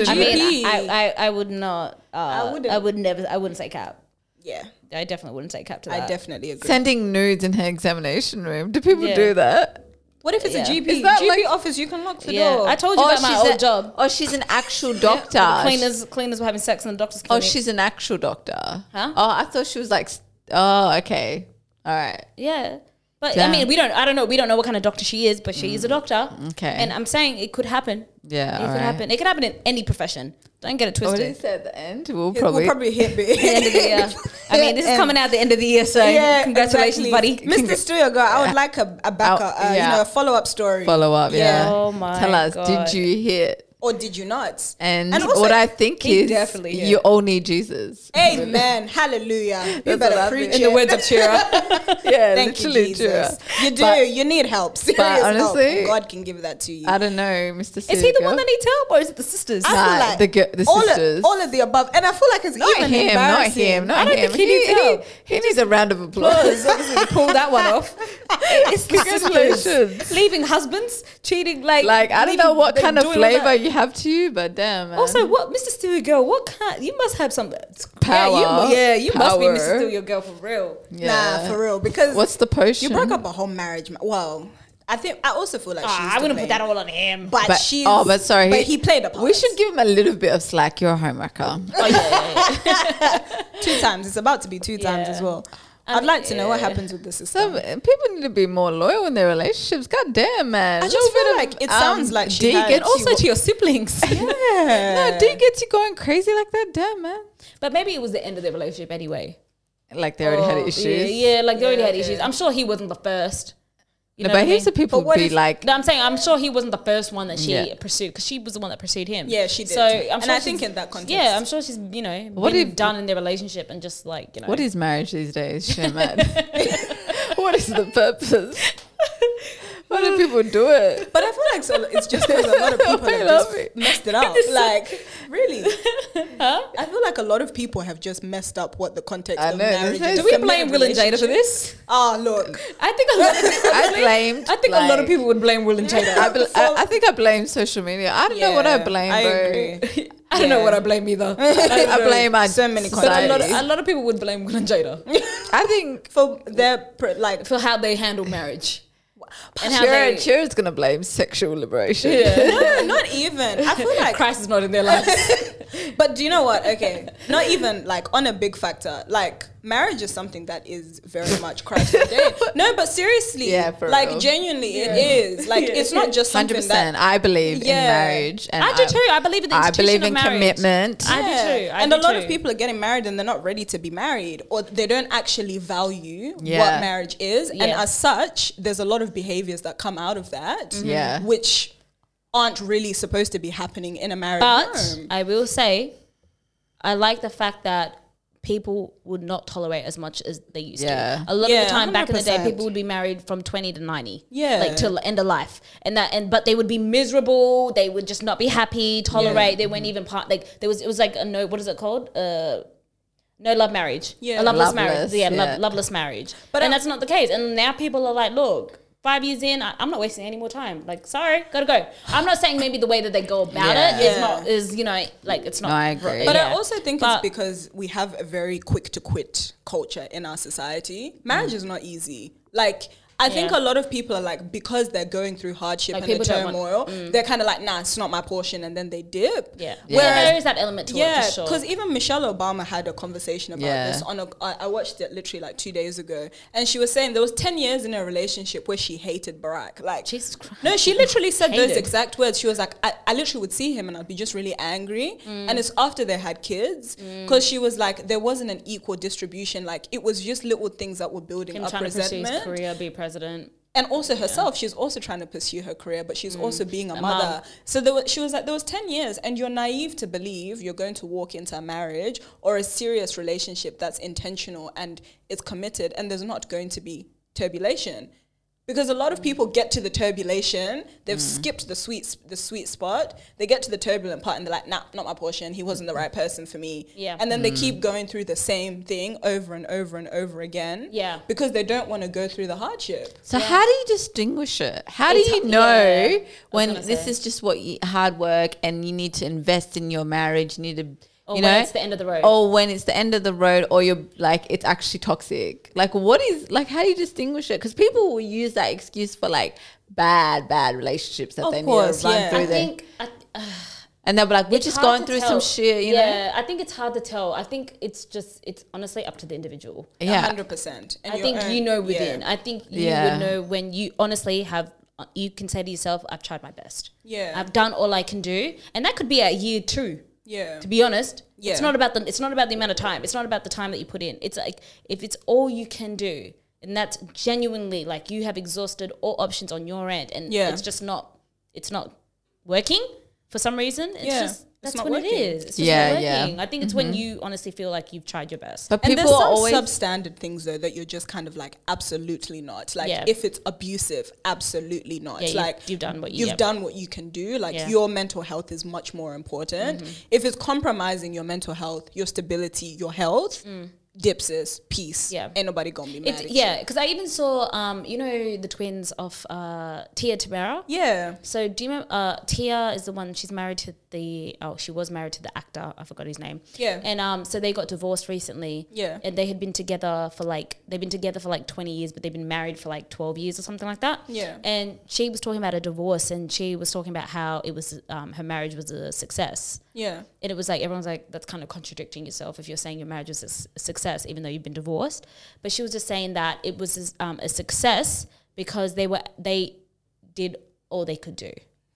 [laughs]
examination.
I mean,
GP.
I, I, I would not. Uh, I would.
wouldn't.
I would never. I wouldn't say cap.
Yeah,
I definitely wouldn't say cap to
I
that.
definitely agree.
sending nudes in her examination room. Do people
Yeah.
do that?
what if it's
Yeah.
a GP?
Is that
GP
like-
office, you can lock the
yeah,
door.
I told you
Or
about my
she's
old
a-
job.
Or she's an actual doctor.
The [laughs] cleaners, cleaners were having sex in the doctor's
Oh,
clinic.
she's an actual doctor.
Huh?
Oh, I thought she was like. s- Oh, okay. All right.
Yeah. But
Damn.
I mean, we don't. I don't know. We don't know what kind of doctor she is, but she is a doctor.
Okay.
And I'm saying it could happen.
Yeah.
It
all
could
right.
happen. It could happen in any profession. Don't get Oh, it
What
twisted.
did he say at the end? We'll
It-
probably.
We'll probably hit me.
the [laughs] end of
[laughs]
the year.
[laughs]
I mean, this is
And-
coming out the end of the year, so congratulations,
exactly.
buddy.
Mr. Studio Girl, I would like a, a backup, uh,
yeah.
you know, a follow up story.
Follow up, yeah.
Yeah.
Oh my
Tell us,
God.
did you hear?
Or did you not?
And,
also-
what I think
he
is,
definitely
you
hit.
all need Jesus.
[laughs]
[laughs]
Amen. Hallelujah. You
That's what I
better preach
think.
it.
of Chira.
yeah,
Thank you,
literally true.
Jesus. You do.
But
you need help. [laughs] Serious
honestly,
help. God can give that to you.
I don't know,
[laughs]
Mr.
is he the one that needs help, or is it the sisters?
I
[laughs]
Nah, the gi- the
all,
sisters.
Of, all of the above, and I feel like it's
not
even
him, not
embarrassing.
him, not
I don't
him.
think he needs help.
He, needs a round of applause. [laughs]
obviously to pull that one off. It's the
Congratulations.
sisters leaving husbands, cheating like
like I don't
leaving-
know what
they're
kind of
doing all that.
flavor you have to you, but damn. Man.
Also, what Mr. Steal Your Girl? What kind? You must have some
Power.
Yeah, you, mu- yeah, you must be
Power.
Mr. Steal Your Girl for real.
yeah.
Nah, for real. Because
what's the potion?
you broke up a whole marriage. ma- Well, I think I also feel like she's.
Ah, I
to
wouldn't put
blame.
that all on him.
But,
But
she's.
oh, but sorry,
But he played a part.
We should give him a little bit of slack. You're a homewrecker.
oh, yeah, yeah, [laughs] yeah.
two times. It's about to be two times
Yeah.
as well.
I
I'd
mean,
like to know what
Um, yeah.
happens with the system.
Some people need to be more loyal in their relationships. God damn, man.
I just
Little
feel
bit
like it sounds like she
dig
had-
gets
Also
you, [laughs]
to
your siblings.
yeah.
no, D gets you going crazy like that. Damn, man.
But maybe it was the end of their relationship anyway.
Like they already had
Oh,
issues.
Yeah, yeah like they already
Yeah,
had issues. I'm sure he wasn't the first. You
No,
what
but
I
here's
mean?
the people
But what
be
if-
like,
No, I'm saying I'm sure he wasn't the first one that she
Yeah.
pursued because she was the one that pursued him.
Yeah, she did.
So I'm
And
sure
I think
she's-
in that context-
yeah, I'm sure she's you know
What
what been
if-
done in their relationship and just like you know
what
[laughs]
is marriage these days?
[laughs]
Shit, man. [laughs] what is the purpose? Why do people
[laughs]
do it?
But I feel like so it's just because a
[laughs]
lot of people
I
have
love
just
it.
messed it
[laughs]
up. Like, really? I feel like a lot of people have just messed up what the context
I
of
know,
marriage
this
is.
is-
Do we
For me,
blame
a
Will and Jada for
relationship-
this?
Ah, look.
I think a lot. Of people,
I blamed.
I think a lot of
like-
people would blame Will and [laughs] Jada.
I, bl- I,
[laughs]
I think I blame social media. I don't know what I
Yeah,
blame.
I
bro.
agree.
I don't know what I blame either.
[laughs] I, blame our
So many
But a lot, of,
society.
a lot of people would blame Will and Jada
I think
For their, pr- like,
for how they handle marriage and how
Sharon,
they.
Sharon's gonna blame sexual [laughs]
[laughs]
liberation.
no, not even. I [laughs] feel like
Christ is not in their lives.
But do you know what? Okay, not even like on a big factor. Like marriage is something that is very much Christ ordained. No, but seriously,
Yeah, for
like
real.
genuinely, it is. Like it's not just
Hundred
something
percent.
that.
I believe
Yeah.
in marriage, and
I do too. I believe in the
I
institution
believe
of
in
marriage.
commitment.
I do
Yeah.
too. I
and
do
a lot
too.
of people are getting married and they're not ready to be married, or they don't actually value
Yeah.
what marriage is. And
Yeah.
as such, there's a lot of behaviors that come out of that,
Yeah.
which aren't really supposed to be happening in a married
But
home.
I will say, I like the fact that people would not tolerate as much as they used
Yeah.
to. A lot of
Yeah,
the time back in the day,
100%.
people would be married from twenty to ninety.
Yeah.
like till the end of life, and that and but they would be miserable. They would just not be happy. Tolerate. They weren't even part. Like there was it was like a no. What is it called? Uh, no love marriage.
Yeah.
a loveless, marriage.
Loveless,
Yeah, lo-
yeah.
loveless marriage. But
But
and
I-
that's not the case. And now people are like, look. Five years in, I, I'm not wasting any more time. Like, sorry, gotta go. I'm not saying maybe the way that they go about
Yeah.
it is
Yeah.
not is you know like it's not.
No, I agree.
But I
Yeah.
also think
But-
it's because we have a very quick to quit culture in our society. Marriage is not easy. Like I think
Yeah.
a lot of people are like because they're going through hardship
Like,
and the
people don't want- Mm.
turmoil, they're kind of like, nah, it's not my portion, and then they dip.
yeah.
Yeah.
Well, there is that element to it
Yeah,
for sure.
because even Michelle Obama had a conversation about
Yeah.
this on a. I I watched it literally like two days ago, and she was saying there was ten years in a relationship where she hated Barack. Like
Jesus Christ.
No, she literally said those
Hated.
exact words. She was like, I, I literally would see him and I'd be just really angry.
Mm.
And it's after they had kids because she was like, there wasn't an equal distribution. Like it was just little things that were building
him
up
trying to pursue his
resentment.
career, be president.
And also herself, she's also trying to pursue her career, but she's also being a,
Mm. A mom.
mother. So there was, she was like, there was 10 years, and you're naive to believe you're going to walk into a marriage or a serious relationship that's intentional and it's committed, and there's not going to be turbulation. Because a
Mm.
lot of people get to the turbulation, they've skipped the sweet s- the sweet spot. They get to the turbulent part, and they're like, "Nah, not my portion. He wasn't the right person for me."
Mm. Yeah.
And then they keep going through the same thing over and over and over again.
Yeah.
Because they don't want to go through the hardship.
So how do you distinguish it? How do
It's-
you
yeah,
know
I was
when
gonna
this
say.
is just what you, hard work and you need to invest in your marriage? You need to,
Or
you
when
know,
it's the end of the road.
or when it's the end of the road, or you're like it's actually toxic. Like what is like? How do you distinguish it? Because people will use that excuse for like bad, bad relationships that
Of
they need
course,
to run
yeah.
through.
I
them.
think I,
and they'll be like, "We're
it's
just
hard
going
to
through
tell.
some shit," you know.
yeah, I think it's hard to tell. I think it's just it's honestly up to the individual.
Yeah.
hundred percent.
I think you know within.
Yeah.
I think you
Yeah.
would know when you honestly have. uh, You can say to yourself, "I've tried my best.
Yeah.
I've done all I can do," and that could be at year two.
Yeah.
to be honest
Yeah.
it's not about the it's not about the amount of time it's not about the time that you put in it's like if it's all you can do and that's genuinely like you have exhausted all options on your end and
Yeah.
it's just not it's not working for some reason it's
Yeah.
just
It's
that's
not
when it
working.
is it's just
Yeah,
not
yeah. Mm-hmm.
working i think it's when you honestly feel like you've tried your best
But
And
people
there's some
are always
substandard things though that you're just kind of like absolutely not. Like
Yeah.
if it's abusive, absolutely not.
Yeah, you've-
like
you've done what you-
you've
yep.
done what you can do. Like
Yeah. Mm-hmm.
your mental health is much more important. If it's compromising your mental health, your stability, your health, dips is peace.
Mm. Yeah.
Ain't nobody gonna be mad.
It,
at
yeah,
you.
because I even saw, um, you know, the twins of uh, Tia Tamara.
Yeah.
So do you remember? Uh, Tia is the one. She's married to the. Oh, she was married to the actor. I forgot his name.
Yeah.
And um, so they got divorced recently.
Yeah.
And they had been together for like they've been together for like twenty years, but they've been married for like twelve years or something like that.
Yeah.
And she was talking about a divorce, and she was talking about how it was um, her marriage was a success.
Yeah.
And it was like everyone's like that's kind of contradicting yourself if you're saying your marriage was a s- success even though you've been divorced. But she was just saying that it was um, a success because they were they did all they could do.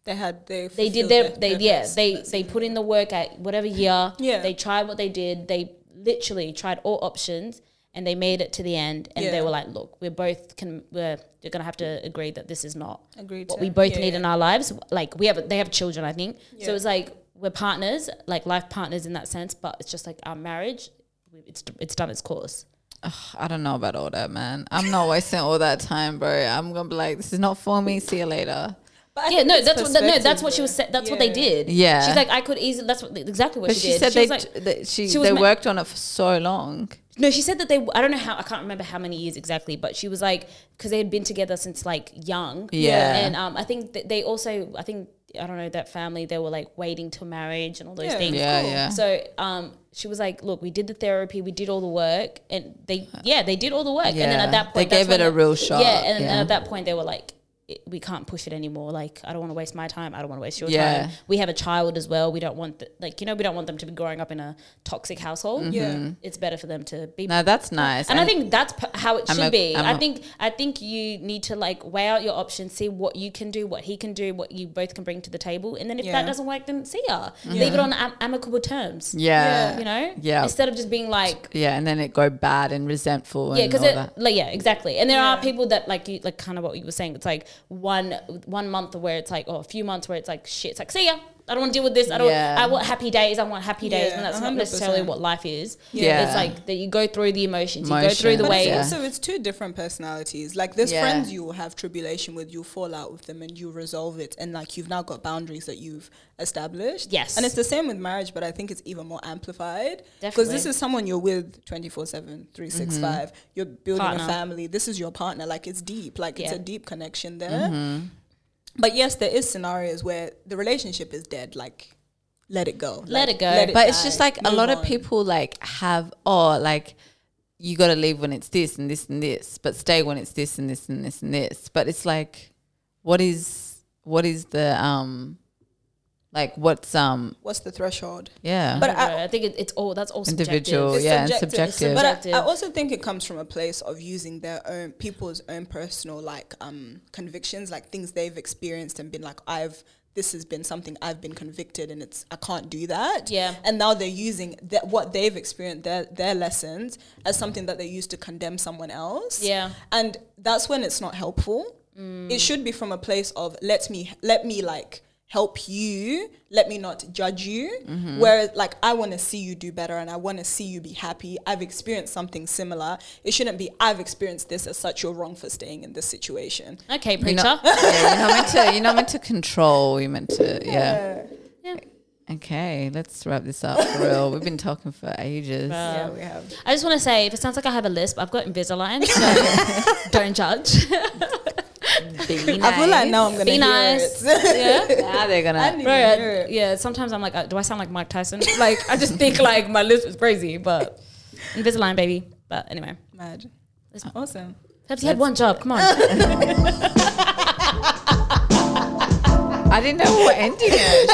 They had they
They did
fulfilled
their they yeah
purpose.
they they put in the work at whatever year.
Yeah.
They tried what they did. They literally tried all options and they made it to the end. And they
Yeah.
were like, look, we're both can we're you're gonna have to agree that this is not
Agreed
what
to.
we both
Yeah,
need
yeah.
in our lives. Like we have, they have children, I think. So
Yeah.
it's like we're partners, like life partners in that sense. But it's just like our marriage, we- it's it's done its course.
[sighs] I don't know about all that, man. I'm not wasting all that time, bro. I'm gonna be like, this is not for me. See you later.
But I
yeah,
think
no,
it's
that's what, no, that's what she
perspective,
was. sa- That's what they
yeah.
did.
Yeah.
she's like, I could easily. That's what exactly what
But
she, did.
she, said
she
they
was like,
that she,
she was
they
ma-
worked on it for so long.
no, she said that they. I don't know how. I can't remember how many years exactly, but she was like, because they had been together since like young.
Yeah.
and um, I think that they also. I think I don't know that family. They were like waiting till marriage and all those
Yeah.
things.
Yeah, yeah.
So um, she was like, "Look, we did the therapy, we did all the work, and they, yeah, they did all the work." And then
Yeah.
at that
They
point, that's
gave it
when
a real
they-
shot,
Yeah, and then
yeah.
at that point, they were like, "I- "We can't push it anymore. Like, I don't want to waste my time. I don't want to waste your
Yeah.
time. We have a child as well. We don't want, the, like, you know, we don't want them to be growing up in a toxic household.
Yeah.
it's better for them to be."
Mm-hmm. No, that's nice.
and I think that's p- how it
I'm
should
a-
be.
I'm
I
a-
think I think you need to like weigh out your options, see what you can do, what he can do, what you both can bring to the table, and then if
Yeah.
that doesn't work, then see ya.
Mm-hmm.
Leave it on am- amicable terms
yeah,
you know
Yeah.
instead of just being like
yeah, and then it go bad and resentful.
yeah
and
because
all that.
like yeah exactly and there are
Yeah.
people that like you like kind of what you were saying it's like one one month where it's like or a few months where it's like shit it's like see ya I don't want to deal with this. I don't.
Yeah.
I want happy days. I want happy days,
Yeah,
and that's not necessarily
100%.
what life is.
Yeah.
it's like that you go through the emotions, you go through the
Emotions,
But
ways.
it's
yeah.
also it's two different personalities. Like there's
Yeah.
friends you will have tribulation with, you fall out with them, and you resolve it, and like you've now got boundaries that you've established.
Yes.
and it's the same with marriage, but I think it's even more amplified because this
Definitely. Mm-hmm.
is someone you're with 24 7 365 You're building
Partner.
a family. This is your partner. Like it's deep. Like it's
Yeah. Mm-hmm.
a deep connection there. But yes, there is scenarios where the relationship is dead. Like let it go.
Let
Like,
it go.
but it's
die.
just like a
Move
lot of
on.
people like have oh like you got to leave when it's this and this and this but stay when it's this and this and this and this but it's like what is what is the um like what's um
What's the threshold?
yeah
But
I, don't
I-
know. I think it, it's all that's all
Individual,
Subjective.
It's
yeah, and subjective.
But
Subjective.
I, I also think it comes from a place of using their own people's own personal like um, convictions, like things they've experienced and been like, I've this has been something I've been convicted and it's I can't do that.
Yeah.
And now they're using that what they've experienced their their lessons as something that they use to condemn someone else.
Yeah. Mm.
And that's when it's not helpful. It should be from a place of let me let me like help you, let me not judge you.
Mm-hmm.
Whereas like I want to see you do better and I want to see you be happy. I've experienced something similar. It shouldn't be I've experienced this as such you're wrong for staying in this situation.
Okay,
you're
preacher.
not, [laughs] yeah, you're not meant to you're not meant to control you're meant to yeah.
Yeah.
okay let's wrap this up for real we've been talking for ages
Yeah, we have.
I just want to say, if it sounds like I have a lisp, I've got Invisalign,
[laughs]
so don't judge.
Be
I feel like
nice.
now I'm gonna
Be
hear
nice.
it.
yeah.
now they're
I
gonna
didn't
Bro,
even
I-
hear it.
yeah. Sometimes I'm like, uh, do I sound like Mike Tyson? [laughs] Like, I just think like my lisp is crazy, but Invisalign, baby. But anyway,
Mad. Awesome.
Pepsi had one
[laughs]
job. Come on,
I didn't know what ending it.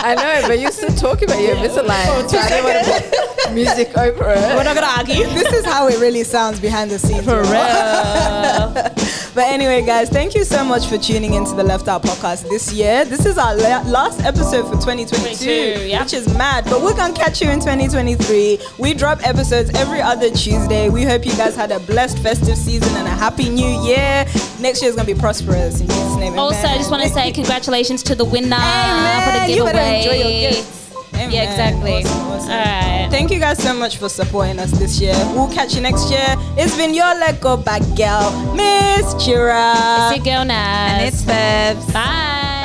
I know, but you're still talking about your Invisalign. So I don't want to put music over it.
We're not gonna argue. [laughs] this is how it really sounds behind the scenes. y'all. [laughs] But anyway, guys, thank you so much for tuning into the Left Out podcast this year. This is our la- last episode for 2022,
22, yeah.
which is mad. But we're gonna catch you in 2023. We drop episodes every other Tuesday. We hope you guys had a blessed festive season and a happy new year. Next year is gonna be prosperous in Jesus' name. amen.
Also, I just want to say congratulations to the winner
Amen.
for the
You better
Ah, giveaway.
enjoy your gifts.
Yeah,
Amen.
exactly.
Awesome, awesome.
All right.
Thank you guys so much for supporting us this year. We'll catch you next year. It's been your let go back girl, Miss Chira.
It's your girl now.
It's Babs.
Bye.